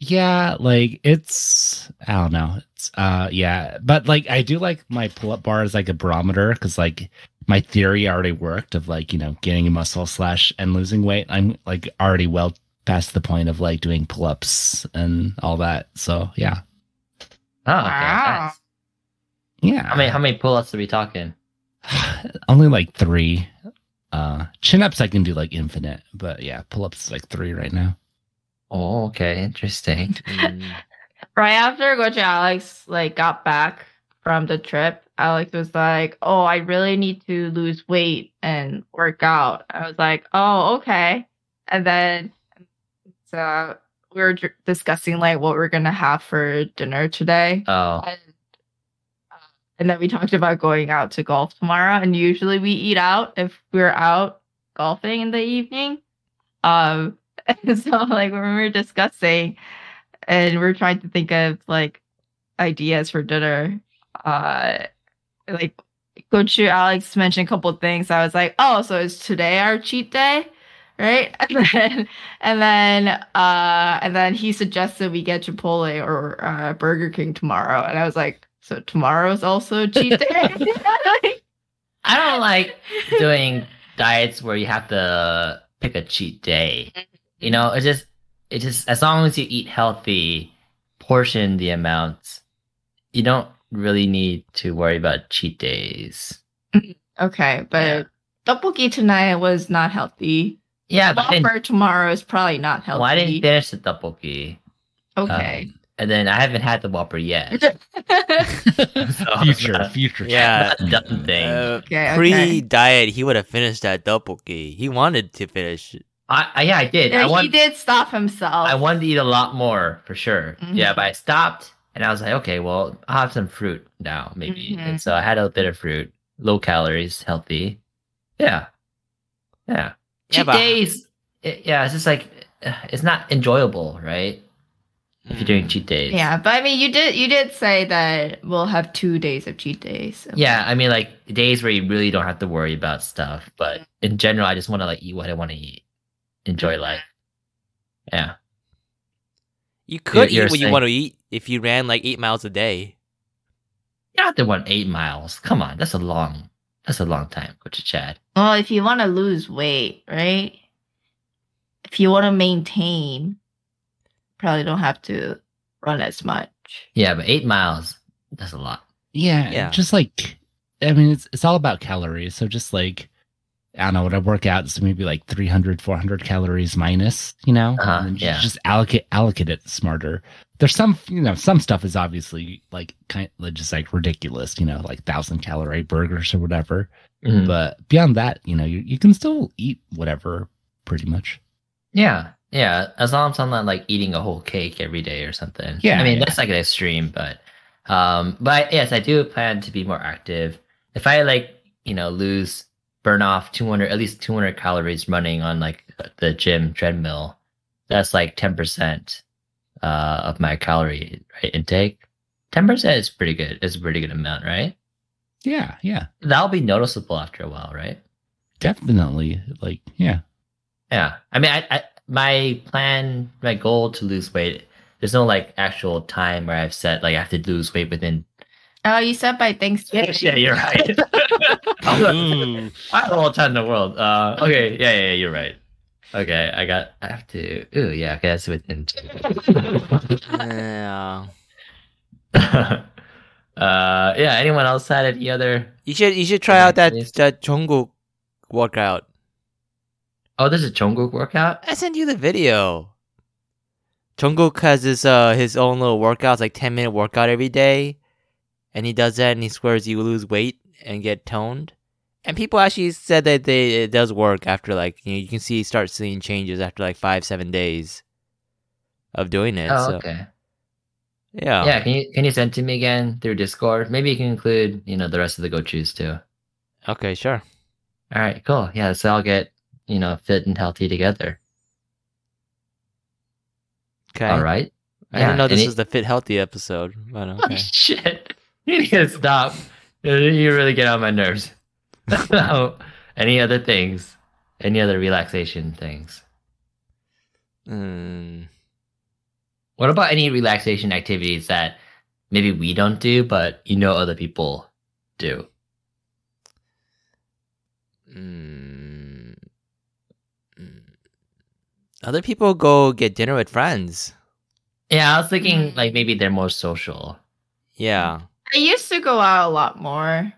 [SPEAKER 4] Yeah, like it's I don't know. It's uh yeah, but like I do like my pull-up bar as like a barometer cuz like my theory already worked of like, you know, gaining muscle slash and losing weight. I'm like already well past the point of like doing pull ups and all that. So yeah,
[SPEAKER 2] Oh, okay.
[SPEAKER 3] Wow.
[SPEAKER 2] nice.
[SPEAKER 4] yeah.
[SPEAKER 2] How many how many pull ups are we talking?
[SPEAKER 4] only like three. Uh, chin ups I can do like infinite, but yeah, pull ups is like three right now.
[SPEAKER 2] Oh, okay, interesting.
[SPEAKER 1] Mm.
[SPEAKER 3] right after Coach Alex like got back from the trip, Alex was like, "Oh, I really need to lose weight and work out." I was like, "Oh, okay." And then so we were dr- discussing like what we're gonna have for dinner today,
[SPEAKER 2] Oh,
[SPEAKER 3] and, uh, and then we talked about going out to golf tomorrow. And usually we eat out if we're out golfing in the evening. Um, and so like when we were discussing, and we are trying to think of like ideas for dinner, uh, like Coach Alex mentioned a couple of things. I was like, oh, so is today our cheat day? Right, and then, and then, uh, and then he suggested we get Chipotle or uh, Burger King tomorrow, and I was like, "So tomorrow's also cheat day."
[SPEAKER 2] I don't like doing diets where you have to pick a cheat day. You know, it just it just as long as you eat healthy, portion the amounts, you don't really need to worry about cheat days.
[SPEAKER 3] Okay, but tteokbokki tonight was not healthy.
[SPEAKER 2] Yeah, but I didn't,
[SPEAKER 3] Waffle tomorrow is probably not healthy.
[SPEAKER 2] well, I didn't finish the tteokbokki,
[SPEAKER 3] okay.
[SPEAKER 2] um, and then I haven't had the Whopper yet.
[SPEAKER 4] future, future.
[SPEAKER 1] Yeah.
[SPEAKER 2] That's a dumb thing.
[SPEAKER 1] Uh,
[SPEAKER 3] okay. Okay.
[SPEAKER 1] Pre diet, he would have finished that tteokbokki. He wanted to finish. it.
[SPEAKER 2] I, I yeah, I did.
[SPEAKER 3] Yeah,
[SPEAKER 2] I want,
[SPEAKER 3] he did stop himself.
[SPEAKER 1] Oh.
[SPEAKER 2] I wanted to eat a lot more for sure.
[SPEAKER 1] Mm-hmm.
[SPEAKER 3] Mhm.
[SPEAKER 2] Yeah, but I stopped and I was like, okay, well, I'll have some fruit now, maybe.
[SPEAKER 3] Mhm.
[SPEAKER 1] Mm-hmm.
[SPEAKER 2] And so I had a bit of fruit, low calories, healthy. Yeah. Yeah.
[SPEAKER 1] Yeah,
[SPEAKER 2] Cheat
[SPEAKER 1] but-
[SPEAKER 2] days. it- yeah, it's just like, uh, it's not enjoyable, right? If you're
[SPEAKER 1] Mm.
[SPEAKER 2] doing cheat days.
[SPEAKER 3] yeah, but I mean, you did you did say that we'll have two days of cheat days. so-
[SPEAKER 2] Yeah. I mean, like days where you really don't have to worry about stuff. But
[SPEAKER 1] Mm-hmm.
[SPEAKER 2] in general, I just want to like eat what I want to eat, enjoy life. Yeah.
[SPEAKER 1] You could
[SPEAKER 2] you're
[SPEAKER 1] eat what you
[SPEAKER 2] saying-
[SPEAKER 1] want to eat if you ran like eight miles a day.
[SPEAKER 2] You don't have to run eight miles. Come on. That's a long, that's a long time, Coach Chad.
[SPEAKER 3] Well, if you want to lose weight, right? If you want to maintain, probably don't have to run as much.
[SPEAKER 2] Yeah, but eight miles, that's a lot.
[SPEAKER 4] Yeah,
[SPEAKER 1] Yeah.
[SPEAKER 4] Just like, I mean, it's it's all about calories. So just like, I don't know, when I work out, it's maybe like 300, 400 calories minus, you know,
[SPEAKER 2] Uh-huh,
[SPEAKER 4] And then ju-
[SPEAKER 2] yeah.
[SPEAKER 4] just allocate allocate it smarter. There's some, you know, some stuff is obviously like kind like just like ridiculous, you know, like thousand calorie burgers or whatever.
[SPEAKER 2] Mm. Mm-hmm.
[SPEAKER 4] But beyond that, you know, you, you can still eat whatever pretty much.
[SPEAKER 2] yeah, yeah. As long as I'm not like eating a whole cake every day or something.
[SPEAKER 4] Yeah,
[SPEAKER 2] I mean
[SPEAKER 4] yeah.
[SPEAKER 2] that's like an extreme, but um, but yes, I do plan to be more active. If I like, you know, lose, burn off 200, at least 200 calories running on like the gym treadmill, that's like 10 percent uh, of my calorie right, intake. 10 percent is pretty good. It's a pretty good amount, right?
[SPEAKER 4] Yeah, yeah.
[SPEAKER 2] That'll be noticeable after a while, right?
[SPEAKER 4] Definitely. Like, yeah.
[SPEAKER 2] Yeah. I mean, I, I my plan, my goal to lose weight, there's no like actual time where I've set like I have to lose weight within.
[SPEAKER 3] Oh, you said by Thanksgiving.
[SPEAKER 2] you're right. I have all the time in the world. Uh, okay, yeah, yeah, you're right. Okay, I got, I have to, ooh, yeah, okay, that's within.
[SPEAKER 1] yeah.
[SPEAKER 2] uh, yeah, anyone else had any other?
[SPEAKER 1] You should you should try
[SPEAKER 2] Yeah,
[SPEAKER 1] out that
[SPEAKER 2] please.
[SPEAKER 1] that Jungkook workout.
[SPEAKER 2] Oh, there's a Jungkook workout?
[SPEAKER 1] I sent you the video. Jungkook has his uh his own little workouts, like ten minute workout every day, and he does that, and he swears you lose weight and get toned. And people actually said that they it does work after like you know, you can see start seeing changes after like five seven days of doing it.
[SPEAKER 2] Oh,
[SPEAKER 1] so,
[SPEAKER 2] okay.
[SPEAKER 1] Yeah.
[SPEAKER 2] Yeah, can you can you send to me again through Discord? Maybe you can include, you know, the rest of the go choose too.
[SPEAKER 1] Okay. Sure.
[SPEAKER 2] All right, cool. Yeah, so I'll get, you know, fit and healthy together.
[SPEAKER 1] Okay.
[SPEAKER 2] All right.
[SPEAKER 1] I didn't know this
[SPEAKER 2] Any-
[SPEAKER 1] was the fit healthy episode, but
[SPEAKER 2] Oh,
[SPEAKER 1] okay.
[SPEAKER 2] shit. You need to stop. You really get on my nerves. so, any other things? Any other relaxation things? Hmm.
[SPEAKER 1] Mm.
[SPEAKER 2] What about any relaxation activities that maybe we don't do, but you know other people do?
[SPEAKER 1] Mm. Mm.
[SPEAKER 5] Other people go get dinner with friends.
[SPEAKER 2] Yeah, I was
[SPEAKER 3] Mm-hmm.
[SPEAKER 2] thinking like maybe they're more social.
[SPEAKER 5] Yeah.
[SPEAKER 3] I used to go out a lot more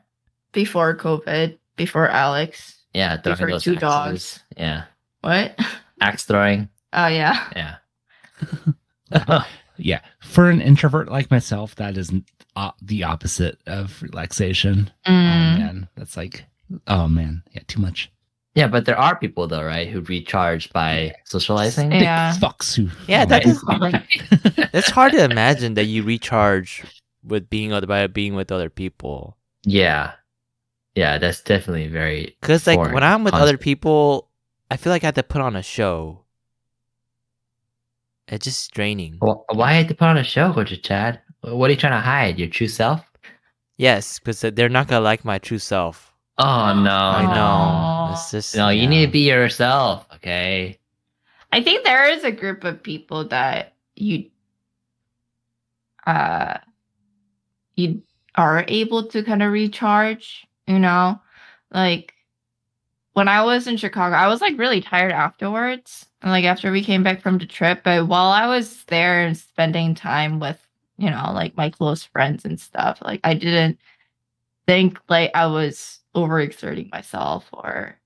[SPEAKER 3] before COVID, before Alex.
[SPEAKER 2] Yeah, throwing
[SPEAKER 3] for
[SPEAKER 2] those
[SPEAKER 3] two
[SPEAKER 2] axes.
[SPEAKER 3] dogs.
[SPEAKER 2] Yeah,
[SPEAKER 3] What?
[SPEAKER 2] axe throwing.
[SPEAKER 3] Oh yeah.
[SPEAKER 2] Yeah.
[SPEAKER 4] Yeah. For an introvert like myself, that is uh, the opposite of relaxation.
[SPEAKER 3] Mm-hmm.
[SPEAKER 4] Oh, man. That's like, oh, man. Yeah, too much.
[SPEAKER 2] yeah, but there are people though, right, who recharge by socializing.
[SPEAKER 4] Thick
[SPEAKER 3] Yeah.
[SPEAKER 4] fucks who.
[SPEAKER 5] Yeah,
[SPEAKER 4] Oh,
[SPEAKER 5] that
[SPEAKER 4] man.
[SPEAKER 5] is-
[SPEAKER 3] Mm.
[SPEAKER 5] It's hard to imagine that you recharge with being other by being with other people.
[SPEAKER 2] yeah, yeah, that's definitely very.
[SPEAKER 5] Cause like
[SPEAKER 2] Boring.
[SPEAKER 5] when I'm with
[SPEAKER 2] Constant.
[SPEAKER 5] other people, I feel like I have to put on a show. It's just draining.
[SPEAKER 2] Wh- Why had to put on a show, Coach Chad? What are you trying to hide? Your true self?
[SPEAKER 5] Yes, because they're not gonna like my true self.
[SPEAKER 2] Oh no,
[SPEAKER 5] I know.
[SPEAKER 3] Aw.
[SPEAKER 5] It's just
[SPEAKER 2] no, you
[SPEAKER 5] yeah.
[SPEAKER 2] need to be yourself. Okay.
[SPEAKER 3] I think there is a group of people that you uh you are able to kind of recharge, you know? Like when I was in Chicago, I was like really tired afterwards. And like after we came back from the trip, but while I was there and spending time with, you know, like my close friends and stuff, like I didn't think like I was overexerting myself or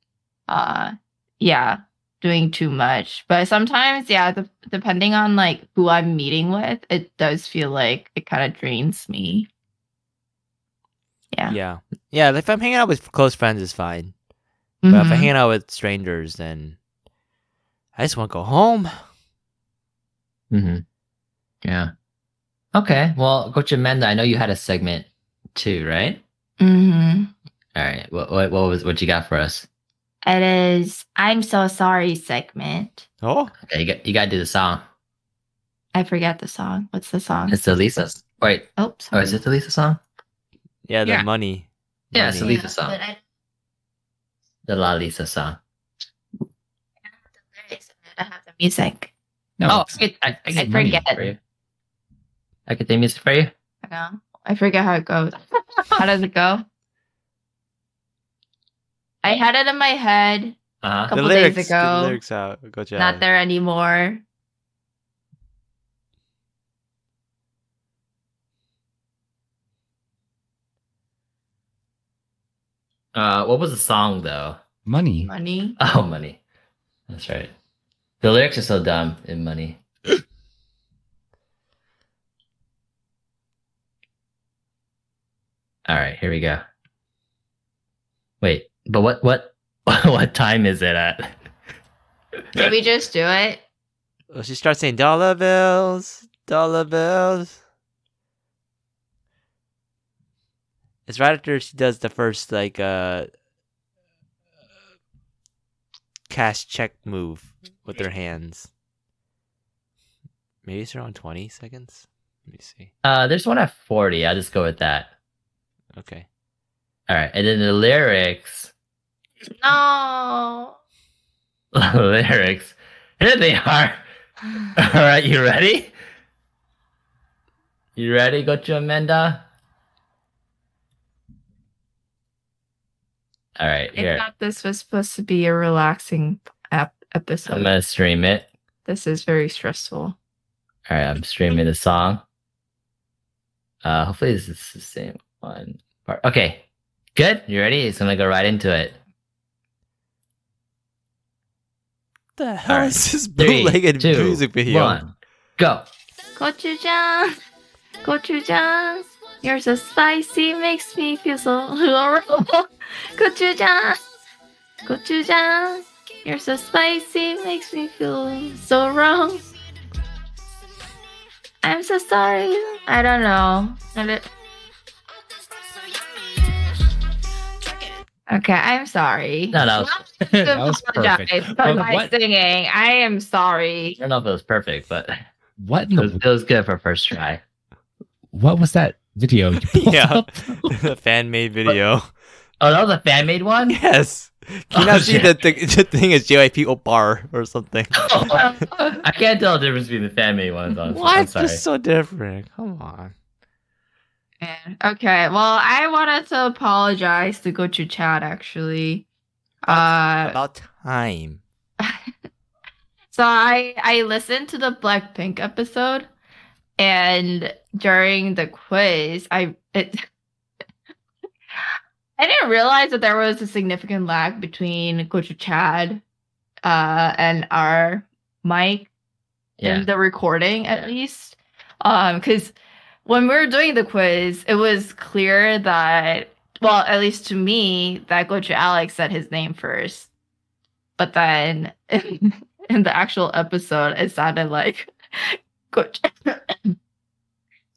[SPEAKER 3] uh yeah, doing too much. But sometimes, yeah, the, depending on like who I'm meeting with, it does feel like it kind of drains me. Yeah.
[SPEAKER 5] Yeah, yeah. If I'm hanging out with close friends, it's fine. But if I'm
[SPEAKER 3] Mhm.
[SPEAKER 5] hanging out with strangers, then I just want to go home.
[SPEAKER 2] Mm-hmm. Yeah. Okay. Well, Coach Amanda, I know you had a segment too, right?
[SPEAKER 3] Mhm.
[SPEAKER 2] All right. What what, what was what you got for us?
[SPEAKER 3] It is I'm so sorry segment.
[SPEAKER 5] Oh,
[SPEAKER 2] Okay, you got you got to do the song.
[SPEAKER 3] I forget the song. What's the song?
[SPEAKER 2] It's the Lisa. Wait,
[SPEAKER 3] oh,
[SPEAKER 2] oh,
[SPEAKER 3] sorry.
[SPEAKER 2] is it the Lisa song?
[SPEAKER 5] yeah, the
[SPEAKER 4] Yeah.
[SPEAKER 5] money.
[SPEAKER 2] Yeah,
[SPEAKER 5] Money.
[SPEAKER 2] so we- Lisa song.
[SPEAKER 3] But I-
[SPEAKER 2] The La Lisa song.
[SPEAKER 3] I have the music.
[SPEAKER 4] No,
[SPEAKER 2] oh,
[SPEAKER 4] it's-
[SPEAKER 2] I, get- I, I,
[SPEAKER 4] it's
[SPEAKER 2] get the
[SPEAKER 4] money
[SPEAKER 2] music for you. I get the music for you.
[SPEAKER 3] I know. I forget how it goes. how does it go? I had it in my head.
[SPEAKER 2] Uh huh.
[SPEAKER 5] the
[SPEAKER 3] couple days
[SPEAKER 5] lyrics.
[SPEAKER 3] ago.
[SPEAKER 5] The lyrics out. Go check.
[SPEAKER 3] Not there anymore.
[SPEAKER 2] Uh, what was the song though?
[SPEAKER 4] money.
[SPEAKER 3] Money.
[SPEAKER 2] Oh, money. That's right. The lyrics are so dumb in money. All right, here we go. Wait, but what what what time is it at?
[SPEAKER 3] Did we just do it?
[SPEAKER 5] Oh, she starts saying dollar bills, dollar bills. It's right after she does the first like uh cash check move with her hands. Maybe it's around twenty seconds. Let me see.
[SPEAKER 2] Uh, there's one at forty. I'll just go with that.
[SPEAKER 5] Okay.
[SPEAKER 2] All right, and then the lyrics,
[SPEAKER 3] No.
[SPEAKER 2] lyrics. Here they are. All right, you ready? You ready, Gocho Amanda? All right,
[SPEAKER 3] I
[SPEAKER 2] here.
[SPEAKER 3] thought this was supposed to be a relaxing ep- episode.
[SPEAKER 2] I'm gonna stream it.
[SPEAKER 3] This is very stressful.
[SPEAKER 2] All right, I'm streaming the song. Uh, hopefully this is the same one part. Okay, good. You ready? It's gonna go right into it.
[SPEAKER 5] The hell
[SPEAKER 2] right.
[SPEAKER 5] is this
[SPEAKER 2] Three,
[SPEAKER 5] bootlegged
[SPEAKER 2] two,
[SPEAKER 5] music video?
[SPEAKER 2] One, go.
[SPEAKER 3] Gochujang, gochujang, you're so spicy, makes me feel so horrible. Gochujang, gochujang, you're so spicy, makes me feel so wrong. I'm so sorry. I don't know. I don't- Okay, I'm sorry.
[SPEAKER 2] No, no.
[SPEAKER 4] that was perfect.
[SPEAKER 3] apologize for
[SPEAKER 4] Um,
[SPEAKER 3] my
[SPEAKER 4] what-
[SPEAKER 3] singing. I am sorry.
[SPEAKER 2] I don't know if it was perfect, but
[SPEAKER 4] What in
[SPEAKER 2] it was,
[SPEAKER 4] the,
[SPEAKER 2] it was good for first try.
[SPEAKER 4] What was that video? you pulled
[SPEAKER 5] yeah,
[SPEAKER 4] up?
[SPEAKER 5] the fan made video.
[SPEAKER 2] Oh, that was a fan made one.
[SPEAKER 5] Yes. Can you
[SPEAKER 2] Oh,
[SPEAKER 5] not see
[SPEAKER 2] shit.
[SPEAKER 5] that the, the thing is JYP Opar or something?
[SPEAKER 2] Oh, I can't tell the difference between the fan made ones. Honestly. I'm
[SPEAKER 5] What?
[SPEAKER 2] sorry.
[SPEAKER 5] Just so different. Come on.
[SPEAKER 3] Man. Okay. Well, I wanted to apologize to go to chat actually. Uh,
[SPEAKER 5] About time.
[SPEAKER 3] so So I I listened to the Blackpink episode, and during the quiz, I it I didn't realize that there was a significant lag between Coach Chad, uh, and our mic
[SPEAKER 2] Yeah.
[SPEAKER 3] in the recording at
[SPEAKER 2] Yeah.
[SPEAKER 3] least. Um, because when we were doing the quiz, it was clear that well, at least to me, that Gochu Alex said his name first. But then in the actual episode, it sounded like Coach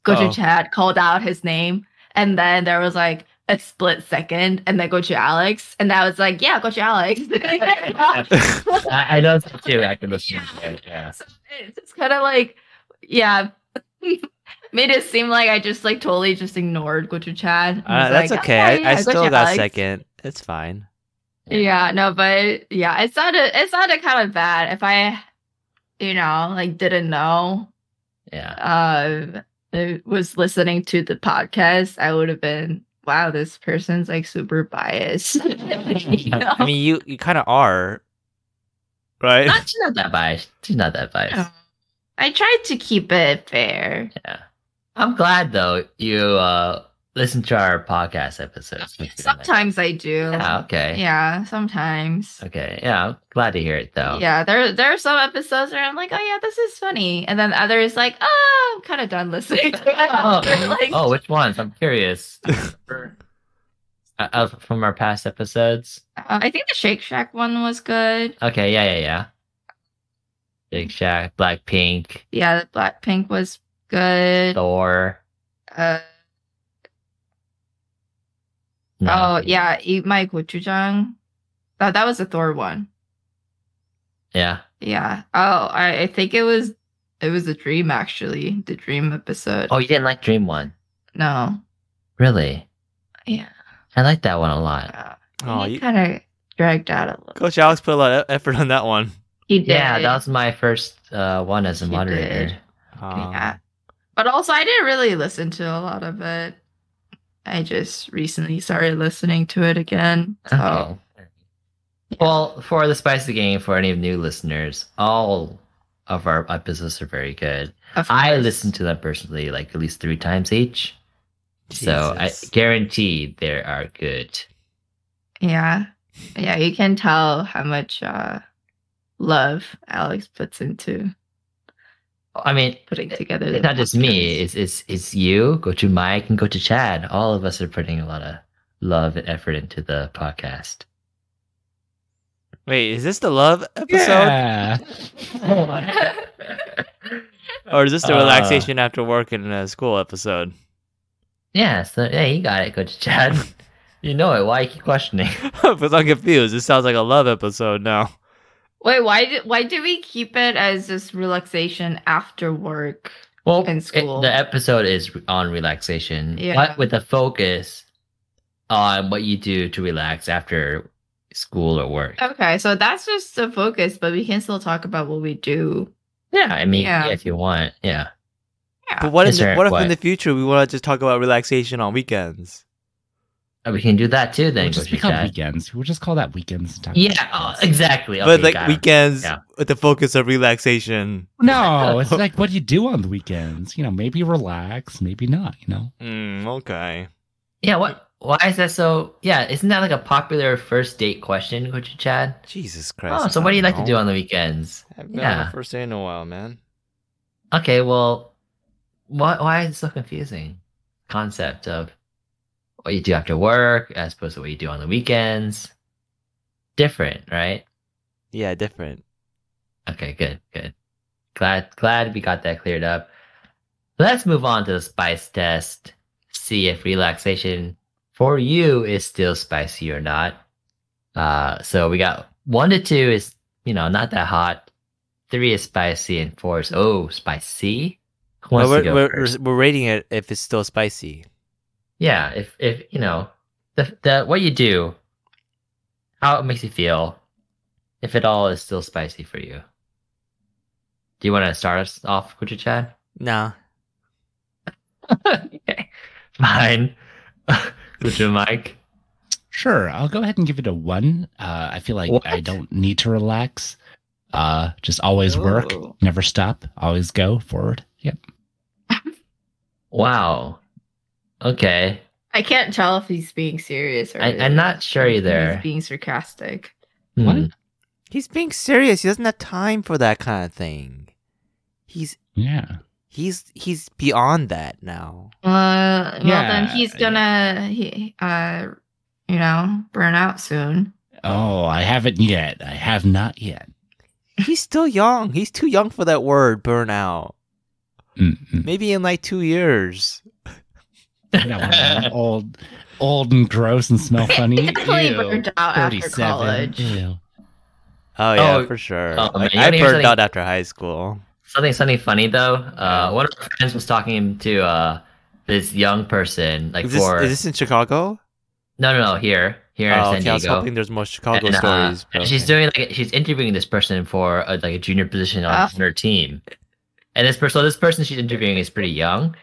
[SPEAKER 3] Gochu
[SPEAKER 1] Oh.
[SPEAKER 3] Chad called out his name, and then there was like a split second, and then Gochu Alex, and I was like, "Yeah, Gochu Alex."
[SPEAKER 2] I, I know it's too. I can listen to it. Yeah.
[SPEAKER 3] So it's just kind of like, yeah, made it seem like I just like totally just ignored Go to Chad. I
[SPEAKER 1] Uh,
[SPEAKER 3] was
[SPEAKER 1] that's
[SPEAKER 3] like,
[SPEAKER 1] okay.
[SPEAKER 3] "Oh,
[SPEAKER 1] I,
[SPEAKER 3] yeah,
[SPEAKER 1] I
[SPEAKER 3] Gochu
[SPEAKER 1] still got
[SPEAKER 3] Alex."
[SPEAKER 1] second. It's fine.
[SPEAKER 3] Yeah, no, but yeah, it sounded it sounded kind of bad. If I, you know, like didn't know,
[SPEAKER 2] Yeah.
[SPEAKER 3] um, I was listening to the podcast, I would have been, wow, this person's like super biased. You know?
[SPEAKER 1] I mean, you you kind of are, right?
[SPEAKER 2] Not, she's not that biased. She's not that biased.
[SPEAKER 3] Oh. I tried to keep it fair.
[SPEAKER 2] Yeah. I'm glad though you uh listen to our podcast episodes.
[SPEAKER 3] Sometimes I do.
[SPEAKER 2] Yeah, okay.
[SPEAKER 3] Yeah, sometimes.
[SPEAKER 2] Okay. Yeah, I'm glad to hear it though.
[SPEAKER 3] Yeah, there there are some episodes where I'm like, oh yeah, this is funny, and then others like, oh, I'm kind of done listening. To it.
[SPEAKER 2] Oh,
[SPEAKER 3] Like,
[SPEAKER 2] oh, which ones? I'm curious. Uh, uh, from our past episodes.
[SPEAKER 3] uh, I think the Shake Shack one was good.
[SPEAKER 2] Okay, yeah, yeah, yeah. Big Shack, Blackpink,
[SPEAKER 3] Yeah, the Blackpink was good.
[SPEAKER 2] Oh, Thor.
[SPEAKER 3] Uh,
[SPEAKER 2] No.
[SPEAKER 3] oh yeah, Eat My Gochujang. That that was the Thor one.
[SPEAKER 2] Yeah.
[SPEAKER 3] Yeah. Oh, I, I think it was it was the Dream actually, the Dream episode.
[SPEAKER 2] Oh, you didn't like Dream One,
[SPEAKER 3] No.
[SPEAKER 2] really?
[SPEAKER 3] Yeah.
[SPEAKER 2] I like that one a lot.
[SPEAKER 3] Uh,
[SPEAKER 1] Oh,
[SPEAKER 3] he
[SPEAKER 1] you,
[SPEAKER 3] kind of dragged out a little.
[SPEAKER 1] Coach Alex put a lot of effort on that one.
[SPEAKER 3] He did.
[SPEAKER 2] Yeah, that was my first uh, one as a
[SPEAKER 3] She
[SPEAKER 2] moderator.
[SPEAKER 3] did.
[SPEAKER 1] Um,
[SPEAKER 3] yeah. But also, I didn't really listen to a lot of it. I just recently started listening to it again. So,
[SPEAKER 2] Okay. Well, for the Spicy Game, for any new listeners, all of our episodes are very good.
[SPEAKER 3] of
[SPEAKER 2] I
[SPEAKER 3] course.
[SPEAKER 2] listen to them personally like at least three times each. So I
[SPEAKER 1] Jesus.
[SPEAKER 2] guarantee there are good.
[SPEAKER 3] Yeah. Yeah. You can tell how much uh, love Alex puts into
[SPEAKER 2] I mean,
[SPEAKER 3] putting together. the
[SPEAKER 2] it's Eh, not just me.
[SPEAKER 3] podcast.
[SPEAKER 2] It's it's it's you. Go to Mike and go to Chad. All of us are putting a lot of love and effort into the podcast.
[SPEAKER 1] Wait, is this the love episode
[SPEAKER 4] Yeah.
[SPEAKER 1] or is this the
[SPEAKER 2] Uh,
[SPEAKER 1] relaxation after work and uh, school episode?
[SPEAKER 2] yeah, so yeah, you got it. Go to Chad. you know it. Why you keep questioning?
[SPEAKER 1] Because I'm confused. This sounds like a love episode now.
[SPEAKER 3] Wait, why did why do we keep it as this relaxation after work?
[SPEAKER 2] Well,
[SPEAKER 3] In
[SPEAKER 2] it-
[SPEAKER 3] school.
[SPEAKER 2] the episode is on relaxation,
[SPEAKER 3] Yeah.
[SPEAKER 2] but with a focus on what you do to relax after school or work.
[SPEAKER 3] Okay, so that's just the focus, but we can still talk about what we do.
[SPEAKER 2] Yeah, I mean,
[SPEAKER 3] Yeah.
[SPEAKER 2] if you want, yeah.
[SPEAKER 1] But what,
[SPEAKER 2] Yes,
[SPEAKER 1] in the,
[SPEAKER 2] sir,
[SPEAKER 1] what if
[SPEAKER 2] what?
[SPEAKER 1] in the future we want to just talk about relaxation on weekends?
[SPEAKER 2] Oh, We can do that too. Then
[SPEAKER 4] We'll
[SPEAKER 2] go
[SPEAKER 4] just
[SPEAKER 2] to
[SPEAKER 4] be called
[SPEAKER 2] Chad.
[SPEAKER 4] weekends. We'll just call that weekends. and talk
[SPEAKER 2] Yeah, oh,
[SPEAKER 4] about weekends.
[SPEAKER 2] exactly.
[SPEAKER 1] but
[SPEAKER 2] Okay,
[SPEAKER 1] like
[SPEAKER 2] got it.
[SPEAKER 1] weekends
[SPEAKER 2] Yeah.
[SPEAKER 1] with the focus of relaxation.
[SPEAKER 4] No, it's like what do you do on the weekends? You know, maybe relax, maybe not. You know,
[SPEAKER 1] Mm, okay.
[SPEAKER 2] Yeah, what? Why is that so? Yeah, isn't that like a popular first date question, Coach Chad?
[SPEAKER 1] Jesus Christ.
[SPEAKER 2] Oh, so
[SPEAKER 1] I
[SPEAKER 2] what do you
[SPEAKER 1] don't
[SPEAKER 2] like to
[SPEAKER 1] know.
[SPEAKER 2] do on the weekends?
[SPEAKER 1] I haven't been on my
[SPEAKER 2] Yeah.
[SPEAKER 1] first day in a while, man.
[SPEAKER 2] Okay, well, why why is it so confusing? Concept of what you do after work as opposed to what you do on the weekends. Different, right?
[SPEAKER 1] Yeah, different.
[SPEAKER 2] Okay, good, good. Glad glad we got that cleared up. Let's move on to the spice test. See if relaxation for you is still spicy or not. Uh so we got one to two is you know not that hot. Three is spicy and four is oh spicy. Who
[SPEAKER 1] Well,
[SPEAKER 2] wants to
[SPEAKER 1] we're,
[SPEAKER 2] go
[SPEAKER 1] we're,
[SPEAKER 2] first?
[SPEAKER 1] we're, we're rating it if it's still spicy.
[SPEAKER 2] yeah, if if you know the the what you do, how it makes you feel, if it all is still spicy for you. Do you want to start us off, Kucha Chad?
[SPEAKER 1] Nah.
[SPEAKER 2] okay, fine. Kucha Mike.
[SPEAKER 4] sure, I'll go ahead and give it a one. Uh, I feel like
[SPEAKER 2] What?
[SPEAKER 4] I don't need to relax. Uh, just always work,
[SPEAKER 1] Oh.
[SPEAKER 3] Ooh.
[SPEAKER 4] never stop, always go forward. Yep.
[SPEAKER 2] Wow. Okay.
[SPEAKER 3] I can't tell if he's being serious or
[SPEAKER 2] I, I'm not sure
[SPEAKER 3] He's
[SPEAKER 2] either.
[SPEAKER 3] being sarcastic.
[SPEAKER 2] Hmm.
[SPEAKER 4] What?
[SPEAKER 1] He's being serious. He doesn't have time for that kind of thing. He's
[SPEAKER 4] Yeah.
[SPEAKER 1] he's he's beyond that now.
[SPEAKER 3] Uh, well, then
[SPEAKER 4] Yeah,
[SPEAKER 3] he's gonna, he, uh, you know, burn out soon.
[SPEAKER 4] Oh, I haven't yet. I have not yet.
[SPEAKER 1] He's still young. He's too young for that word burnout.
[SPEAKER 4] Mm-mm.
[SPEAKER 1] Maybe in like two years.
[SPEAKER 4] I don't want to old, old and gross and smell funny.
[SPEAKER 3] He definitely
[SPEAKER 4] Ew.
[SPEAKER 3] burned out after
[SPEAKER 4] 37.
[SPEAKER 3] college.
[SPEAKER 4] Ew.
[SPEAKER 1] Oh yeah,
[SPEAKER 2] Oh,
[SPEAKER 1] for sure.
[SPEAKER 2] oh,
[SPEAKER 1] Like,
[SPEAKER 2] man, you
[SPEAKER 1] I
[SPEAKER 2] wanna hear
[SPEAKER 1] burned out
[SPEAKER 2] something-
[SPEAKER 1] after high school.
[SPEAKER 2] Something something funny though. Uh, one of our friends was talking to uh this young person like
[SPEAKER 1] Is this,
[SPEAKER 2] for
[SPEAKER 1] is this in Chicago?
[SPEAKER 2] no no no here here
[SPEAKER 1] Oh,
[SPEAKER 2] in San
[SPEAKER 1] okay, I was
[SPEAKER 2] Diego.
[SPEAKER 1] hoping there's more Chicago
[SPEAKER 2] And, uh,
[SPEAKER 1] stories.
[SPEAKER 2] and
[SPEAKER 1] but
[SPEAKER 2] she's
[SPEAKER 1] okay.
[SPEAKER 2] doing like she's interviewing this person for a, like a junior position on,
[SPEAKER 3] Ah.
[SPEAKER 2] on her team, and this person, so this person she's interviewing is pretty young,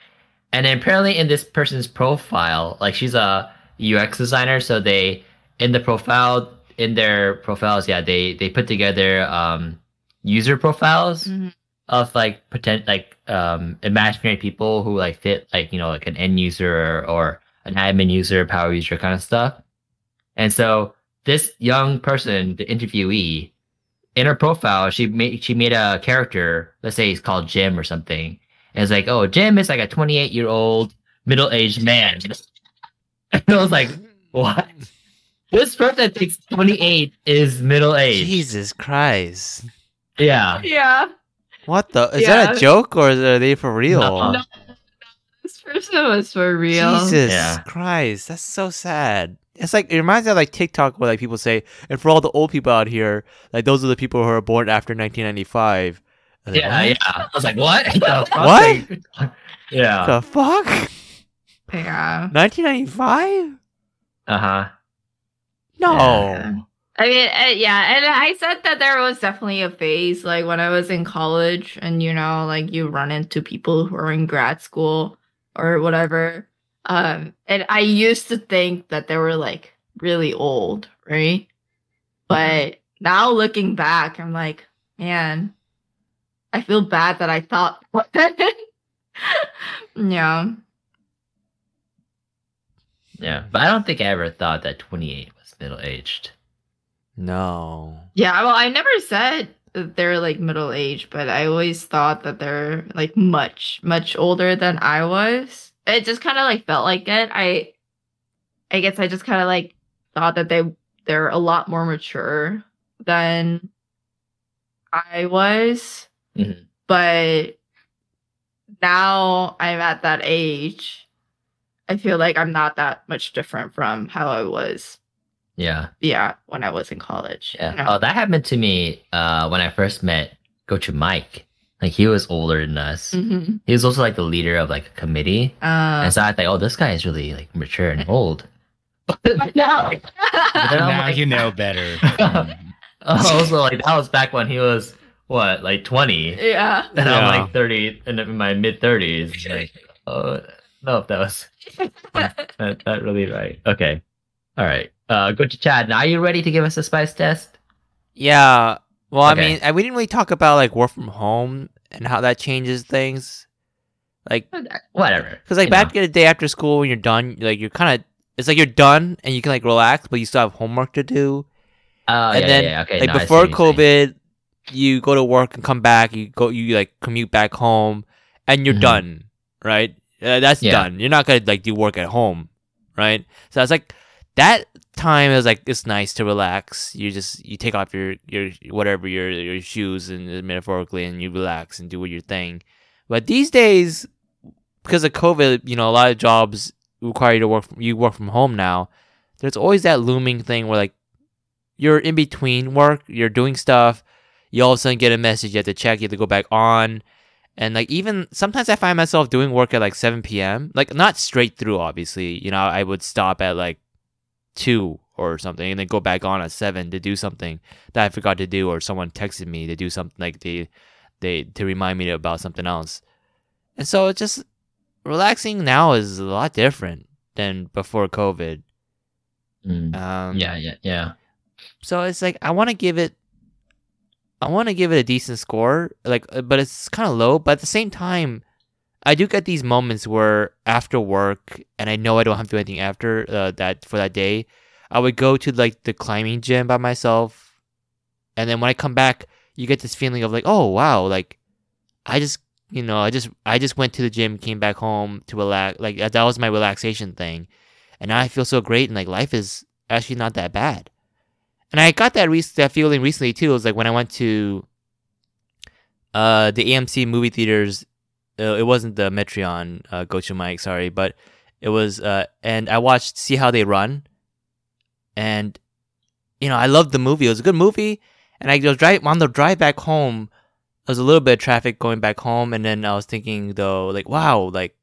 [SPEAKER 2] and then apparently in this person's profile, like she's a UX designer, so they in the profile in their profiles, yeah, they they put together um user profiles
[SPEAKER 3] Mhm.
[SPEAKER 2] of like pretend like um imaginary people who like fit like you know like an end user or, or an admin user power user kind of stuff and so this young person the interviewee in her profile she made she made a character let's say he's called jim or something and it's like oh jim is like a 28 year old middle-aged man and i was like what this person that thinks 28 is middle-aged
[SPEAKER 1] Jesus Christ.
[SPEAKER 2] yeah
[SPEAKER 3] Yeah,
[SPEAKER 1] What the? Is that
[SPEAKER 3] Yeah.
[SPEAKER 1] a joke or are they for real?
[SPEAKER 2] No.
[SPEAKER 3] No, this person was for real.
[SPEAKER 1] Jesus
[SPEAKER 2] Yeah.
[SPEAKER 1] Christ, that's so sad. It's like it reminds me of like TikTok where like people say, and for all the old people out here, like those are the people who are born after 1995. I was like,
[SPEAKER 2] Yeah, yeah. I was like, what? The fuck?
[SPEAKER 1] What? What
[SPEAKER 2] yeah.
[SPEAKER 1] the fuck?
[SPEAKER 3] Yeah.
[SPEAKER 1] 1995?
[SPEAKER 2] uh huh.
[SPEAKER 1] No.
[SPEAKER 3] Yeah. I mean, uh, yeah, and I said that there was definitely a phase, like when I was in college, and you know, like you run into people who are in grad school or whatever. Um, and I used to think that they were like really old, right? But now looking back, I'm like, man, I feel bad that I thought. yeah,
[SPEAKER 2] Yeah. But I don't think I ever thought that 28 was middle aged.
[SPEAKER 1] No.
[SPEAKER 3] yeah. Well, I never said that they're like middle aged, but I always thought that they're like much, much older than I was. It just kind of like felt like it. I, I guess I just kind of like thought that they they're a lot more mature than I was.
[SPEAKER 2] Mhm.
[SPEAKER 3] But now I'm at that age. I feel like I'm not that much different from how I was
[SPEAKER 2] Yeah.
[SPEAKER 3] yeah, when I was in college.
[SPEAKER 2] Yeah.
[SPEAKER 3] No.
[SPEAKER 2] Oh, that happened to me uh, when I first met Coach Mike. Like, he was older than us.
[SPEAKER 3] Mhm.
[SPEAKER 2] He was also like the leader of like a committee.
[SPEAKER 3] Uh,
[SPEAKER 2] and so I thought, oh, this guy is really like mature and old. But now, but then I'm
[SPEAKER 4] now
[SPEAKER 2] like-
[SPEAKER 4] you know better. Mm.
[SPEAKER 2] also, like, that was back when he was, what, like 20?
[SPEAKER 3] yeah.
[SPEAKER 2] and
[SPEAKER 1] Yeah.
[SPEAKER 2] I'm like 30 and in my mid 30s. Like, oh, no, if that was not, not really right. Okay. All right. Uh, go to Chad. Now, are you ready to give us a spice test?
[SPEAKER 1] Yeah. Well, I
[SPEAKER 2] Okay.
[SPEAKER 1] mean, I, we didn't really talk about like work from home and how that changes things. Like,
[SPEAKER 2] Whatever.
[SPEAKER 1] Because like
[SPEAKER 2] you
[SPEAKER 1] back
[SPEAKER 2] know.
[SPEAKER 1] in the day after school, when you're done, like you're kind of it's like you're done and you can like relax, but you still have homework to do.
[SPEAKER 2] Oh,
[SPEAKER 1] and
[SPEAKER 2] yeah,
[SPEAKER 1] then,
[SPEAKER 2] yeah, yeah. Okay.
[SPEAKER 1] like
[SPEAKER 2] now I see
[SPEAKER 1] before
[SPEAKER 2] what you're saying.
[SPEAKER 1] COVID, you go to work and come back. You go, you like commute back home, and you're
[SPEAKER 2] Mhm.
[SPEAKER 1] done, right? Uh, that's
[SPEAKER 2] Yeah.
[SPEAKER 1] done. You're not gonna like do work at home, right? So it's like that time is like it's nice to relax. You just you take off your your whatever your your shoes and uh, metaphorically, and you relax and do your thing. But these days, because of COVID, you know, a lot of jobs require you to work. From, you work from home now. There's always that looming thing where like you're in between work, you're doing stuff, you all of a sudden get a message, you have to check, you have to go back on, and like even sometimes I find myself doing work at like 7 p.m. Like not straight through, obviously. You know, I would stop at like two or something, and then go back on at seven to do something that I forgot to do, or someone texted me to do something like they they to remind me about something else. And so it's just relaxing now is a lot different than before COVID.
[SPEAKER 2] Mm.
[SPEAKER 1] Um,
[SPEAKER 2] yeah, yeah, yeah.
[SPEAKER 1] so it's like I want to give it I want to give it a decent score, like, uh, but it's kind of low. But at the same time, I do get these moments where after work, and I know I don't have to do anything after uh, that for that day, I would go to like the climbing gym by myself, and then when I come back, you get this feeling of like, oh wow, like I just you know I just I just went to the gym, came back home to relax, like that that was my relaxation thing, and now I feel so great, and like life is actually not that bad. And I got that re- that feeling recently too. It was like when I went to uh, the AMC movie theaters. Uh, it wasn't the Metreon uh, Gochu Mike, sorry, but it was. Uh, and I watched See How They Run, and you know I loved the movie. It was a good movie. And I was drive on the drive back home. There was a little bit of traffic going back home, and then I was thinking though, like, wow, like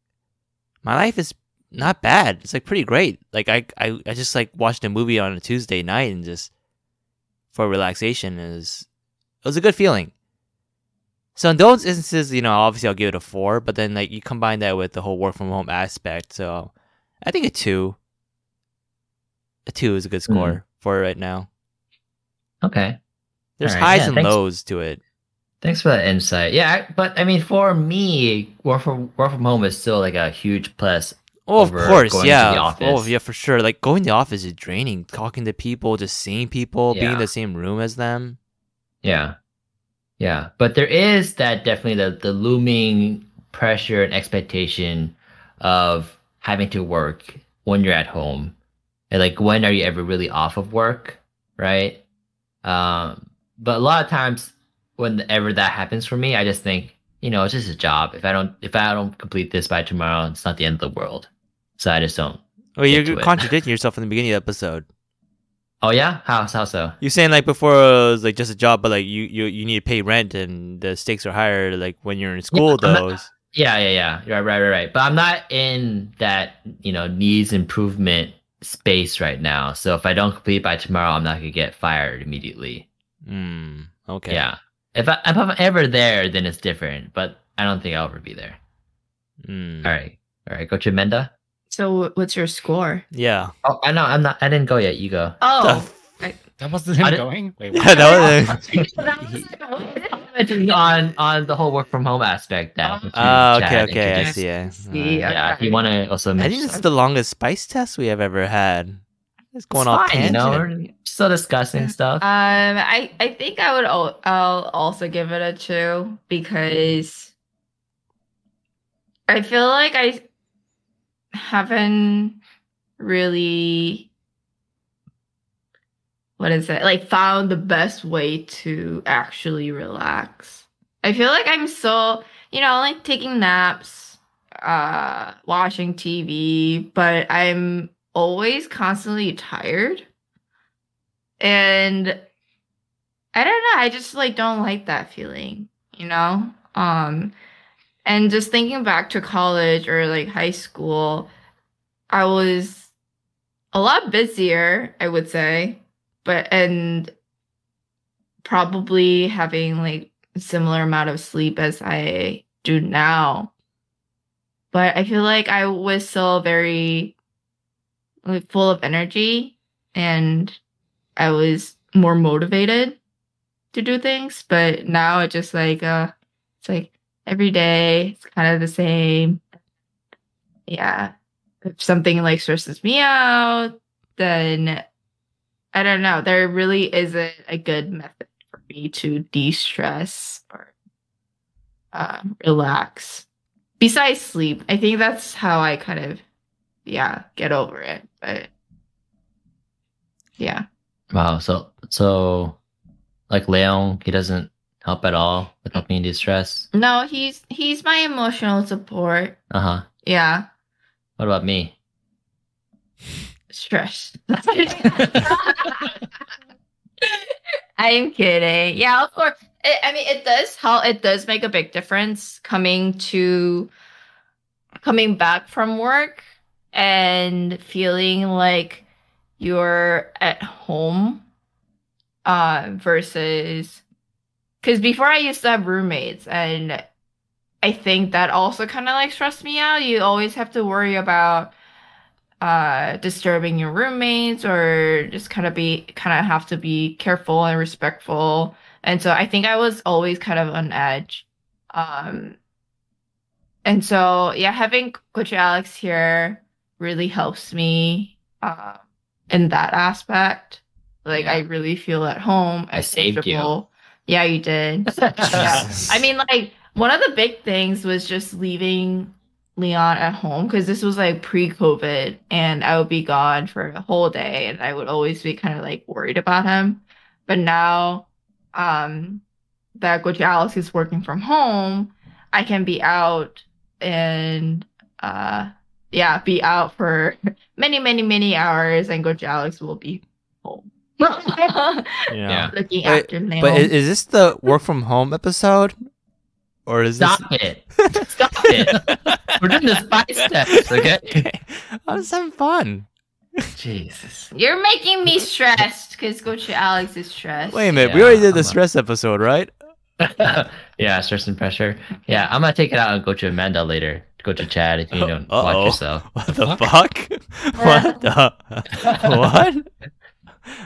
[SPEAKER 1] my life is not bad. It's like pretty great. Like I, I, I just like watched a movie on a Tuesday night and just for relaxation is it was a good feeling. So in those instances, you know, obviously I'll give it a four, but then like you combine that with the whole work from home aspect, so I think a two. A two is a good score for it right now.
[SPEAKER 2] Okay.
[SPEAKER 1] There's
[SPEAKER 2] Alright,
[SPEAKER 1] highs
[SPEAKER 2] yeah,
[SPEAKER 1] and
[SPEAKER 2] thanks.
[SPEAKER 1] lows to it.
[SPEAKER 2] Thanks for that insight. Yeah, I- but I mean, for me, work from work from home is still like a huge plus.
[SPEAKER 1] Oh, of
[SPEAKER 2] Over
[SPEAKER 1] course,
[SPEAKER 2] going to
[SPEAKER 1] yeah.
[SPEAKER 2] the
[SPEAKER 1] oh,
[SPEAKER 2] office.
[SPEAKER 1] yeah, for sure. Like going to the office is draining. Talking to people, just seeing people, being in
[SPEAKER 2] Yeah.
[SPEAKER 1] the same room as them.
[SPEAKER 2] Yeah, yeah. But there is that definitely the the looming pressure and expectation of having to work when you're at home, and like when are you ever really off of work, right? Um, but a lot of times, whenever that happens for me, I just think, you know, it's just a job. If I don't if I don't complete this by tomorrow, it's not the end of the world. So I just don't.
[SPEAKER 1] Well,
[SPEAKER 2] Get
[SPEAKER 1] you're
[SPEAKER 2] to it.
[SPEAKER 1] contradicting yourself in the beginning of the episode.
[SPEAKER 2] Oh yeah, how how so?
[SPEAKER 1] You're saying like before uh, it was like just a job, but like you, you you need to pay rent and the stakes are higher. Like when you're in school,
[SPEAKER 2] I'm not-
[SPEAKER 1] though. it's-
[SPEAKER 2] Yeah, yeah, yeah. You're Right, right, right, right. But I'm not in that, you know, needs improvement space right now. So if I don't complete by tomorrow, I'm not gonna get fired immediately.
[SPEAKER 1] Mm, okay.
[SPEAKER 2] Yeah. If, I, if I'm ever there, then it's different. But I don't think I'll ever be there.
[SPEAKER 1] Mm.
[SPEAKER 2] All right, all right. Go to Menda.
[SPEAKER 3] So wh- what's your score?
[SPEAKER 1] Yeah.
[SPEAKER 2] Oh, I know. I'm not. I didn't go yet. You go.
[SPEAKER 1] The
[SPEAKER 3] Oh,
[SPEAKER 1] f-
[SPEAKER 4] That wasn't him
[SPEAKER 2] I didn't-
[SPEAKER 4] going. Wait,
[SPEAKER 1] yeah, that was.
[SPEAKER 3] that was like, oh,
[SPEAKER 2] on on the whole work from home aspect. That
[SPEAKER 3] Oh.
[SPEAKER 2] between
[SPEAKER 1] Oh,
[SPEAKER 2] Chad
[SPEAKER 1] okay,
[SPEAKER 2] and
[SPEAKER 1] okay, I
[SPEAKER 2] Jack.
[SPEAKER 1] see. Yeah.
[SPEAKER 3] See,
[SPEAKER 1] Alright.
[SPEAKER 2] Um, Yeah, if you want to also
[SPEAKER 1] I
[SPEAKER 2] mention.
[SPEAKER 1] think this is the longest spice test we have ever had. It's going off
[SPEAKER 2] fine, you
[SPEAKER 1] tangent.
[SPEAKER 2] know, we're still discussing stuff.
[SPEAKER 3] Um, I I think I would al- I'll also give it a two because I feel like I haven't really what is it like found the best way to actually relax. I feel like I'm so you know like taking naps, uh, watching TV, but I'm always constantly tired and i don't know i just like don't like that feeling you know um and just thinking back to college or like high school i was a lot busier i would say but and probably having like similar amount of sleep as i do now but i feel like i was still very like full of energy and I was more motivated to do things, but now it just like uh it's like every day it's kind of the same. Yeah. If something like stresses me out, then I don't know. There really isn't a good method for me to de-stress or uh, relax. Besides sleep, I think that's how I kind of yeah, get over it. But yeah.
[SPEAKER 2] Wow. So so, like Leon, he doesn't help at all with helping you stress.
[SPEAKER 3] No, he's he's my emotional support.
[SPEAKER 2] Uh huh.
[SPEAKER 3] Yeah,
[SPEAKER 2] What about me?
[SPEAKER 3] stress. I'm kidding. Yeah, of course. It, I mean, it does help. It does make a big difference coming to coming back from work and feeling like you're at home uh, versus because before I used to have roommates and I think that also kind of like stressed me out. You always have to worry about uh disturbing your roommates or just kind of be kind of have to be careful and respectful And so I think I was always kind of on edge. Um, and so yeah, having Coach Alex here really helps me uh, in that aspect. Like
[SPEAKER 2] Yeah.
[SPEAKER 3] I really feel at home.
[SPEAKER 2] I
[SPEAKER 3] and
[SPEAKER 2] saved you.
[SPEAKER 3] comfortable. Yeah, you did. yeah. I mean, like one of the big things was just leaving Leon at home because this was like pre-COVID, and I would be gone for a whole day, and I would always be kind of like worried about him. But now, um, that Coach Alex is working from home, I can be out and uh, yeah, be out for many, many, many hours, and Coach Alex will be home.
[SPEAKER 2] Yeah.
[SPEAKER 3] Looking
[SPEAKER 1] Wait,
[SPEAKER 3] after Leon.
[SPEAKER 1] But is, is this the work from home episode, or is this?
[SPEAKER 2] Stop it. Stop it. We're doing this five steps, okay?
[SPEAKER 1] I'm just having fun.
[SPEAKER 2] Jesus.
[SPEAKER 3] You're making me stressed because Coach Alex is stressed.
[SPEAKER 1] Wait a minute, we already did the
[SPEAKER 2] I'm a-
[SPEAKER 1] stress episode, right?
[SPEAKER 2] yeah, stress and pressure. Yeah, I'm gonna take it out and go to Amanda later. Go to Chad if you don't
[SPEAKER 1] Uh-oh.
[SPEAKER 2] watch yourself.
[SPEAKER 1] What the fuck? what the? what?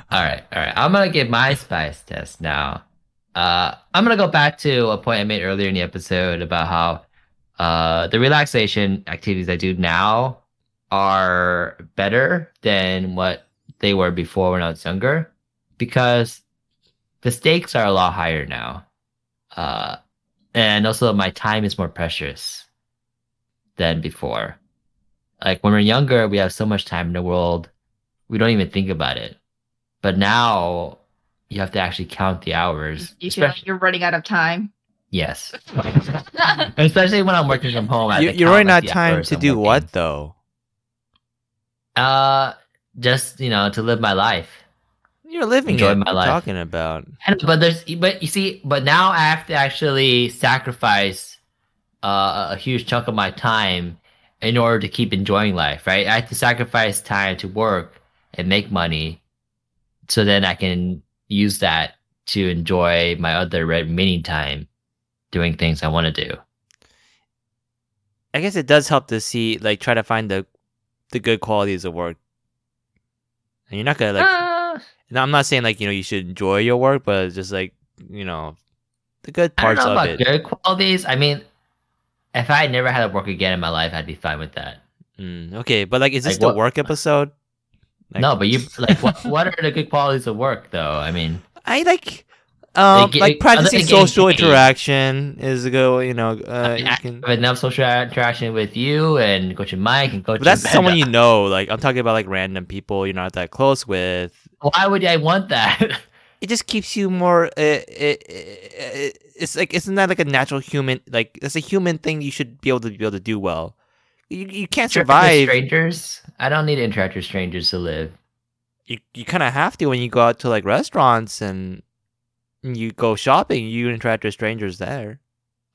[SPEAKER 2] All right, all right. I'm gonna give my spice test now. Uh, I'm gonna go back to a point I made earlier in the episode about how uh, the relaxation activities I do now are better than what they were before when I was younger, because the stakes are a lot higher now, uh, and also my time is more precious than before. Like when we're younger, we have so much time in the world, we don't even think about it. But now you have to actually count the hours.
[SPEAKER 3] You feel
[SPEAKER 2] especially-
[SPEAKER 3] like you're running out of time.
[SPEAKER 2] yes. especially when I'm working from home. I have
[SPEAKER 1] You,
[SPEAKER 2] to
[SPEAKER 1] you're
[SPEAKER 2] count,
[SPEAKER 1] running
[SPEAKER 2] like,
[SPEAKER 1] out
[SPEAKER 2] the
[SPEAKER 1] time
[SPEAKER 2] hours
[SPEAKER 1] to
[SPEAKER 2] I'm
[SPEAKER 1] do
[SPEAKER 2] working.
[SPEAKER 1] what though?
[SPEAKER 2] Uh, just you know, to live my life.
[SPEAKER 1] You're living
[SPEAKER 2] Enjoy
[SPEAKER 1] it.
[SPEAKER 2] my
[SPEAKER 1] What
[SPEAKER 2] life.
[SPEAKER 1] are you talking about?
[SPEAKER 2] And, but there's, but you see, but now I have to actually sacrifice uh, a huge chunk of my time in order to keep enjoying life, right? I have to sacrifice time to work and make money, so then I can use that to enjoy my other remaining time doing things I want to do.
[SPEAKER 1] I guess it does help to see, like, try to find the the good qualities of work. And you're not gonna like.
[SPEAKER 3] Uh.
[SPEAKER 2] Ah,
[SPEAKER 1] Now, I'm not saying like you know you should enjoy your work, but it's just like you know the good
[SPEAKER 2] I don't
[SPEAKER 1] parts
[SPEAKER 2] know
[SPEAKER 1] of
[SPEAKER 2] about
[SPEAKER 1] it.
[SPEAKER 2] good qualities. I mean, if I never had to work again in my life, I'd be fine with that.
[SPEAKER 1] Mm, okay, but like, is this the
[SPEAKER 2] Like what-
[SPEAKER 1] work episode? Like-
[SPEAKER 2] no, but you like what? What are the good qualities of work, though? I mean,
[SPEAKER 1] I like, um,
[SPEAKER 2] Like,
[SPEAKER 1] like
[SPEAKER 2] uh,
[SPEAKER 1] practicing
[SPEAKER 2] other than
[SPEAKER 1] social
[SPEAKER 2] getting paid.
[SPEAKER 1] interaction is a good. You know, uh,
[SPEAKER 2] I mean,
[SPEAKER 1] you
[SPEAKER 2] I
[SPEAKER 1] can.
[SPEAKER 2] have enough social interaction with you and Coach Mike and Coach.
[SPEAKER 1] But that's
[SPEAKER 2] Amanda.
[SPEAKER 1] someone you know. Like I'm talking about, like random people you're not that close with.
[SPEAKER 2] Why would I want that?
[SPEAKER 1] It just keeps you more. Uh, it, it, it's like isn't that like a natural human? Like that's a human thing you should be able to be able to do well. You, you can't
[SPEAKER 2] Interact with
[SPEAKER 1] survive
[SPEAKER 2] strangers. I don't need to interact with strangers to live.
[SPEAKER 1] you you kind of have to when you go out to like restaurants and you go shopping, you interact with strangers there.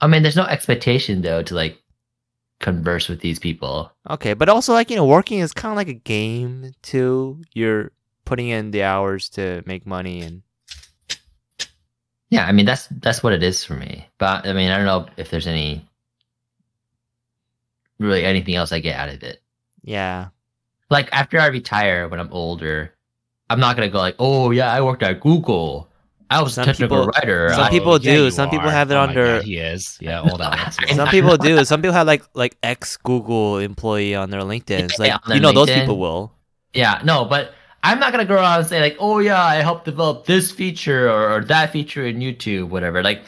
[SPEAKER 2] I mean, there's no expectation though to like converse with these people.
[SPEAKER 1] Okay, but also like you know, working is kind of like a game too. You're putting in the hours to make money, and
[SPEAKER 2] Yeah, I mean that's that's what it is for me. But I mean, I don't know if there's any really anything else I get out of it.
[SPEAKER 1] yeah,
[SPEAKER 2] like after I retire when I'm older, I'm not gonna go like, oh yeah, I worked at Google. I was
[SPEAKER 1] Some
[SPEAKER 2] a technical
[SPEAKER 1] people-
[SPEAKER 2] writer. Oh,
[SPEAKER 1] some
[SPEAKER 2] I-
[SPEAKER 1] people
[SPEAKER 4] yeah,
[SPEAKER 1] do.
[SPEAKER 4] you
[SPEAKER 1] Some people
[SPEAKER 4] are.
[SPEAKER 1] have it
[SPEAKER 4] Oh my
[SPEAKER 1] under-
[SPEAKER 4] God, he is. Yeah, old Alex.
[SPEAKER 2] And
[SPEAKER 1] some
[SPEAKER 2] I-
[SPEAKER 1] people do. Some people have like like ex Google employee on their LinkedIn. It's
[SPEAKER 2] Yeah,
[SPEAKER 1] like
[SPEAKER 2] on their
[SPEAKER 1] you know those
[SPEAKER 2] LinkedIn.
[SPEAKER 1] people will.
[SPEAKER 2] yeah, no, but I'm not gonna go around and say like, oh yeah, I helped develop this feature or, or that feature in YouTube, whatever. Like,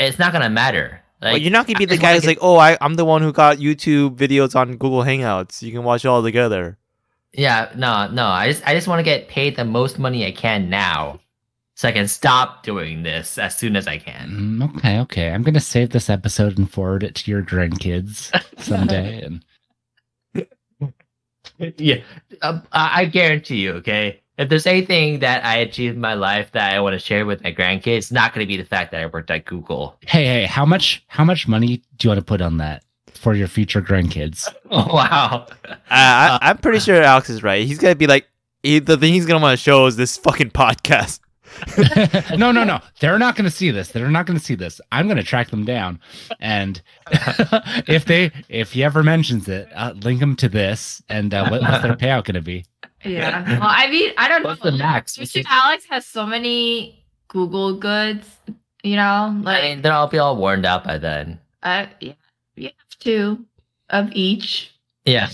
[SPEAKER 2] it's not gonna matter. Like,
[SPEAKER 1] But you're not gonna be
[SPEAKER 2] I
[SPEAKER 1] the
[SPEAKER 2] just
[SPEAKER 1] guy
[SPEAKER 2] wanna
[SPEAKER 1] who's
[SPEAKER 2] get-
[SPEAKER 1] like, oh, I, I'm the one who got YouTube videos on Google Hangouts. You can watch it all together.
[SPEAKER 2] yeah, no, no. I just I just want to get paid the most money I can now, so I can stop doing this as soon as I can.
[SPEAKER 4] Mm, okay, okay. I'm gonna save this episode and forward it to your grandkids someday. And
[SPEAKER 2] yeah, uh, I I guarantee you. Okay, if there's anything that I achieved in my life that I want to share with my grandkids, it's not going to be the fact that I worked at Google.
[SPEAKER 4] hey, hey, how much how much money do you want to put on that for your future grandkids?
[SPEAKER 2] Oh, wow.
[SPEAKER 1] I, I, I'm pretty sure Alex is right. He's gonna be like, he, the thing he's gonna want to show is this fucking podcast.
[SPEAKER 4] no, no, no. They're not going to see this. They're not going to see this. I'm going to track them down, and if they, if he ever mentions it, uh, link them to this. And uh, what, what's their payout going to be?
[SPEAKER 3] Yeah. Well, I mean, I don't
[SPEAKER 2] What's
[SPEAKER 3] know.
[SPEAKER 2] the max?
[SPEAKER 3] Mr. Alex has so many Google goods, you know,
[SPEAKER 2] I
[SPEAKER 3] like
[SPEAKER 2] mean, they'll all be all worn out by then.
[SPEAKER 3] I yeah, you have two of each.
[SPEAKER 2] Yeah.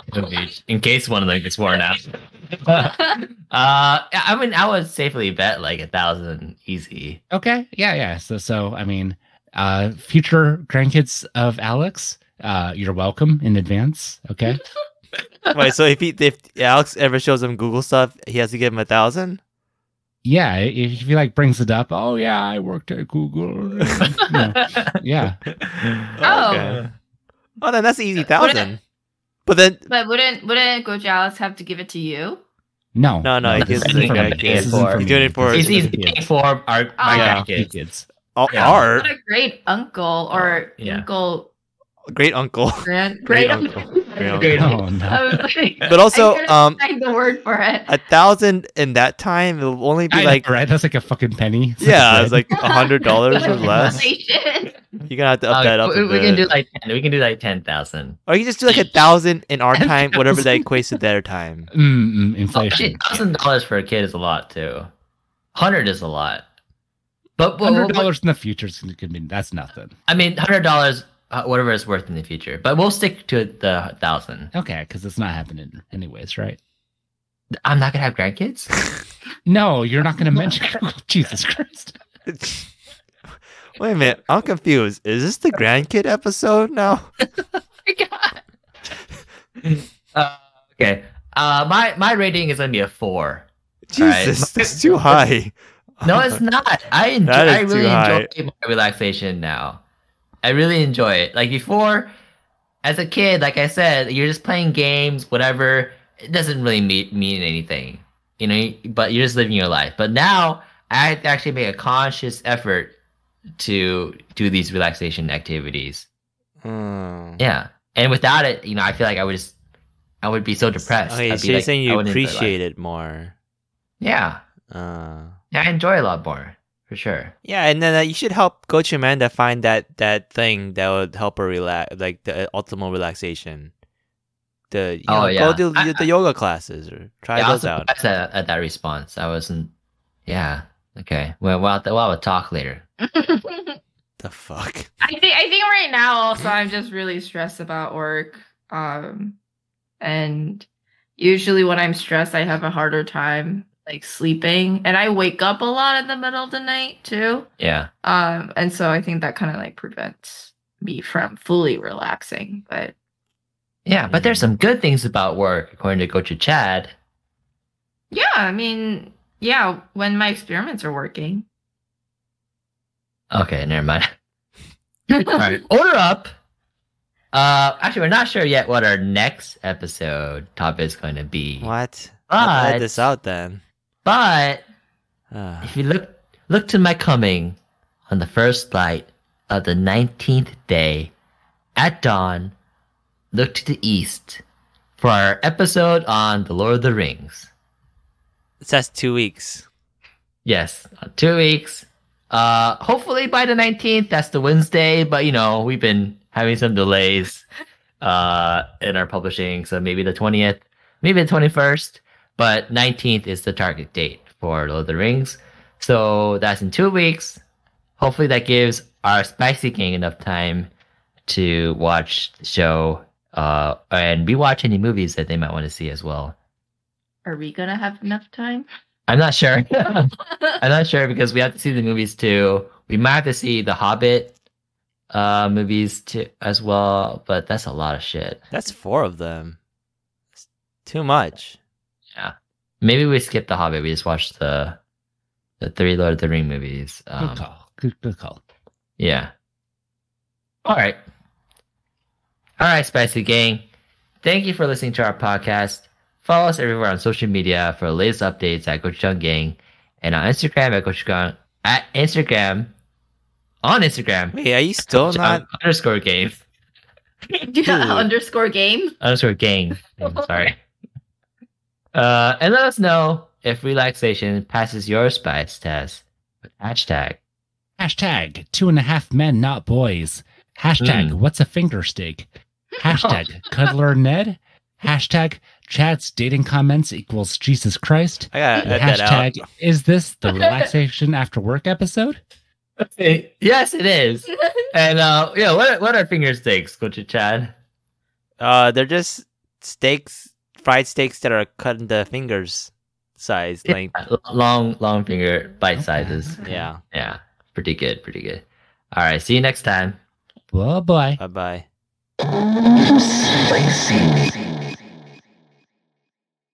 [SPEAKER 2] In case one of them gets worn out. uh, I mean, I would safely bet like a thousand easy.
[SPEAKER 4] Okay. Yeah, yeah. So so I mean, uh future grandkids of Alex, uh you're welcome in advance, okay?
[SPEAKER 1] Wait, so if he if Alex ever shows him Google stuff, he has to give him a thousand.
[SPEAKER 4] yeah, if he like brings it up, "Oh yeah, I worked at Google." You know, yeah.
[SPEAKER 3] Oh.
[SPEAKER 1] Oh, then that's an easy
[SPEAKER 3] But it-
[SPEAKER 1] thousand. But then
[SPEAKER 3] But wouldn't wouldn't Coach Alex have to give it to you?
[SPEAKER 4] No.
[SPEAKER 1] No, no, it
[SPEAKER 4] this
[SPEAKER 1] gives
[SPEAKER 4] isn't
[SPEAKER 1] the
[SPEAKER 4] for me.
[SPEAKER 1] grandkids.
[SPEAKER 4] This isn't
[SPEAKER 2] He's
[SPEAKER 4] me.
[SPEAKER 1] doing it for-
[SPEAKER 4] This
[SPEAKER 2] It's
[SPEAKER 4] isn't
[SPEAKER 2] easy
[SPEAKER 4] for kids.
[SPEAKER 2] for our my
[SPEAKER 3] yeah.
[SPEAKER 2] grandkids.
[SPEAKER 4] kids.
[SPEAKER 1] all,
[SPEAKER 2] Yeah.
[SPEAKER 1] uh, our
[SPEAKER 3] What a great uncle or
[SPEAKER 2] Yeah.
[SPEAKER 3] uncle
[SPEAKER 1] great uncle.
[SPEAKER 3] grand
[SPEAKER 1] Great
[SPEAKER 3] great
[SPEAKER 1] uncle.
[SPEAKER 3] uncle.
[SPEAKER 1] Great uncle.
[SPEAKER 2] Great.
[SPEAKER 4] Oh no.
[SPEAKER 1] But also, um,
[SPEAKER 3] find the word for it.
[SPEAKER 1] A thousand in that time, it'll only be
[SPEAKER 4] I know,
[SPEAKER 1] like
[SPEAKER 4] right? That's like a fucking penny. It's
[SPEAKER 1] yeah,
[SPEAKER 4] a
[SPEAKER 1] it's like a hundred dollars or less.
[SPEAKER 3] Inflation.
[SPEAKER 1] You're gonna have to up
[SPEAKER 2] Oh,
[SPEAKER 1] that up.
[SPEAKER 2] we,
[SPEAKER 1] a
[SPEAKER 2] we can
[SPEAKER 1] bit.
[SPEAKER 2] do like ten. We can do like ten thousand.
[SPEAKER 1] Or you can just do like a thousand in our time, whatever that
[SPEAKER 4] 10,000.
[SPEAKER 1] equates to their time.
[SPEAKER 4] bread. Mm, mm, inflation.
[SPEAKER 2] Thousand dollars for a kid is a lot too. Hundred is a lot. But what,
[SPEAKER 4] Hundred
[SPEAKER 2] what-
[SPEAKER 4] dollars in the future is gonna be that's nothing.
[SPEAKER 2] I mean, hundred dollars, uh, whatever it's worth in the future. But we'll stick to the thousand.
[SPEAKER 4] Okay, because it's not happening anyways, right?
[SPEAKER 2] I'm not gonna have grandkids.
[SPEAKER 4] No, you're not gonna mention Jesus Christ.
[SPEAKER 1] Wait a minute, I'm confused. Is this the grandkid episode now?
[SPEAKER 2] Uh, okay. Uh, my my rating is gonna be a four. right.
[SPEAKER 1] Jesus, that's too high.
[SPEAKER 2] No, it's not. I enjoy.
[SPEAKER 1] That is
[SPEAKER 2] I really
[SPEAKER 1] too high.
[SPEAKER 2] enjoy my relaxation now. I really enjoy it. Like before, as a kid, like I said, you're just playing games, whatever. It doesn't really mean mean anything, you know. But you're just living your life. But now, I have to actually make a conscious effort to do these relaxation activities.
[SPEAKER 1] Hmm.
[SPEAKER 2] Yeah, and without it, you know, I feel like I would just, I would be so depressed.
[SPEAKER 1] Okay,
[SPEAKER 2] I'd
[SPEAKER 1] so
[SPEAKER 2] be
[SPEAKER 1] you're
[SPEAKER 2] like,
[SPEAKER 1] saying
[SPEAKER 2] I
[SPEAKER 1] you
[SPEAKER 2] wouldn't enjoy life.
[SPEAKER 1] appreciate it more.
[SPEAKER 2] Yeah,
[SPEAKER 1] Uh,
[SPEAKER 2] Yeah, I enjoy it a lot more for sure.
[SPEAKER 1] yeah, and then uh, you should help Coach Amanda find that that thing that would help her relax, like the ultimate relaxation. The you
[SPEAKER 2] Oh,
[SPEAKER 1] know,
[SPEAKER 2] yeah.
[SPEAKER 1] go do
[SPEAKER 2] I-
[SPEAKER 1] the yoga classes or try
[SPEAKER 2] Yeah, I was
[SPEAKER 1] those out.
[SPEAKER 2] surprised at, at that response. I wasn't. Yeah. Okay. Well, well, th- well, we'll talk later.
[SPEAKER 1] The fuck.
[SPEAKER 3] I think I think right now also I'm just really stressed about work. Um and usually when I'm stressed I have a harder time like sleeping and I wake up a lot in the middle of the night too.
[SPEAKER 2] Yeah.
[SPEAKER 3] Um and so I think that kind of like prevents me from fully relaxing, but
[SPEAKER 2] Yeah, but there's some good things about work, according to Coach Chad.
[SPEAKER 3] yeah, I mean, yeah, when my experiments are working.
[SPEAKER 2] Okay, never mind. All right, order up. Uh, actually, we're not sure yet what our next episode topic is going to be.
[SPEAKER 1] What? I'll
[SPEAKER 2] But
[SPEAKER 1] edit this out then.
[SPEAKER 2] but
[SPEAKER 1] Uh,
[SPEAKER 2] if you look look to my coming on the first light of the nineteenth day at dawn, look to the east for our episode on the Lord of the Rings.
[SPEAKER 1] it says two weeks.
[SPEAKER 2] Yes, two weeks. Uh, hopefully by the nineteenth, that's the Wednesday. But you know, we've been having some delays uh in our publishing, so maybe the twentieth, maybe the twenty-first. But nineteenth is the target date for Lord of the Rings. So that's in two weeks. Hopefully, that gives our spicy gang enough time to watch the show uh and rewatch any movies that they might want to see as well.
[SPEAKER 3] Are we gonna have enough time?
[SPEAKER 2] I'm not sure. I'm not sure because we have to see the movies too. We might have to see the Hobbit uh movies too as well, but that's a lot of shit.
[SPEAKER 1] That's four of them. It's too much.
[SPEAKER 2] Maybe we skip the Hobbit. We just watch the the three Lord of the Ring movies. Um,
[SPEAKER 4] Good call. Good good call.
[SPEAKER 2] Yeah. All right. All right, Spicy Gang. Thank you for listening to our podcast. Follow us everywhere on social media for the latest updates at Gochujang Gang and on Instagram at Gochujang at Instagram on Instagram
[SPEAKER 1] Wait, are you still
[SPEAKER 2] Gochujang
[SPEAKER 1] not?
[SPEAKER 2] underscore game
[SPEAKER 3] Do not underscore game.
[SPEAKER 2] underscore gang. I'm sorry. Uh, and let us know if relaxation passes your spice test with hashtag.
[SPEAKER 4] Hashtag two and a half men, not
[SPEAKER 1] Mm.
[SPEAKER 4] boys. Hashtag what's a finger steak? Hashtag cuddler Ned. Hashtag Chad's dating comments equals Jesus Christ.
[SPEAKER 1] I gotta
[SPEAKER 4] And
[SPEAKER 1] edit that out.
[SPEAKER 4] hashtag is this the relaxation after work episode?
[SPEAKER 2] yes, it is. And uh, yeah, what what are finger steaks, Coach Chad?
[SPEAKER 1] Uh, they're just steaks, fried steaks that are cut into fingers size
[SPEAKER 2] Yeah.
[SPEAKER 1] length.
[SPEAKER 2] Long long finger bite sizes.
[SPEAKER 1] Yeah.
[SPEAKER 2] Yeah, pretty good, pretty good. All right, see you next time.
[SPEAKER 4] Oh boy.
[SPEAKER 1] Bye bye.
[SPEAKER 6] Spicy.